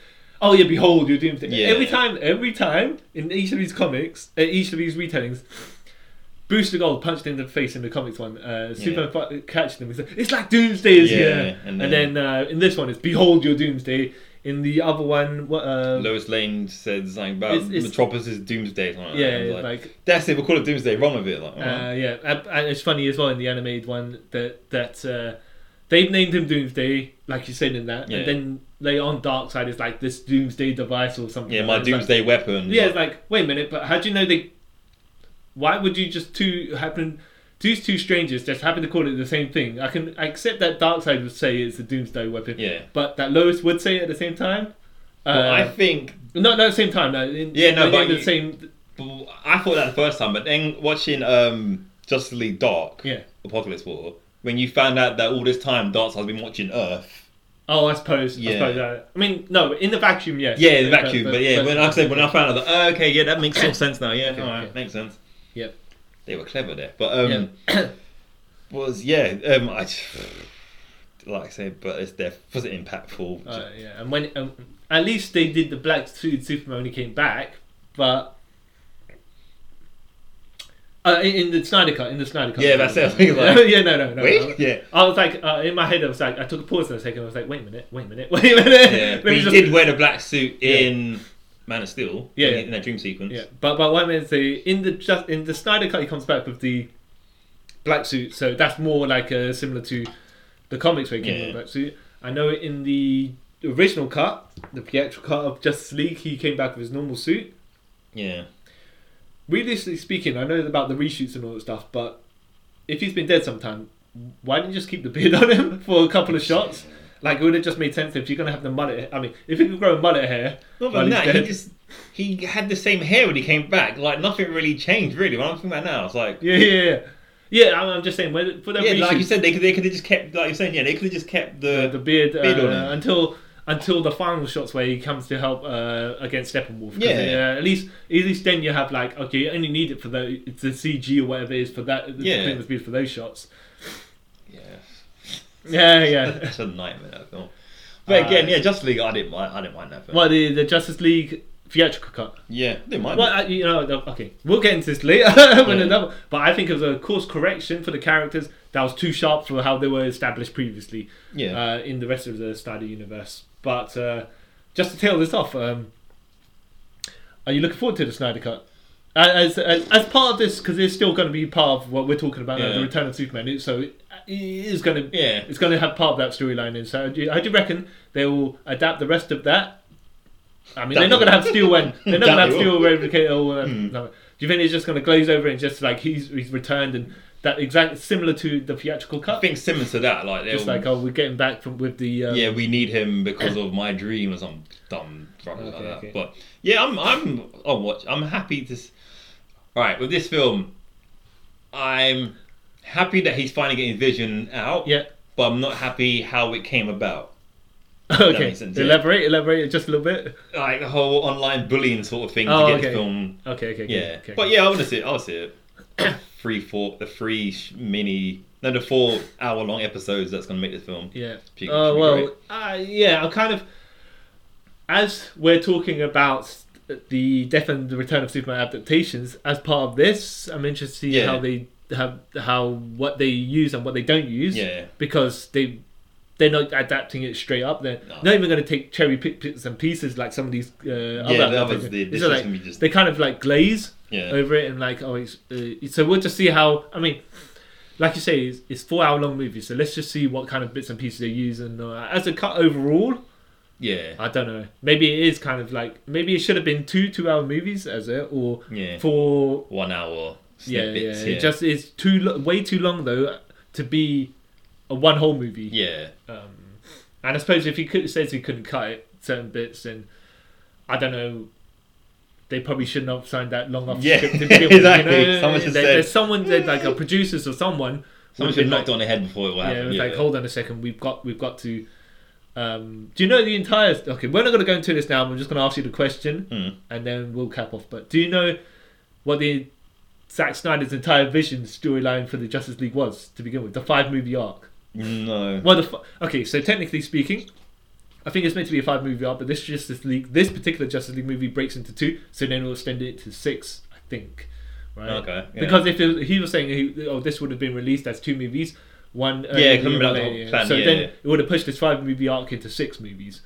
Speaker 1: Oh yeah, behold your doomsday.
Speaker 2: Yeah.
Speaker 1: Every time every time in each of these comics uh, each of these retellings Booster Gold punched him in the face in the comics one. Uh, Superman fu- catched him. He's like, it's like Doomsday is
Speaker 2: Yeah,
Speaker 1: here. And
Speaker 2: and
Speaker 1: then,
Speaker 2: then-
Speaker 1: uh, in this one, it's Behold Your Doomsday. In the other one, what? Uh,
Speaker 2: Lois Lane said something about
Speaker 1: It's- it's-
Speaker 2: Metropolis's Doomsday. Something like
Speaker 1: yeah,
Speaker 2: that. and it's Like,
Speaker 1: like
Speaker 2: that's it. We call it Doomsday. Wrong with it. Like, oh.
Speaker 1: Uh, yeah, and and it's funny as well in the animated one that that uh, they've named him Doomsday, like you said in that,
Speaker 2: Yeah.
Speaker 1: and then later on Darkseid is like this Doomsday device or something.
Speaker 2: yeah,
Speaker 1: like
Speaker 2: my
Speaker 1: that. It's like-
Speaker 2: Doomsday weapon.
Speaker 1: yeah, it's like wait a minute, but how do you know they? Why would you just two happen? These two strangers just happen to call it the same thing. I can I accept that Darkseid would say it's a Doomsday weapon,
Speaker 2: yeah.
Speaker 1: but that Lois would say it at the same time. Uh,
Speaker 2: Well, I think
Speaker 1: no, no, same time. No, in,
Speaker 2: Yeah, no,
Speaker 1: they
Speaker 2: but
Speaker 1: named it
Speaker 2: you-
Speaker 1: the same.
Speaker 2: Well, I thought that the first time, but then watching um, Justice League Dark,
Speaker 1: Yeah.
Speaker 2: Apocalypse War, when you found out that all this time Darkseid has been watching Earth.
Speaker 1: Oh, I suppose. I
Speaker 2: Yeah.
Speaker 1: suppose. Uh, I mean, no, in the vacuum, yes.
Speaker 2: Yeah, the vacuum. But, yeah, when I said when I found out that oh, okay, yeah, that makes more sense now. Yeah,
Speaker 1: Okay,
Speaker 2: all right,
Speaker 1: okay.
Speaker 2: makes sense.
Speaker 1: Yep.
Speaker 2: They were clever there, but um, was yeah, um, I like I said, but it's there wasn't impactful.
Speaker 1: Uh, yeah, and when um, at least they did the black suit Superman when he came back, but uh, in, in the Snyder cut, in the Snyder cut.
Speaker 2: Yeah, that's it, I think, like-
Speaker 1: yeah, no, no, no.
Speaker 2: Wait,
Speaker 1: no.
Speaker 2: yeah.
Speaker 1: I was like, uh, in my head, I was like, I took a pause for a second. I was like, wait a minute, wait a minute, wait a minute.
Speaker 2: Yeah,
Speaker 1: Let
Speaker 2: but
Speaker 1: me
Speaker 2: he
Speaker 1: just-
Speaker 2: did wear the black suit in Man of Steel.
Speaker 1: Yeah,
Speaker 2: in,
Speaker 1: yeah.
Speaker 2: in that dream sequence.
Speaker 1: Yeah, but but what I meant to say in the just in the Snyder cut, he comes back with the black suit, so that's more like uh, similar to the comics where he came
Speaker 2: Yeah.
Speaker 1: with the black suit. I know in the original cut, the theatrical cut of Justice League, he came back with his normal suit.
Speaker 2: yeah.
Speaker 1: Realistically speaking, I know about the reshoots and all that stuff, but if he's been dead sometime, why didn't you just keep the beard on him for a couple of shots? Like it would have just made sense if you're gonna have the mullet. I mean, if you could grow a mullet hair,
Speaker 2: Not
Speaker 1: while he's
Speaker 2: than that, he
Speaker 1: dead-
Speaker 2: just he had the same hair when he came back. Like nothing really changed really. When I'm thinking about now, it's like
Speaker 1: yeah, yeah, yeah. Yeah, I'm I'm just saying. whether- For that
Speaker 2: yeah, like you
Speaker 1: reshoot-
Speaker 2: said, they could they could have just kept like you're saying yeah, they could have just kept
Speaker 1: uh,
Speaker 2: the,
Speaker 1: the beard,
Speaker 2: Beard on
Speaker 1: uh,
Speaker 2: him.
Speaker 1: until until the final shots where he comes to help uh, against Steppenwolf. 'Cause,
Speaker 2: Yeah.
Speaker 1: uh, at least at least then you have like okay, you only need it for the it's the CG or whatever it is for that.
Speaker 2: Yeah.
Speaker 1: the beard for those shots.
Speaker 2: yeah.
Speaker 1: Yeah, yeah.
Speaker 2: That's a nightmare that film. But
Speaker 1: Uh,
Speaker 2: again, yeah, Justice League, I didn't mind. I didn't mind that film.
Speaker 1: well, the the Justice League theatrical cut.
Speaker 2: Yeah, I didn't mind.
Speaker 1: Well,
Speaker 2: it.
Speaker 1: I, you know, the- okay, we'll get into this later. when
Speaker 2: Yeah.
Speaker 1: another, but I think it was a course correction for the characters that was too sharp for how they were established previously.
Speaker 2: yeah,
Speaker 1: uh, in the rest of the Snyder universe. But uh, just to tail this off, um, are you looking forward to the Snyder Cut? Uh, As, as, as part of this, because it's still going to be part of what we're talking about, uh,
Speaker 2: Yeah.
Speaker 1: the Return of Superman. it- So it it is going to
Speaker 2: yeah.
Speaker 1: it's going to have part of that storyline in. So I do, I do reckon they will adapt the rest of that. I mean, they're not going to have Steel when they're not going to have
Speaker 2: That
Speaker 1: Steel
Speaker 2: will.
Speaker 1: replicate all. that. uh,
Speaker 2: Hmm.
Speaker 1: no. Do you think it's just going to glaze over and just like he's he's returned and that exact similar to the theatrical cut?
Speaker 2: I think similar to that. Like
Speaker 1: just
Speaker 2: they'll-
Speaker 1: like oh, we're getting back from with the um,
Speaker 2: yeah, we need him because of my dream or some dumb rubbish
Speaker 1: Okay,
Speaker 2: like that.
Speaker 1: okay.
Speaker 2: But yeah, I'm I'm I'm watch. I'm happy to. S- All right, with this film, I'm happy that he's finally getting his vision out.
Speaker 1: Yeah.
Speaker 2: But I'm not happy how it came about.
Speaker 1: Okay.
Speaker 2: makes sense, yeah.
Speaker 1: elaborate, elaborate just a little bit.
Speaker 2: Like the whole online bullying sort of thing
Speaker 1: Oh,
Speaker 2: to get
Speaker 1: okay.
Speaker 2: the film.
Speaker 1: Okay. Okay. okay,
Speaker 2: Yeah.
Speaker 1: Okay.
Speaker 2: But yeah, I want to see it. I want to see it. three four the three sh- mini no the four hour long episodes that's gonna make this film.
Speaker 1: Yeah.
Speaker 2: Should be- should
Speaker 1: Oh
Speaker 2: be
Speaker 1: well.
Speaker 2: great.
Speaker 1: Uh, yeah. I'm kind of as we're talking about the death and the return of Superman adaptations as part of this. I'm interested to see
Speaker 2: Yeah.
Speaker 1: how they have how what they use and what they don't use
Speaker 2: Yeah.
Speaker 1: because they They're not adapting it straight up. They're
Speaker 2: No.
Speaker 1: not even going to take cherry pick bits and pieces like some of these uh,
Speaker 2: yeah,
Speaker 1: other.
Speaker 2: the others, the, this
Speaker 1: These
Speaker 2: is
Speaker 1: are like-
Speaker 2: gonna be just
Speaker 1: they kind of like glaze
Speaker 2: yeah.
Speaker 1: over it and like oh it's uh, so we'll just see how I mean like you say it's, it's four hour long movie so let's just see what kind of bits and pieces they use and uh, as a cut overall
Speaker 2: yeah,
Speaker 1: I don't know maybe it is kind of like maybe it should have been two two hour movies as it or
Speaker 2: yeah,
Speaker 1: four
Speaker 2: one hour
Speaker 1: yeah
Speaker 2: snippets.
Speaker 1: yeah,
Speaker 2: Yeah,
Speaker 1: it just it's too lo- way too long though to be a one whole movie
Speaker 2: yeah,
Speaker 1: um, and I suppose if he could, says he couldn't cut it certain bits, then I don't know. They probably shouldn't have signed that long off
Speaker 2: Yeah,
Speaker 1: script. to begin with,
Speaker 2: exactly.
Speaker 1: You know?
Speaker 2: Someone should
Speaker 1: There-
Speaker 2: say-
Speaker 1: There's someone, there, like a producers or someone.
Speaker 2: someone
Speaker 1: would've
Speaker 2: should
Speaker 1: been
Speaker 2: knocked
Speaker 1: like,
Speaker 2: on the head before it will
Speaker 1: Yeah, it
Speaker 2: happen.
Speaker 1: was
Speaker 2: Yeah,
Speaker 1: like, hold on a second. We've got, we've got to. Um, do you know the entire? Okay, we're not going to go into this now. I'm just going to ask you the question,
Speaker 2: Mm.
Speaker 1: and then we'll cap off. But do you know what the Zack Snyder's entire vision storyline for the Justice League was to begin with? The five movie arc.
Speaker 2: no,
Speaker 1: Well, the f- okay, so technically speaking, I think it's meant to be a five movie arc, but this Justice League, this particular Justice League movie breaks into two, so then we'll extend it to six, I think. Right?
Speaker 2: okay, yeah.
Speaker 1: Because if it, he was saying, he, oh, this would have been released as two movies, one earlier
Speaker 2: Yeah, 'cause remember
Speaker 1: one
Speaker 2: that was
Speaker 1: later.
Speaker 2: the plan,
Speaker 1: so
Speaker 2: yeah,
Speaker 1: then
Speaker 2: yeah.
Speaker 1: it would have pushed this five movie arc into six movies.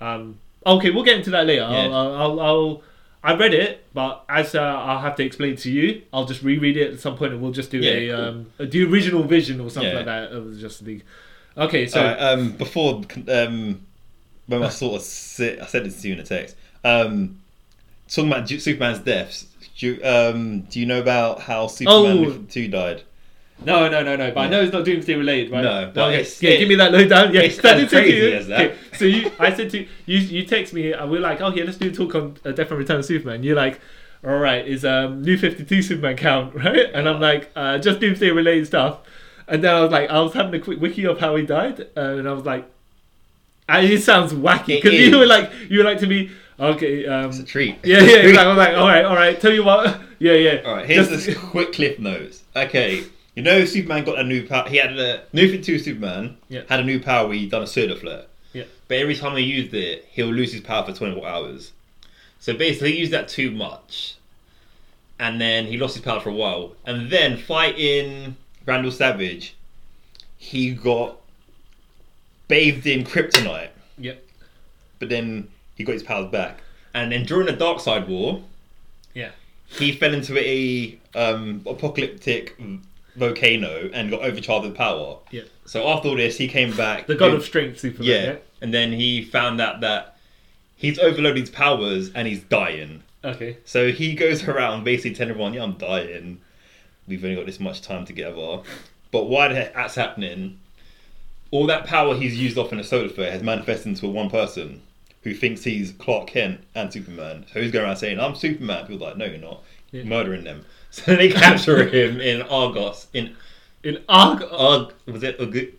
Speaker 1: Um, okay, we'll get into that later. I'll,
Speaker 2: Yeah.
Speaker 1: I'll, I'll, I'll I read it, but as uh, I'll have to explain to you, I'll just reread it at some point, and we'll just do
Speaker 2: Yeah,
Speaker 1: a
Speaker 2: cool.
Speaker 1: um, the original vision or something
Speaker 2: Yeah.
Speaker 1: like that of the Justice League. Okay, so
Speaker 2: So um, before um, when I sort of si I said this to you in a text. Um, talking about Ju- Superman's deaths. Do you, um, do you know about how Superman
Speaker 1: Oh.
Speaker 2: two died?
Speaker 1: no, no, no, no. But I know it's not Doomsday related, right?
Speaker 2: No, but
Speaker 1: okay.
Speaker 2: it's-
Speaker 1: yeah,
Speaker 2: it-
Speaker 1: give me that lowdown. Yeah,
Speaker 2: it's
Speaker 1: that
Speaker 2: as
Speaker 1: is it,
Speaker 2: crazy
Speaker 1: yeah.
Speaker 2: as that.
Speaker 1: Okay, So you, I said to you, you, you text me, and we're like, oh yeah, let's do a talk on uh, Death and Return of Superman. You're like, all right, is um New Fifty Two Superman count right? And I'm like, uh, just Doomsday related stuff. And then I was like, I was having a quick wiki of how he died, uh, and I was like, and it sounds wacky
Speaker 2: It
Speaker 1: because you were
Speaker 2: is.
Speaker 1: like, you were like to me, okay, um,
Speaker 2: It's a treat.
Speaker 1: yeah, yeah. Exactly. I was like, all right, all right. Tell you what, yeah, yeah.
Speaker 2: All right, here's
Speaker 1: Just-
Speaker 2: this quick clip notes. Okay, you know Superman got a new power. He had a new Fifty Two Superman
Speaker 1: Yeah.
Speaker 2: had a new power where he done a soda flare.
Speaker 1: Yeah.
Speaker 2: But every time he used it, he'll lose his power for 24 hours. So basically, he used that too much, and then he lost his power for a while. And then fighting Randall Savage, he got bathed in kryptonite.
Speaker 1: Yep.
Speaker 2: But then he got his powers back. And then during the Dark Side War,
Speaker 1: Yeah.
Speaker 2: he fell into a um, apocalyptic volcano and got overcharged with power.
Speaker 1: Yeah.
Speaker 2: So after all this, he came back.
Speaker 1: The God
Speaker 2: with-
Speaker 1: of Strength, Superman.
Speaker 2: yeah.
Speaker 1: Yeah.
Speaker 2: And then he found out that he's overloaded his powers and he's dying.
Speaker 1: Okay.
Speaker 2: So he goes around basically telling everyone, "Yeah, I'm dying. We've only got this much time together." But while that- that's happening, all that power he's used off in a solar flare has manifested into one person who thinks he's Clark Kent and Superman. So he's going around saying, "I'm Superman." People are like, "No, you're not."
Speaker 1: Yeah.
Speaker 2: Murdering them. So they capture him in Argos. In
Speaker 1: In Arg- oh,
Speaker 2: Arg was it Arg-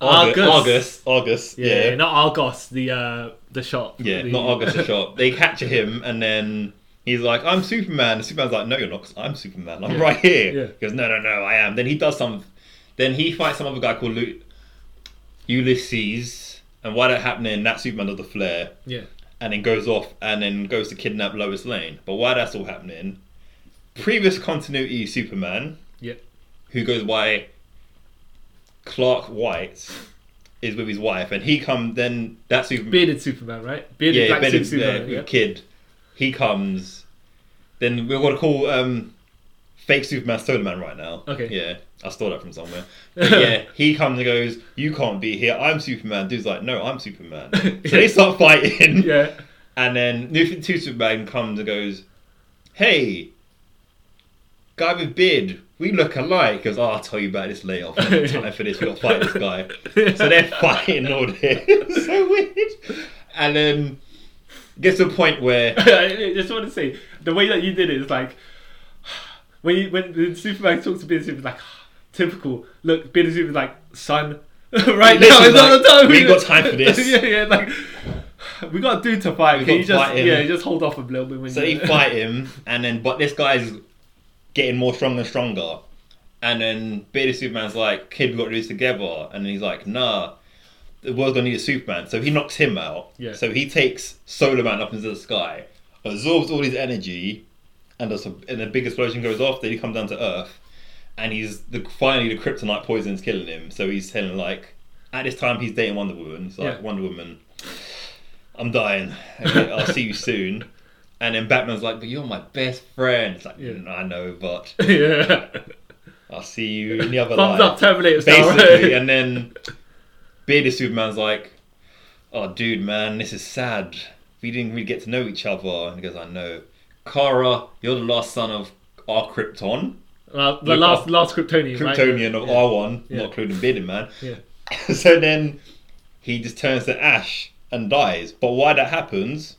Speaker 1: Argus.
Speaker 2: Argus. Argus.
Speaker 1: yeah, yeah, not Argos, the uh, the shop.
Speaker 2: Yeah,
Speaker 1: the,
Speaker 2: not Argus the shop. They capture him, and then he's like, "I'm Superman." And Superman's like, "No, you're not. i I'm Superman. I'm
Speaker 1: Yeah.
Speaker 2: right here."
Speaker 1: Yeah.
Speaker 2: He goes, "No, no, no, I am." Then he does some. Then he fights some other guy called Lu- Ulysses, and while that happening, that Superman does the flare,
Speaker 1: Yeah.
Speaker 2: and then goes off, and then goes to kidnap Lois Lane. But while that's all happening, previous continuity Superman,
Speaker 1: Yeah.
Speaker 2: who goes by Clark White, is with his wife, and he come then that Superman
Speaker 1: Bearded Superman, right? Bearded
Speaker 2: yeah,
Speaker 1: black
Speaker 2: Ben
Speaker 1: suit
Speaker 2: is
Speaker 1: Superman.
Speaker 2: there,
Speaker 1: yeah.
Speaker 2: kid. He comes. Then we're gonna call um, fake Superman Solar Man right now.
Speaker 1: Okay.
Speaker 2: Yeah, I stole that from somewhere. But yeah, he comes and goes. You can't be here. I'm Superman. Dude's like, no, I'm Superman. So they start fighting.
Speaker 1: Yeah.
Speaker 2: And then New Fifty Two Superman comes and goes, hey, guy with beard, we look alike. He goes, oh, I'll tell you about this later. I've got time for this. We got to fight this guy. So they're fighting all this. It's so weird. And then gets to a point where
Speaker 1: I just want to say the way that you did it is like when you, when the Superman talks to Bearded Superman, like typical. Look, Bearded Superman's like son. right now,
Speaker 2: Literally,
Speaker 1: it's not
Speaker 2: like,
Speaker 1: the time.
Speaker 2: we ain't got time for this.
Speaker 1: yeah, yeah, like we got a dude to fight.
Speaker 2: We
Speaker 1: Can you
Speaker 2: got
Speaker 1: just
Speaker 2: fighting.
Speaker 1: yeah, just hold off a little bit when
Speaker 2: so
Speaker 1: you
Speaker 2: they fight him, and then but this guy's getting more strong and stronger. And then bearded Superman's like, kid, we got to do this together. And then he's like, nah. The world's gonna need a Superman, so he knocks him out.
Speaker 1: Yeah.
Speaker 2: So he takes Solar Man up into the sky, absorbs all his energy, and does a, and a big explosion goes off. Then he comes down to Earth, and he's the, finally the kryptonite poison's killing him. So he's telling like At this time, he's dating Wonder Woman. He's like,
Speaker 3: Yeah.
Speaker 2: Wonder Woman, I'm dying. Okay, I'll see you soon. And then Batman's like, but you're my best friend. It's like,
Speaker 3: Yeah.
Speaker 2: "Mm, I know, but
Speaker 1: yeah.
Speaker 2: I'll see you in the other
Speaker 1: Thumbs
Speaker 2: life.
Speaker 1: up, Terminator style.
Speaker 2: Basically, and then bearded Superman's like, "Oh, dude, man, this is sad. We didn't really get to know each other." And he goes, "I know, Kara, you're the last son of our Krypton,
Speaker 1: Uh, the
Speaker 2: Look
Speaker 1: last
Speaker 2: up.
Speaker 1: last Kryptonian, right?
Speaker 2: Kryptonian of
Speaker 1: Yeah.
Speaker 2: our one,
Speaker 1: Yeah.
Speaker 2: not including bearded man."
Speaker 1: Yeah.
Speaker 2: so then he just turns to ash and dies. But why that happens?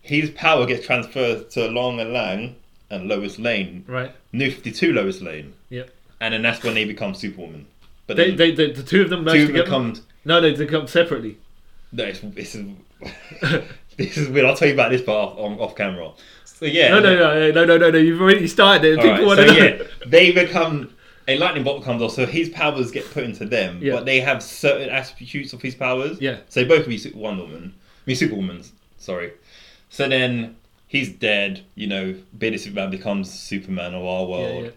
Speaker 2: His power gets transferred to Long and Lang and Lois Lane,
Speaker 1: Right.
Speaker 2: New Fifty Two Lois Lane,
Speaker 1: Yep.
Speaker 2: and then that's when they become Superwoman. But
Speaker 1: They,
Speaker 2: then
Speaker 1: they, they, the two of them merged
Speaker 2: two
Speaker 1: together.
Speaker 2: become
Speaker 1: No, no, they come separately.
Speaker 2: No, it's, this is this is weird. I'll tell you about this part off, on, off camera. So yeah,
Speaker 1: No, no, no, no, no, no, no. You've already started it.
Speaker 2: All right,
Speaker 1: People
Speaker 2: so
Speaker 1: want to
Speaker 2: yeah, they become a lightning bolt comes off, so his powers get put into them,
Speaker 1: Yeah.
Speaker 2: but they have certain attributes of his powers.
Speaker 1: Yeah.
Speaker 2: so they both be Su- Wonder Woman, I mean Superwoman. Sorry. So then he's dead. You know, Bearded Superman becomes Superman of our
Speaker 1: Yeah,
Speaker 2: world,
Speaker 1: yeah.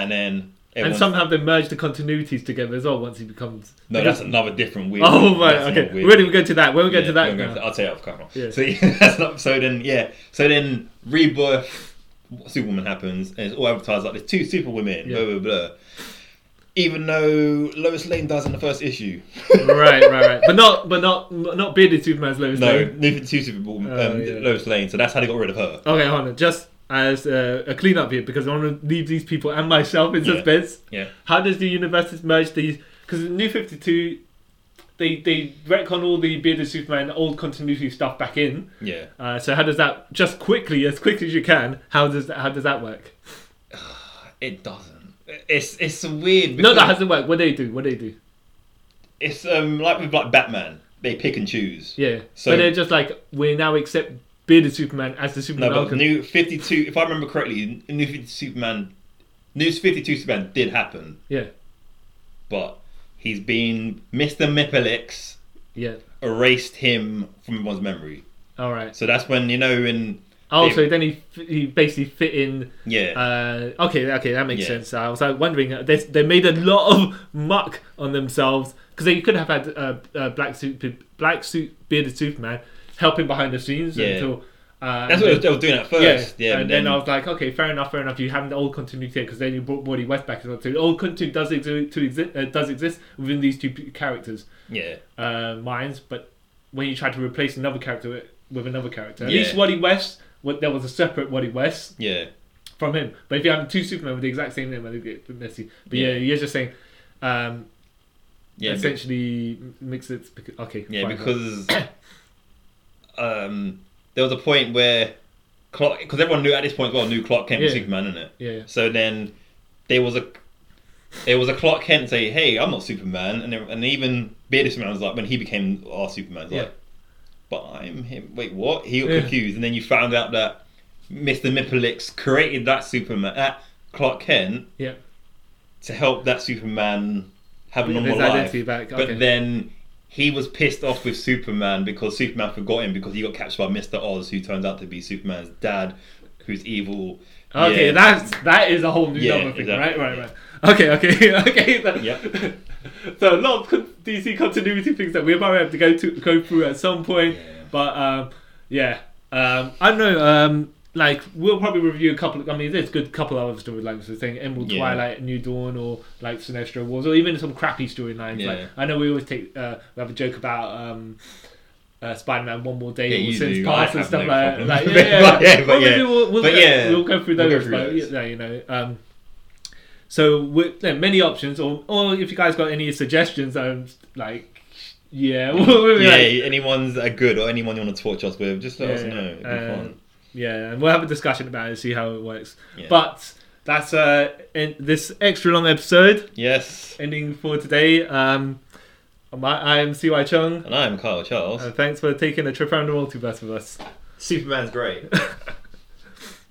Speaker 2: and then
Speaker 1: And
Speaker 2: everyone's-
Speaker 1: somehow they merge the continuities together as well. Once he becomes
Speaker 2: no, that's another different weird.
Speaker 1: oh right,
Speaker 2: that's
Speaker 1: okay. We're
Speaker 2: another weird
Speaker 1: not even going to that. We're going
Speaker 2: Yeah,
Speaker 1: to that.
Speaker 2: we're gonna
Speaker 1: now.
Speaker 2: go to- I'll tell you off camera.
Speaker 1: Yeah.
Speaker 2: So yeah, that's not. So then, yeah. So then, rebirth. Superwoman happens, and it's all advertised like there's two Superwomen.
Speaker 1: Yeah.
Speaker 2: Blah blah blah. Even though Lois Lane dies in the first issue.
Speaker 1: right, right, right. But not, but not, not bearded Superman's Lois
Speaker 2: No,
Speaker 1: Lane.
Speaker 2: no two Superwoman.
Speaker 1: Oh,
Speaker 2: um,
Speaker 1: yeah.
Speaker 2: Lois Lane. So that's how they got rid of her.
Speaker 1: Okay, hold on. Just as uh, a cleanup here, because I want to leave these people and myself in
Speaker 2: Yeah.
Speaker 1: suspense.
Speaker 2: Yeah.
Speaker 1: How does the universes merge these? Because New Fifty Two, they they retcon all the bearded Superman old continuity stuff back in.
Speaker 2: Yeah.
Speaker 1: Uh, so how does that? Just quickly, as quickly as you can. How does that, how does that work?
Speaker 2: It doesn't. It's it's weird.
Speaker 1: No,
Speaker 2: because
Speaker 1: that hasn't worked. What do they do? What do they do?
Speaker 2: It's um like with like Batman. They pick and choose.
Speaker 1: Yeah.
Speaker 2: So-
Speaker 1: but they're just like we now accept bearded Superman as the Superman.
Speaker 2: No, but
Speaker 1: Arkham-
Speaker 2: New Fifty Two. If I remember correctly, New Fifty Superman, New Fifty Two Superman did happen.
Speaker 1: yeah.
Speaker 2: but he's been Mr. Mipelix
Speaker 1: Yeah.
Speaker 2: erased him from everyone's memory.
Speaker 1: All right.
Speaker 2: So that's when you know in
Speaker 1: Oh,
Speaker 2: they-
Speaker 1: so then he f- he basically fit in.
Speaker 2: yeah
Speaker 1: Uh, okay, okay, that makes
Speaker 2: Yeah.
Speaker 1: sense. I was like, wondering uh, they they made a lot of muck on themselves because they could have had uh, uh, black suit pe- black suit bearded Superman helping behind the scenes
Speaker 2: Yeah.
Speaker 1: until. Uh,
Speaker 2: that's
Speaker 1: and
Speaker 2: what they were doing at first. Yeah,
Speaker 1: and
Speaker 2: but
Speaker 1: then, I was like, okay, fair enough, fair enough. You haven't old continuity because then you brought Wally West back as well. So the old continuity does exist, to exi- uh, does exist within these two p- characters'
Speaker 2: yeah
Speaker 1: uh, minds, but when you try to replace another character with, with another character, at
Speaker 2: Yeah.
Speaker 1: least Wally West, what, there was a separate Wally West
Speaker 2: yeah
Speaker 1: from him. But if you have two Supermen with the exact same name, I think it'd be messy. But yeah,
Speaker 2: Yeah.
Speaker 1: you're just saying, um,
Speaker 2: yeah be-
Speaker 1: essentially m- mix it. Because, okay,
Speaker 2: yeah
Speaker 1: fine.
Speaker 2: because um there was a point where Clark because everyone knew at this point as well knew Clark Kent was
Speaker 1: Yeah.
Speaker 2: Superman in it.
Speaker 1: yeah, yeah.
Speaker 2: So then there was a there was a Clark Kent say, "Hey, I'm not Superman," and there- and even Bearded Superman was like, when he became our Superman, was
Speaker 1: Yeah.
Speaker 2: like, "But I'm him." Wait, what? He got
Speaker 1: Yeah.
Speaker 2: confused, and then you found out that Mister Mipelix created that Superman, that Clark Kent,
Speaker 1: Yeah.
Speaker 2: to help that Superman have a
Speaker 1: Bring
Speaker 2: normal
Speaker 1: his
Speaker 2: life.
Speaker 1: identity back, okay.
Speaker 2: But then. He was pissed off with Superman because Superman forgot him because he got captured by Mr. Oz, who turns out to be Superman's dad, who's evil.
Speaker 1: Okay,
Speaker 2: Yeah.
Speaker 1: that's that is a whole new
Speaker 2: Yeah,
Speaker 1: number thing,
Speaker 2: exactly,
Speaker 1: right? Right,
Speaker 2: yeah.
Speaker 1: right. Okay, okay, okay. So,
Speaker 2: Yep.
Speaker 1: so a lot of con- DC continuity things that we might have to go to go through at some point,
Speaker 2: Yeah.
Speaker 1: but um, yeah, um, I don't know. Um, like we'll probably review a couple. Of, I mean, there's a good couple other storylines. We're saying Emerald
Speaker 2: Yeah.
Speaker 1: Twilight, New Dawn, or like Sinestro Wars, or even some crappy storylines. Like
Speaker 2: Yeah.
Speaker 1: I know we always take uh, we have a joke about. Um, uh, Spider-Man, One More Day,
Speaker 2: Yeah,
Speaker 1: or
Speaker 2: you
Speaker 1: Since
Speaker 2: do.
Speaker 1: Past,
Speaker 2: I
Speaker 1: and
Speaker 2: have
Speaker 1: stuff
Speaker 2: no
Speaker 1: like that.
Speaker 2: problem.
Speaker 1: Like, yeah, yeah,
Speaker 2: But yeah, but
Speaker 1: Well, maybe
Speaker 2: yeah.
Speaker 1: We'll, we'll
Speaker 2: But
Speaker 1: go-
Speaker 2: yeah,
Speaker 1: we'll go through
Speaker 2: we'll
Speaker 1: those.
Speaker 2: go through
Speaker 1: but,
Speaker 2: those.
Speaker 1: yeah, you know, um, so we there are many options, or or if you guys got any suggestions, um, like, yeah, we'll, we'll be
Speaker 2: yeah,
Speaker 1: like-
Speaker 2: anyone's that are good or anyone you want to torch us with, just let us
Speaker 1: Yeah,
Speaker 2: know. It'd be
Speaker 1: um,
Speaker 2: fun.
Speaker 1: yeah, and we'll have a discussion about it and see how it works.
Speaker 2: Yeah.
Speaker 1: But that's uh, in this extra long episode
Speaker 2: Yes.
Speaker 1: ending for today. Um, I'm, I'm CY Chung.
Speaker 2: And I'm Kyle Charles.
Speaker 1: Uh, thanks for taking a trip around the multiverse with us.
Speaker 2: Superman's great.